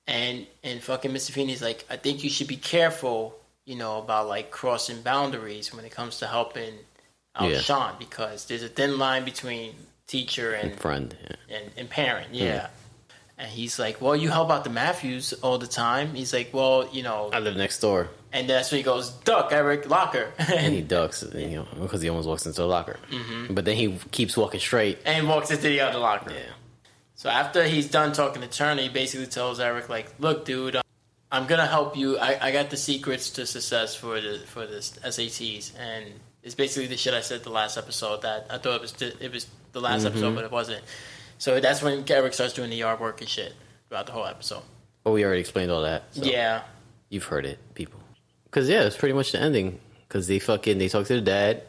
A: and and fucking Mr. Feeney's like, "I think you should be careful, you know, about like crossing boundaries when it comes to helping out
B: Yeah.
A: Sean because there's a thin line between teacher and
B: Friend. Yeah.
A: and, and parent, yeah." And he's like, "Well, you help out the Matthews all the time." He's like, "Well, you know,"
B: I live next door.
A: and that's when he goes, "Duck, Eric Locker,"
B: And
A: and,
B: he ducks, you know, because he almost walks into the locker. Mm-hmm. But then he keeps walking straight.
A: and walks into the other locker.
B: Yeah.
A: So after he's done talking to Turner, he basically tells Eric, like, look, dude, um, I'm gonna help you. I, I got the secrets to success for the for the SATs, and it's basically the shit I said the last episode that I thought it was the, it was the last
B: Mm-hmm.
A: episode, but it wasn't. So that's when Eric starts doing the yard work and shit throughout the whole episode.
B: But we already explained all that. so
A: Yeah,
B: You've heard it, people. Because, yeah, it's pretty much the ending. Because they fucking, they talk to the dad.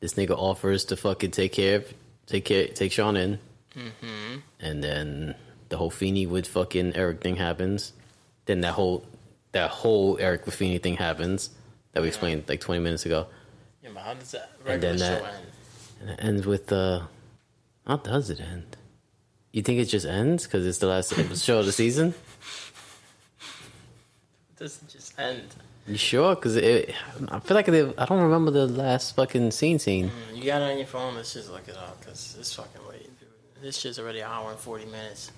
B: This nigga offers to fucking take care of, take care, take Sean in. Mm-hmm. And then the whole Feeney with fucking Eric thing happens. Then that whole, that whole Eric with Feeney thing happens. That we explained like 20 minutes ago.
A: yeah. But how does that
B: And then
A: regular show
B: that-
A: end?
B: And it ends with uh how does it end? You think it just ends because it's the last show of the season?
A: It doesn't just end.
B: You sure? Because it, I feel like they, I don't remember the last fucking scene scene.
A: You got it on your phone. Let's just look it up because it's fucking late. Dude. This shit's already an hour and forty minutes.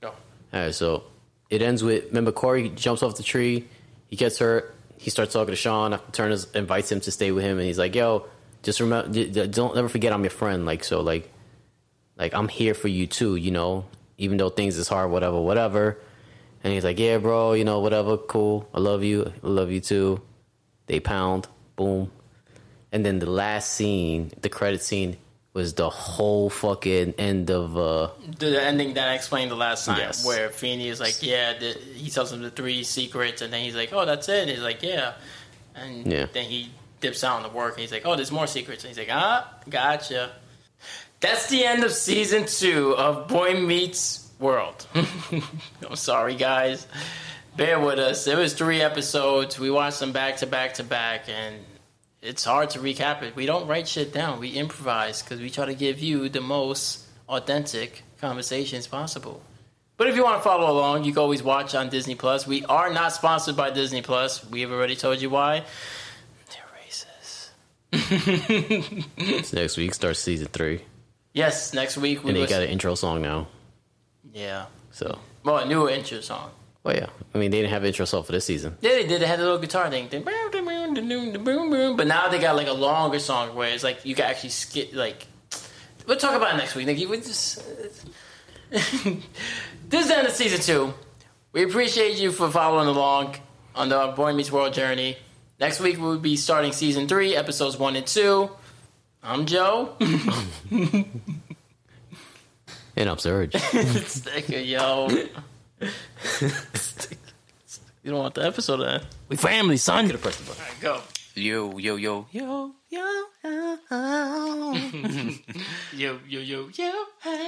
A: Go.
B: All right, so it ends with remember Corey jumps off the tree, he gets hurt, he starts talking to Sean. After Turner invites him to stay with him, and he's like, "Yo, just remember, d- d- don't ever forget I'm your friend. Like so, like, like I'm here for you too. You know, even though things is hard, whatever, whatever." And he's like, "Yeah, bro, you know, whatever, cool. I love you, I love you too." They pound, boom, and then the last scene, the credit scene, was the whole fucking end of. uh
A: the, the ending that I explained the last time,
B: Yes.
A: where Feeny is like, "Yeah," the, he tells him the three secrets, and then he's like, "Oh, that's it." And he's like, "Yeah," and
B: Yeah.
A: then he dips out on the work, and he's like, "Oh, there's more secrets," and he's like, "Ah, gotcha." That's the end of season two of Boy Meets World. I'm sorry, guys. Bear with us. It was three episodes. We watched them back to back to back, and it's hard to recap it. We don't write shit down. We improvise because we try to give you the most authentic conversations possible. But if you want to follow along, you can always watch on Disney Plus. We are not sponsored by Disney Plus. We have already told you why. They're racist.
B: Next week starts season three.
A: yes, next week we
B: And they
A: will.
B: got an intro song now.
A: yeah.
B: So,
A: Well, a new intro song.
B: well, yeah. I mean, they didn't have an intro song for this season.
A: Yeah, they did. They had a little guitar thing. They- But now they got like a longer song where it's like you can actually skip. Like, we'll talk about it next week. Like, you would just. this is the end of season two. We appreciate you for following along on the Boy Meets World journey. Next week we'll be starting season three, episodes one and two. I'm Joe.
B: And I'm Surge.
A: it's thicker, yo. you don't want the episode to end. We family, son. Could have pressed the button. All right, go.
B: yo, yo, yo, yo, yo.
A: Yo, yo, yo, yo.